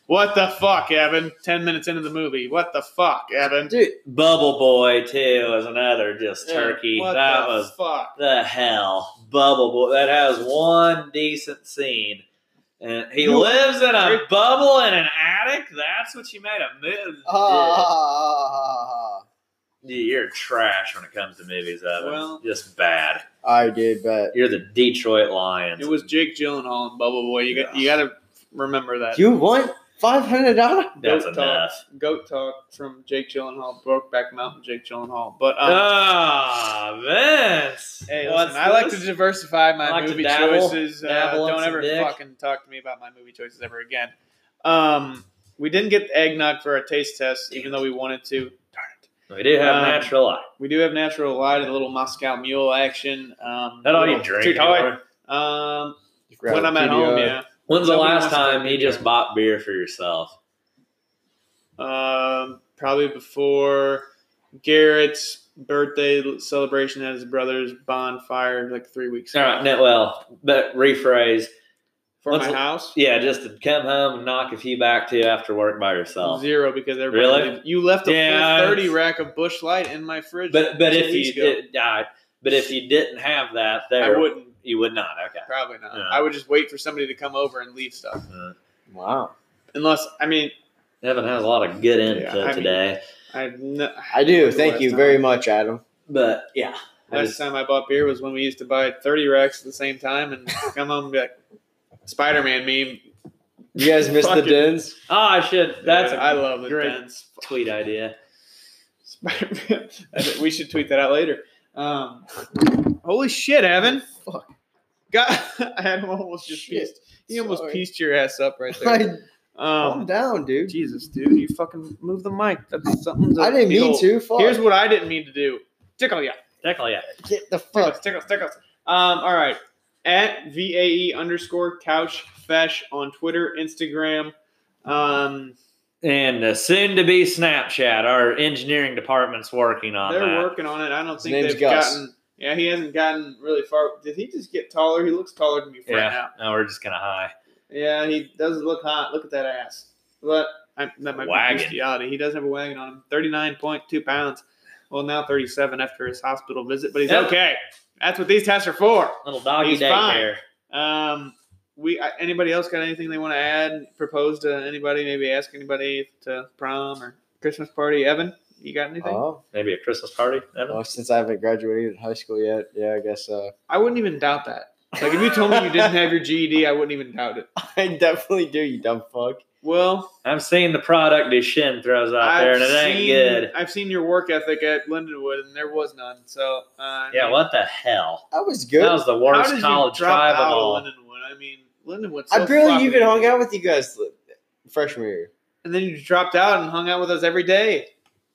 Speaker 2: What the fuck, Evan? Ten minutes into the movie, what the fuck, Evan?
Speaker 4: Dude,
Speaker 3: Bubble Boy too is another just turkey.
Speaker 2: What
Speaker 3: that
Speaker 2: the
Speaker 3: was
Speaker 2: fuck.
Speaker 3: the hell. Bubble Boy that has one decent scene. And he
Speaker 2: You-
Speaker 3: lives in a
Speaker 2: Rick-
Speaker 3: bubble in an attic? That's what you made a movie.
Speaker 2: Oh.
Speaker 4: ah, ah, ah, ah,
Speaker 3: Dude, you're trash when it comes to movies, Evan.
Speaker 2: Well-
Speaker 3: just bad.
Speaker 4: ah. I did, but
Speaker 3: You're the Detroit Lions.
Speaker 2: It was Jake Gyllenhaal and Bubble Boy. You got, you got to remember that.
Speaker 4: you want five hundred dollars?
Speaker 3: That's
Speaker 2: Goat
Speaker 3: enough.
Speaker 2: goat talk from Jake Gyllenhaal, Brokeback Mountain Jake Gyllenhaal. But um,
Speaker 3: Ah, Vince.
Speaker 2: hey,
Speaker 3: Uh, What's
Speaker 2: listen, I like to
Speaker 3: this?
Speaker 2: diversify my
Speaker 3: I like to
Speaker 2: movie
Speaker 3: dabble-
Speaker 2: choices. Uh,
Speaker 3: dabble in
Speaker 2: don't
Speaker 3: some
Speaker 2: ever
Speaker 3: dick.
Speaker 2: fucking talk to me about my movie choices ever again. Um, we didn't get eggnog for our taste test, even though we wanted to. Darn it.
Speaker 3: We do have
Speaker 2: Um,
Speaker 3: natural light.
Speaker 2: We do have natural light, a little Moscow Mule action. Um,
Speaker 3: That all you
Speaker 2: little
Speaker 3: drink.
Speaker 2: Too
Speaker 3: anymore?
Speaker 2: toy. Um, when I'm at home, yeah.
Speaker 3: When's the
Speaker 2: Nobody
Speaker 3: last
Speaker 2: wants to
Speaker 3: time
Speaker 2: drink
Speaker 3: you
Speaker 2: beer.
Speaker 3: just bought beer for yourself?
Speaker 2: Um, probably before Garrett's birthday celebration at his brother's bonfire, like three weeks
Speaker 3: All
Speaker 2: ago.
Speaker 3: right, no, well, but rephrase.
Speaker 2: For
Speaker 3: What's
Speaker 2: my
Speaker 3: the-
Speaker 2: house,
Speaker 3: Yeah, just to come home and knock a few back to you after work by yourself.
Speaker 2: zero because everybody.
Speaker 3: Really?
Speaker 2: leaves. You left a
Speaker 3: Yeah,
Speaker 2: full thirty
Speaker 3: it's-
Speaker 2: rack of Bush Light in my fridge.
Speaker 3: But but
Speaker 2: two
Speaker 3: if you
Speaker 2: weeks ago.
Speaker 3: did, I- but if you didn't have that there,
Speaker 2: I wouldn't.
Speaker 3: you would not. Okay.
Speaker 2: Probably not.
Speaker 3: Yeah.
Speaker 2: I would just wait for somebody to come over and leave stuff.
Speaker 3: Uh,
Speaker 4: Wow,
Speaker 2: Unless, I mean,
Speaker 3: Evan has a lot of good input
Speaker 2: I mean-
Speaker 3: today,
Speaker 2: I no,
Speaker 4: I do. Thank you
Speaker 2: Last
Speaker 4: very
Speaker 2: time.
Speaker 4: much, Adam.
Speaker 3: but yeah, I
Speaker 2: Last
Speaker 3: just-
Speaker 2: time I bought beer was when we used to buy thirty racks at the same time and come home and be like, Spider-Man meme.
Speaker 4: You guys missed the
Speaker 2: Fucking-
Speaker 4: dens.
Speaker 3: oh, I should. That's
Speaker 2: Dude,
Speaker 3: a
Speaker 2: I love the
Speaker 3: great
Speaker 2: dents.
Speaker 3: tweet idea.
Speaker 2: Spider-Man. we should tweet that out later. Um, holy shit, Evan!
Speaker 4: Fuck.
Speaker 2: God, Adam almost just
Speaker 4: Shit.
Speaker 2: pieced. He almost
Speaker 4: Sorry.
Speaker 2: pieced your ass up right there.
Speaker 4: Like, calm
Speaker 2: Um,
Speaker 4: down, dude.
Speaker 2: Jesus, dude, you fucking move the mic. That's something.
Speaker 4: I didn't mean to. Fuck.
Speaker 2: Here's what I didn't mean to do. Tickle ya.
Speaker 3: Tickle, yeah.
Speaker 4: Get the
Speaker 2: Tickles,
Speaker 4: fuck.
Speaker 2: tickles, tickles. Um, all right. At VAE underscore couch fesh on Twitter, Instagram. Um,
Speaker 3: And uh, soon to be Snapchat. Our engineering department's working on
Speaker 2: They're
Speaker 3: that.
Speaker 2: working on it. I don't think
Speaker 4: name's
Speaker 2: they've
Speaker 4: Gus.
Speaker 2: gotten. Yeah, he hasn't gotten really far. Did he just get taller? He looks taller than me for
Speaker 3: yeah.
Speaker 2: now.
Speaker 3: No, we're just kind of high.
Speaker 2: Yeah, he does look hot. Look at that ass. But I, that might
Speaker 3: Wagon.
Speaker 2: be bestiality. He does have a wagon on him. Thirty-nine point two pounds. Well, now thirty-seven after his hospital visit, but he's
Speaker 3: Yeah.
Speaker 2: okay. That's what these tests are for.
Speaker 3: Little doggy
Speaker 2: He's fine.
Speaker 3: daycare.
Speaker 2: Um, we I- anybody else got anything they want to add? Propose to anybody? Maybe ask anybody to prom or Christmas party. Evan, you got anything?
Speaker 4: Oh,
Speaker 3: Maybe a Christmas party. I don't know.
Speaker 4: well, since I haven't graduated high school yet, yeah, I guess uh,
Speaker 2: I wouldn't even doubt that. Like if you told me you didn't have your GED, I wouldn't even doubt it.
Speaker 4: I definitely do. You dumb fuck.
Speaker 2: Well,
Speaker 3: I'm seeing the product Duchenne throws out there, and it ain't
Speaker 2: seen,
Speaker 3: good.
Speaker 2: I've seen your work ethic at Lindenwood, and there was none. So uh,
Speaker 3: Yeah, what the hell?
Speaker 4: I was good.
Speaker 3: That was the
Speaker 2: How
Speaker 3: worst
Speaker 2: did
Speaker 3: college
Speaker 2: you drop
Speaker 3: tribe of
Speaker 2: out
Speaker 3: all.
Speaker 2: of Lindenwood? I mean, Lindenwood.
Speaker 4: I barely even hung out with you guys li- freshman year.
Speaker 2: and then you dropped out and hung out with us every day.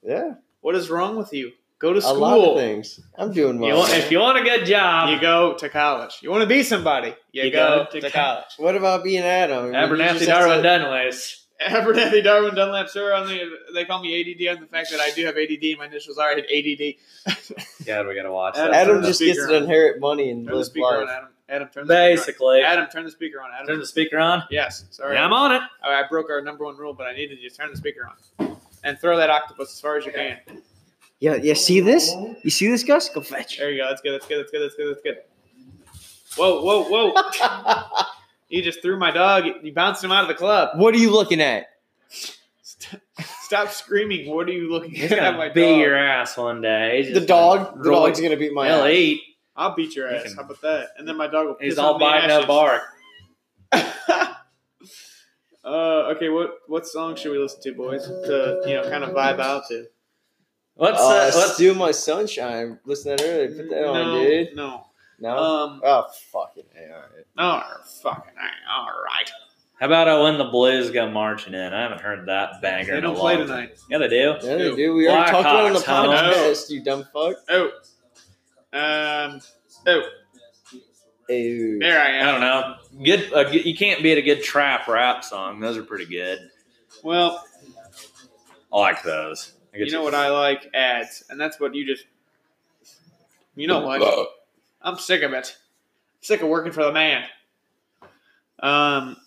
Speaker 4: Yeah,
Speaker 2: What is wrong with you? Go to
Speaker 4: a
Speaker 2: school.
Speaker 4: lot of things. I'm doing
Speaker 3: You
Speaker 4: well.
Speaker 3: want, if you want a good job,
Speaker 2: You go to college. You want to be somebody. You,
Speaker 3: You
Speaker 2: go,
Speaker 3: go
Speaker 2: to,
Speaker 3: to
Speaker 2: college.
Speaker 4: what about being Adam? I mean, you
Speaker 3: Abernathy
Speaker 4: just have
Speaker 3: Darwin
Speaker 4: to-
Speaker 3: Dunlace.
Speaker 2: Abernathy Darwin Dunlap, sir. On the, they call me ADD on the fact that I do have ADD. My initials are ADD.
Speaker 3: God, we gotta watch
Speaker 2: Adam-
Speaker 3: that.
Speaker 4: Adam
Speaker 2: Turn the
Speaker 4: just gets
Speaker 2: speaker
Speaker 4: to
Speaker 2: on.
Speaker 4: inherit money and
Speaker 2: Turn the
Speaker 4: live
Speaker 2: speaker on,
Speaker 4: life.
Speaker 2: Adam. Adam, turn the speaker
Speaker 5: Basically,
Speaker 2: on. Adam, turn the speaker on. Adam,
Speaker 5: turn the speaker on.
Speaker 2: yes. Sorry, Oh,
Speaker 5: Yeah, I'm on it.
Speaker 2: I, I broke our number one rule, but I needed you to turn the speaker on and throw that octopus as far as you can.
Speaker 4: Yeah, yeah. See this? You see this, Gus? Go fetch.
Speaker 2: There you go. That's good. That's good. That's good. That's good. That's good. Whoa, whoa, whoa! you just threw my dog. You bounced him out of the club.
Speaker 4: what are you looking at?
Speaker 2: St- Stop screaming! What are you looking
Speaker 5: He's
Speaker 2: at? my
Speaker 5: gonna beat
Speaker 2: dog?
Speaker 5: your ass one day. He's
Speaker 4: The
Speaker 5: just gonna
Speaker 4: dog. The
Speaker 5: roll-
Speaker 4: dog's gonna beat my
Speaker 5: He'll
Speaker 4: ass.
Speaker 5: eat.
Speaker 2: I'll beat your
Speaker 3: You
Speaker 2: ass.
Speaker 3: can-
Speaker 2: How about that? And then my dog will.
Speaker 5: He's
Speaker 2: piss
Speaker 5: all
Speaker 2: on the
Speaker 5: biting
Speaker 2: ashes.
Speaker 5: up bark.
Speaker 2: uh, okay, what what song should we listen to, boys? To you know, kind of vibe out to.
Speaker 5: Let's
Speaker 4: Uh,
Speaker 5: uh,
Speaker 4: let's
Speaker 5: let's
Speaker 4: do my sunshine. Listen to that earlier. Put that
Speaker 2: no,
Speaker 4: on, dude.
Speaker 2: no.
Speaker 4: No.
Speaker 2: Um.
Speaker 4: oh fucking. A, all right.
Speaker 2: Oh, fucking. All right.
Speaker 3: How about uh, when the Blues go marching in? I haven't heard that banger.
Speaker 2: They
Speaker 3: in a
Speaker 2: don't play
Speaker 3: long time.
Speaker 2: tonight.
Speaker 3: Yeah, they do.
Speaker 4: Yeah,
Speaker 2: Dude,
Speaker 4: dude. We
Speaker 3: Blackhawks,
Speaker 4: already talked about it on the
Speaker 3: huh?
Speaker 4: podcast. You dumb fuck.
Speaker 2: Oh. Um. Oh,
Speaker 4: Ew.
Speaker 2: there I
Speaker 3: I
Speaker 2: am.
Speaker 3: don't know. Good. Uh, you can't beat a good trap rap song. Those are pretty good.
Speaker 2: Well,
Speaker 3: I like those. I
Speaker 2: you know what I like? Ads, and that's what you just. You know what? I'm sick of it. sick of working for the man. Um,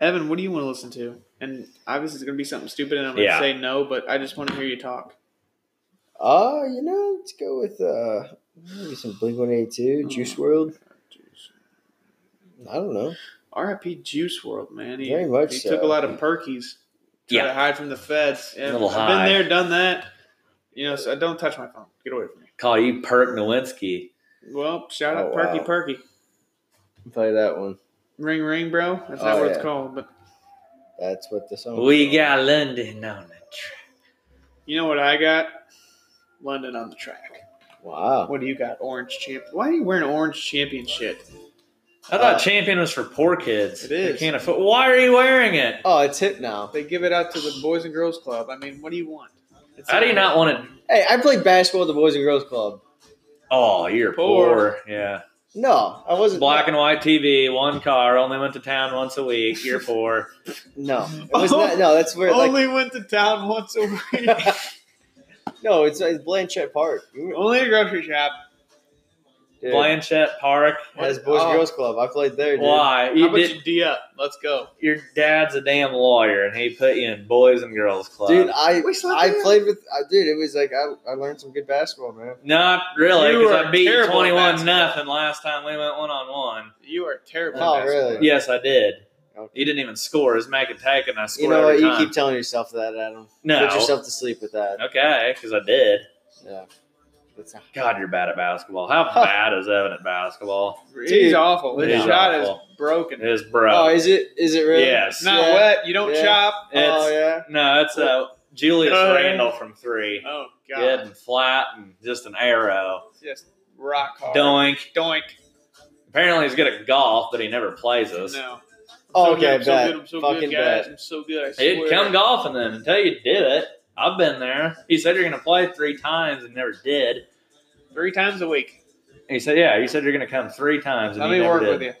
Speaker 2: Evan, what do you want to listen to? And obviously, it's going to be something stupid, and I'm going to
Speaker 3: Yeah.
Speaker 2: say no, but I just want to hear you talk.
Speaker 4: Uh, you know, let's go with uh maybe some Blink One Eighty Two, Juice World. I don't know.
Speaker 2: RIP Juice World, man. He,
Speaker 4: Very much
Speaker 2: he
Speaker 4: so.
Speaker 2: took a lot of perkies to
Speaker 3: Yeah.
Speaker 2: to hide from the feds. Yeah,
Speaker 3: Little
Speaker 2: I've
Speaker 3: high.
Speaker 2: been there, done that. You know, so don't touch my phone. Get away from me.
Speaker 3: call you Perk Nowinski.
Speaker 2: Well, shout out
Speaker 4: Oh,
Speaker 2: Perky
Speaker 4: wow.
Speaker 2: Perky.
Speaker 4: Play that one.
Speaker 2: Ring ring, bro. That's not
Speaker 4: Oh,
Speaker 2: what it's
Speaker 4: yeah.
Speaker 2: called. But
Speaker 4: That's what the song.
Speaker 3: We got London on the track.
Speaker 2: you know what I got? London on the track.
Speaker 4: Wow.
Speaker 2: What do you got? Orange champ. Why are you wearing orange champion shit?
Speaker 3: I thought
Speaker 4: Uh,
Speaker 3: Champion was for poor kids.
Speaker 2: It
Speaker 3: They
Speaker 2: is.
Speaker 3: can't afford. Why are you wearing it?
Speaker 4: Oh, it's hip now.
Speaker 2: They give it out to the Boys and Girls Club. I mean, what do you want? It's
Speaker 3: How do you not want to?
Speaker 4: Hey, I played basketball at the Boys and Girls Club.
Speaker 3: Oh, you're
Speaker 2: Poor.
Speaker 3: poor. Yeah.
Speaker 4: No, I wasn't.
Speaker 3: Black and white TV, one car, only went to town once a week. You're poor.
Speaker 4: No, it was not. No, that's where. Like,
Speaker 2: Only went to town once a week.
Speaker 4: no, it's, it's Blanchette Park. It
Speaker 2: Only a grocery shop.
Speaker 3: Blanchette Park.
Speaker 4: has Boys
Speaker 2: Oh.
Speaker 4: and Girls Club. I played there, dude.
Speaker 3: Why?
Speaker 2: How
Speaker 3: You
Speaker 2: about
Speaker 3: did,
Speaker 2: you D up? Let's go.
Speaker 3: your dad's a damn lawyer, and he put you in boys and girls club.
Speaker 4: Dude, I
Speaker 2: We slept
Speaker 4: I
Speaker 2: in.
Speaker 4: played with. I, dude, it was like I, I learned some good basketball, man.
Speaker 3: not really,
Speaker 2: You
Speaker 3: because
Speaker 2: are
Speaker 3: I beat you
Speaker 2: terrible at
Speaker 3: twenty-one
Speaker 2: basketball.
Speaker 3: nothing last time we went one on one.
Speaker 2: You are terrible.
Speaker 4: Oh,
Speaker 2: at basketball.
Speaker 4: really?
Speaker 3: Yes, I did.
Speaker 4: Okay.
Speaker 3: You didn't even score. It's make and take, and I scored
Speaker 4: You know what?
Speaker 3: every
Speaker 4: You
Speaker 3: time.
Speaker 4: keep telling yourself that, Adam.
Speaker 3: no,
Speaker 4: Put yourself to sleep with that.
Speaker 3: okay, because I did.
Speaker 4: Yeah. That's not-
Speaker 3: God, you're bad at basketball. How bad is Evan at basketball?
Speaker 2: He's
Speaker 4: Dude,
Speaker 2: awful. His
Speaker 3: he's
Speaker 2: shot
Speaker 3: awful.
Speaker 2: is broken.
Speaker 3: It's bro.
Speaker 4: Oh, is it? Is it really?
Speaker 3: Yes.
Speaker 2: It's not
Speaker 4: Yeah.
Speaker 2: wet. You don't
Speaker 4: Yeah.
Speaker 2: chop.
Speaker 4: Oh
Speaker 3: It's-
Speaker 4: yeah.
Speaker 3: No, it's uh, Julius
Speaker 2: Uh,
Speaker 3: Randall from three.
Speaker 2: Oh god.
Speaker 3: Good and flat and just an arrow.
Speaker 2: It's Just rock hard.
Speaker 3: Doink.
Speaker 2: Doink.
Speaker 3: Apparently he's good at golf, but he never plays us.
Speaker 2: No.
Speaker 4: Oh,
Speaker 2: So
Speaker 4: okay,
Speaker 2: good,
Speaker 4: bet.
Speaker 2: So good, I'm so
Speaker 4: Fucking
Speaker 2: good, guys.
Speaker 4: bet.
Speaker 2: I'm so good. I swear.
Speaker 3: Dude, come golfing then until you did it. I've been there. He said you're gonna play three times and never did.
Speaker 2: Three times a week.
Speaker 3: He said, "Yeah, you said you're gonna come three times." And
Speaker 2: Let
Speaker 3: you
Speaker 2: me
Speaker 3: never
Speaker 2: work
Speaker 3: did.
Speaker 2: with you.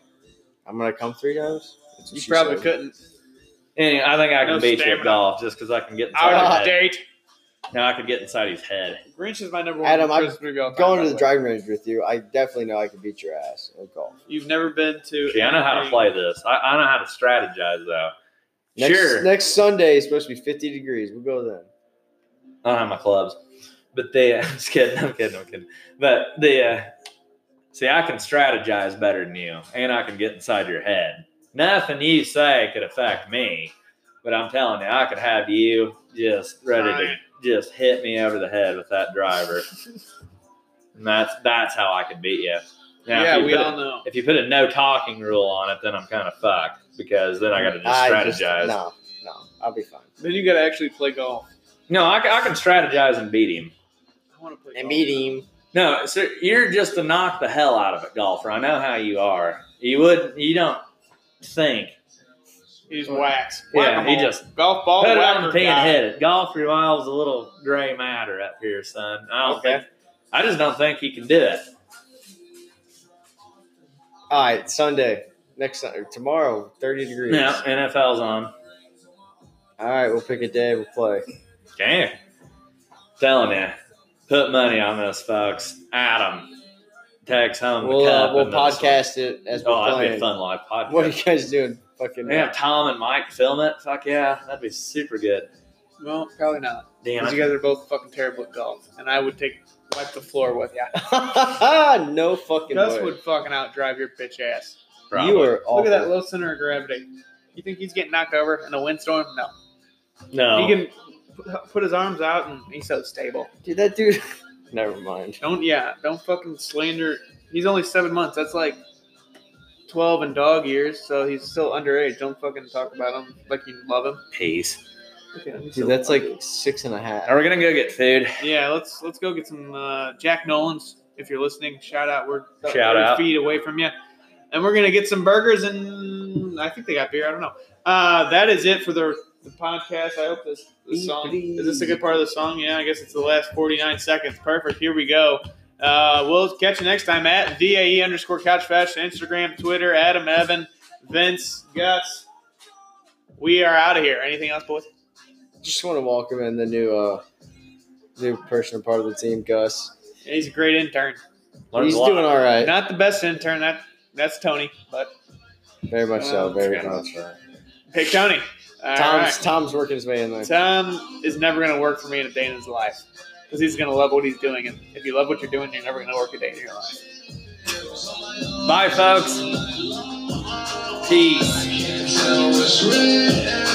Speaker 4: I'm gonna come three times. That's what
Speaker 2: You
Speaker 4: she
Speaker 2: probably
Speaker 4: said.
Speaker 2: couldn't.
Speaker 3: Anyway, I think I can
Speaker 2: No
Speaker 3: beat you
Speaker 2: stamina.
Speaker 3: at golf just because I can get inside.
Speaker 2: Out
Speaker 3: his
Speaker 2: of
Speaker 3: head.
Speaker 2: date.
Speaker 3: Now I could get inside his head.
Speaker 2: Grinch is my number one.
Speaker 4: Adam,
Speaker 2: Christmas movie of all time,
Speaker 4: Going
Speaker 2: by the
Speaker 4: to the
Speaker 2: way.
Speaker 4: driving range with you, I definitely know I can beat your ass at golf.
Speaker 2: You've never been to.
Speaker 3: See, I know how to
Speaker 2: anything-
Speaker 3: play this. I, I know how to strategize though.
Speaker 4: Next,
Speaker 3: sure,
Speaker 4: Next Sunday is supposed to be 50 degrees. We'll go then.
Speaker 3: I don't have my clubs, but they. I'm just kidding. I'm kidding. I'm kidding. But the. Uh, see, I can strategize better than you, and I can get inside your head. Nothing you say could affect me, but I'm telling you, I could have you just ready to
Speaker 2: Right.
Speaker 3: just hit me over the head with that driver. and that's that's how I can beat you. Now, if
Speaker 2: Yeah,
Speaker 3: you
Speaker 2: we
Speaker 3: put a-
Speaker 2: all know.
Speaker 3: If you put a no talking rule on it, then I'm kind of fucked because then I got to just
Speaker 4: I
Speaker 3: strategize.
Speaker 4: no, no, I'll be fine.
Speaker 2: Then you got to actually play golf.
Speaker 3: No, I, ca- I can strategize and beat him.
Speaker 2: I want to play.
Speaker 4: And
Speaker 2: golf.
Speaker 4: meet him.
Speaker 3: No, so you're just to knock the hell out of it, golfer. I know how you are. You would, you don't think.
Speaker 2: He's wax.
Speaker 3: Yeah,
Speaker 2: Whack-a-mole.
Speaker 3: he just
Speaker 2: golf ball.
Speaker 3: put it on the
Speaker 2: whacker
Speaker 3: pin
Speaker 2: guy.
Speaker 3: and hit it. Golf revolves a little gray matter up here, son. I don't
Speaker 4: Okay.
Speaker 3: think. I just don't think he can do it.
Speaker 4: All right, Sunday. Next Sunday. Tomorrow, 30 degrees.
Speaker 3: No, NFL's on.
Speaker 4: All right, we'll pick a day. We'll play.
Speaker 3: Damn. Telling you, put money on this, folks. Adam, text home.
Speaker 4: We'll,
Speaker 3: the
Speaker 4: uh,
Speaker 3: cup
Speaker 4: we'll
Speaker 3: and the-
Speaker 4: podcast it as we're
Speaker 3: Oh, that'd be a
Speaker 4: playing.
Speaker 3: fun live podcast.
Speaker 4: What are you guys doing? Fucking
Speaker 3: They have Tom and Mike film it. Fuck yeah, that'd be super good.
Speaker 2: Well, probably not.
Speaker 3: Damn,
Speaker 2: Because
Speaker 3: it.
Speaker 2: you guys are both fucking terrible at golf, and I would take wipe the floor with you.
Speaker 4: no fucking
Speaker 2: Gus
Speaker 4: way.
Speaker 2: would fucking outdrive your bitch ass.
Speaker 3: Probably.
Speaker 4: you are
Speaker 2: Look
Speaker 4: awful.
Speaker 2: at that low center of gravity. You think he's getting knocked over in a windstorm? No,
Speaker 3: no.
Speaker 2: he can p- put his arms out, and he's so stable.
Speaker 4: Dude, that dude. Never mind.
Speaker 2: Don't yeah, don't fucking slander. He's only seven months. That's like twelve and dog years, so he's still underage. Don't fucking talk about him like you love him.
Speaker 3: Peace.
Speaker 2: Look at him, he's
Speaker 4: Dude,
Speaker 2: so
Speaker 4: that's
Speaker 2: fucking-
Speaker 4: like six and a half.
Speaker 3: Are we gonna go get food?
Speaker 2: Yeah, let's let's go get some uh, Jack Nolan's. If you're listening, shout out. We're about
Speaker 3: Shout
Speaker 2: 30
Speaker 3: out.
Speaker 2: feet away from you, and we're gonna get some burgers and I think they got beer. I don't know. Uh, that is it for the, the podcast. I hope this, this song is this a good part of the song. Yeah, I guess it's the last 49 seconds. Perfect. Here we go. Uh, we'll catch you next time at VAE underscore couch fashion Instagram, Twitter, Adam Evan, Vince, Gus. We are out of here. Anything else, boys?
Speaker 4: Just want to welcome in the new, uh, new person and part of the team, Gus.
Speaker 2: He's a great intern.
Speaker 3: Learned
Speaker 4: He's
Speaker 3: a lot.
Speaker 4: doing all right.
Speaker 2: Not the best intern. That that's Tony, but
Speaker 4: Very much so.
Speaker 2: Uh,
Speaker 4: Very
Speaker 3: Yeah,
Speaker 4: much.
Speaker 3: that's right.
Speaker 2: pick Tony. All
Speaker 4: Tom's
Speaker 2: right.
Speaker 4: Tom's working his way in there.
Speaker 2: Tom is never going to work for me in a day in his life because he's going to love what he's doing, and if you love what you're doing, you're never going to work a day in your life.
Speaker 3: Bye, folks. Peace.